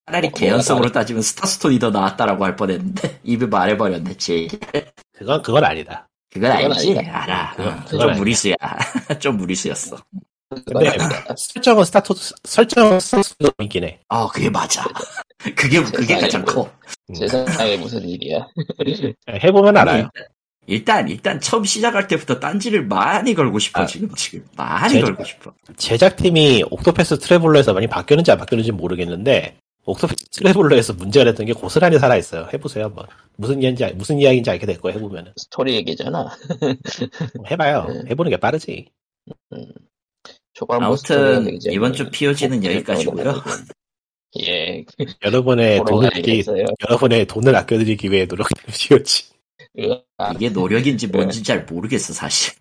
Speaker 2: 차라리 개연성으로 따지면 스타스톤이 더 나았다라고 할 뻔했는데, 입에 말해버렸네, 지.
Speaker 3: 그건 그건 아니다.
Speaker 2: 그건
Speaker 5: 그건
Speaker 2: 알지?
Speaker 5: 아니다.
Speaker 2: 알아.
Speaker 3: 그건-
Speaker 2: 어,
Speaker 3: 그건
Speaker 2: 좀
Speaker 3: 아니다.
Speaker 2: 무리수야. 좀 무리수였어.
Speaker 3: 근데 설정은 스타트 설정은 스타트도 있긴 해.
Speaker 2: 어, 그게 맞아. 그게, 그게
Speaker 5: 세상에
Speaker 2: 가장 커.
Speaker 5: 세상에 무슨 일이야.
Speaker 3: 해보면 알아요.
Speaker 2: 일단, 일단 처음 시작할 때부터 딴지를 많이 걸고 싶어,
Speaker 3: 아.
Speaker 2: 지금, 지금. 많이
Speaker 3: 제작-
Speaker 2: 걸고 싶어.
Speaker 3: 제작팀이 옥토패스 트래블러에서 많이 바뀌었는지 안 바뀌었는지 모르겠는데 옥토패스 트래블러에서 문제가 됐던 게 고스란히 살아 있어요. 해보세요 한번. 무슨 이야기인지 알- 무슨 이야기인지 알게 될 거예요. 해보면은
Speaker 5: 스토리 얘기잖아.
Speaker 3: 해봐요.
Speaker 5: 네.
Speaker 3: 해보는 게 빠르지.
Speaker 5: 초반부 스토리가
Speaker 2: 아무튼,
Speaker 5: 굉장히
Speaker 2: 이번 주 POG는
Speaker 5: 폭풍을
Speaker 2: 여기까지고요
Speaker 5: 떠나가지고. 예,
Speaker 3: 여러분의 돈을 아끼
Speaker 5: 돌아가야겠어요.
Speaker 3: 여러분의 돈을 아껴드리기 위해 노력해주시오지.
Speaker 5: 으아,
Speaker 2: 이게 노력인지 뭔지 잘 모르겠어, 사실.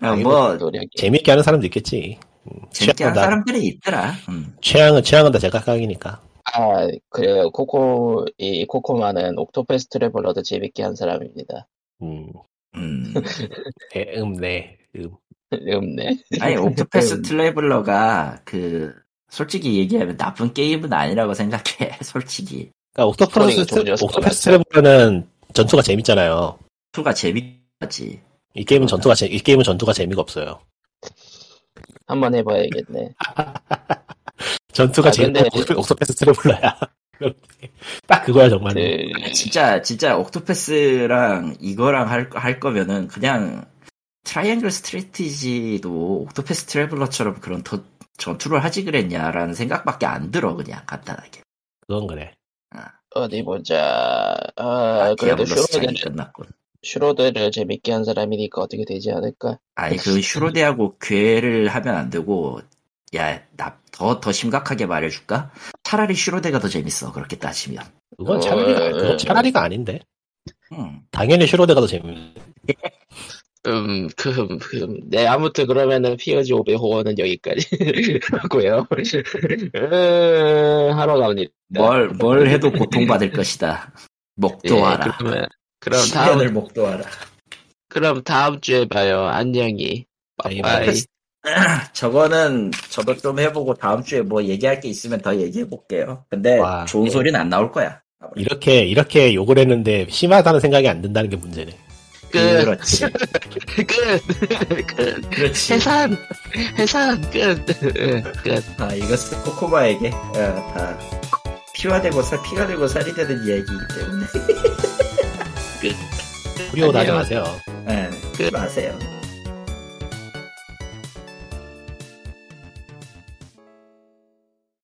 Speaker 2: 아,
Speaker 3: 아이고,
Speaker 2: 뭐,
Speaker 5: 노력이.
Speaker 1: 예.
Speaker 3: 재밌게 하는 사람도 있겠지. 음,
Speaker 2: 재밌게 하는
Speaker 3: 다-
Speaker 2: 사람들이 있더라. 음.
Speaker 3: 취향은 취향은 다 제각각이니까.
Speaker 5: 아, 그래요. 코코, 이 코코마는 옥토패스 트래블러도 재밌게 한 사람입니다.
Speaker 3: 음,
Speaker 2: 음.
Speaker 3: 네, 음, 네. 음.
Speaker 5: 음네.
Speaker 2: 아니, 옥토패스
Speaker 5: 음.
Speaker 2: 트래블러가 그, 솔직히 얘기하면 나쁜 게임은 아니라고 생각해, 솔직히.
Speaker 3: 그러니까 옥토퍼스
Speaker 5: 스토리가 좋아져서
Speaker 3: 옥토패스 트래블러는 전투가 재밌잖아요.
Speaker 2: 투가 재밌지.
Speaker 3: 이 게임은 전투가 재, 이 게임은 전투가 재미가 없어요.
Speaker 5: 한번 해봐야겠네.
Speaker 3: 전투가
Speaker 5: 아,
Speaker 3: 재밌는
Speaker 5: 근데-
Speaker 3: 옥토패스 트래블러야. 딱 그거야 정말.
Speaker 1: 네.
Speaker 3: 로
Speaker 5: 그,
Speaker 2: 진짜 진짜 옥토패스랑 이거랑 할, 할 거면은 그냥 트라이앵글 스트레티지도 옥토패스 트래블러처럼 그런 더- 전투를 하지 그랬냐라는 생각밖에 안 들어 그냥 간단하게
Speaker 3: 그건 그래.
Speaker 5: 어디 보자. 아, 그래도
Speaker 2: 디아블로 스타일이
Speaker 5: 슈로드를,
Speaker 2: 끝났고
Speaker 5: 슈로드를 재밌게 한 사람이니까 어떻게 되지 않을까?
Speaker 2: 아니 그 슈로데하고 괴를 하면 안 되고 야나더더 심각하게 말해줄까 차라리 슈로데가 더 재밌어 그렇게 따지면
Speaker 3: 그건 차라리가
Speaker 5: 어,
Speaker 3: 그건 차라리가 아닌데.
Speaker 2: 음.
Speaker 3: 당연히 슈로데가 더 재밌.
Speaker 1: 음, 그, 그, 네, 아무튼 그러면은 피어지 5배 호원은 여기까지 하고요. 음, 하러 갑니다.
Speaker 2: 뭘, 뭘 해도 고통받을 것이다
Speaker 1: 예,
Speaker 2: 목도하라
Speaker 1: 그러면, 그럼 다음,
Speaker 2: 시련을 목도하라
Speaker 1: 그럼 다음 주에 봐요. 안녕히.
Speaker 3: 아니, 예,
Speaker 1: 빠이빠이.
Speaker 2: 저거는 저도 좀 해보고 다음 주에 뭐 얘기할 게 있으면 더 얘기해 볼게요. 근데
Speaker 3: 와,
Speaker 2: 좋은
Speaker 3: 예.
Speaker 2: 소리는 안 나올 거야.
Speaker 3: 이렇게 이렇게 욕을 했는데 심하다는 생각이 안 든다는 게 문제네.
Speaker 1: 끝,
Speaker 2: 그렇지.
Speaker 1: 끝, 끝.
Speaker 2: 그렇지.
Speaker 1: 해산, 해산, 끝. 예, 끝.
Speaker 2: 아, 이것은 코코마에게 어, 다 피와 되고 살 피가 되고 살이 되는 이야기이기 때문에
Speaker 3: 프리오
Speaker 1: 아니에요.
Speaker 3: 다정하세요.
Speaker 2: 예,
Speaker 1: 끝.
Speaker 2: 마세요.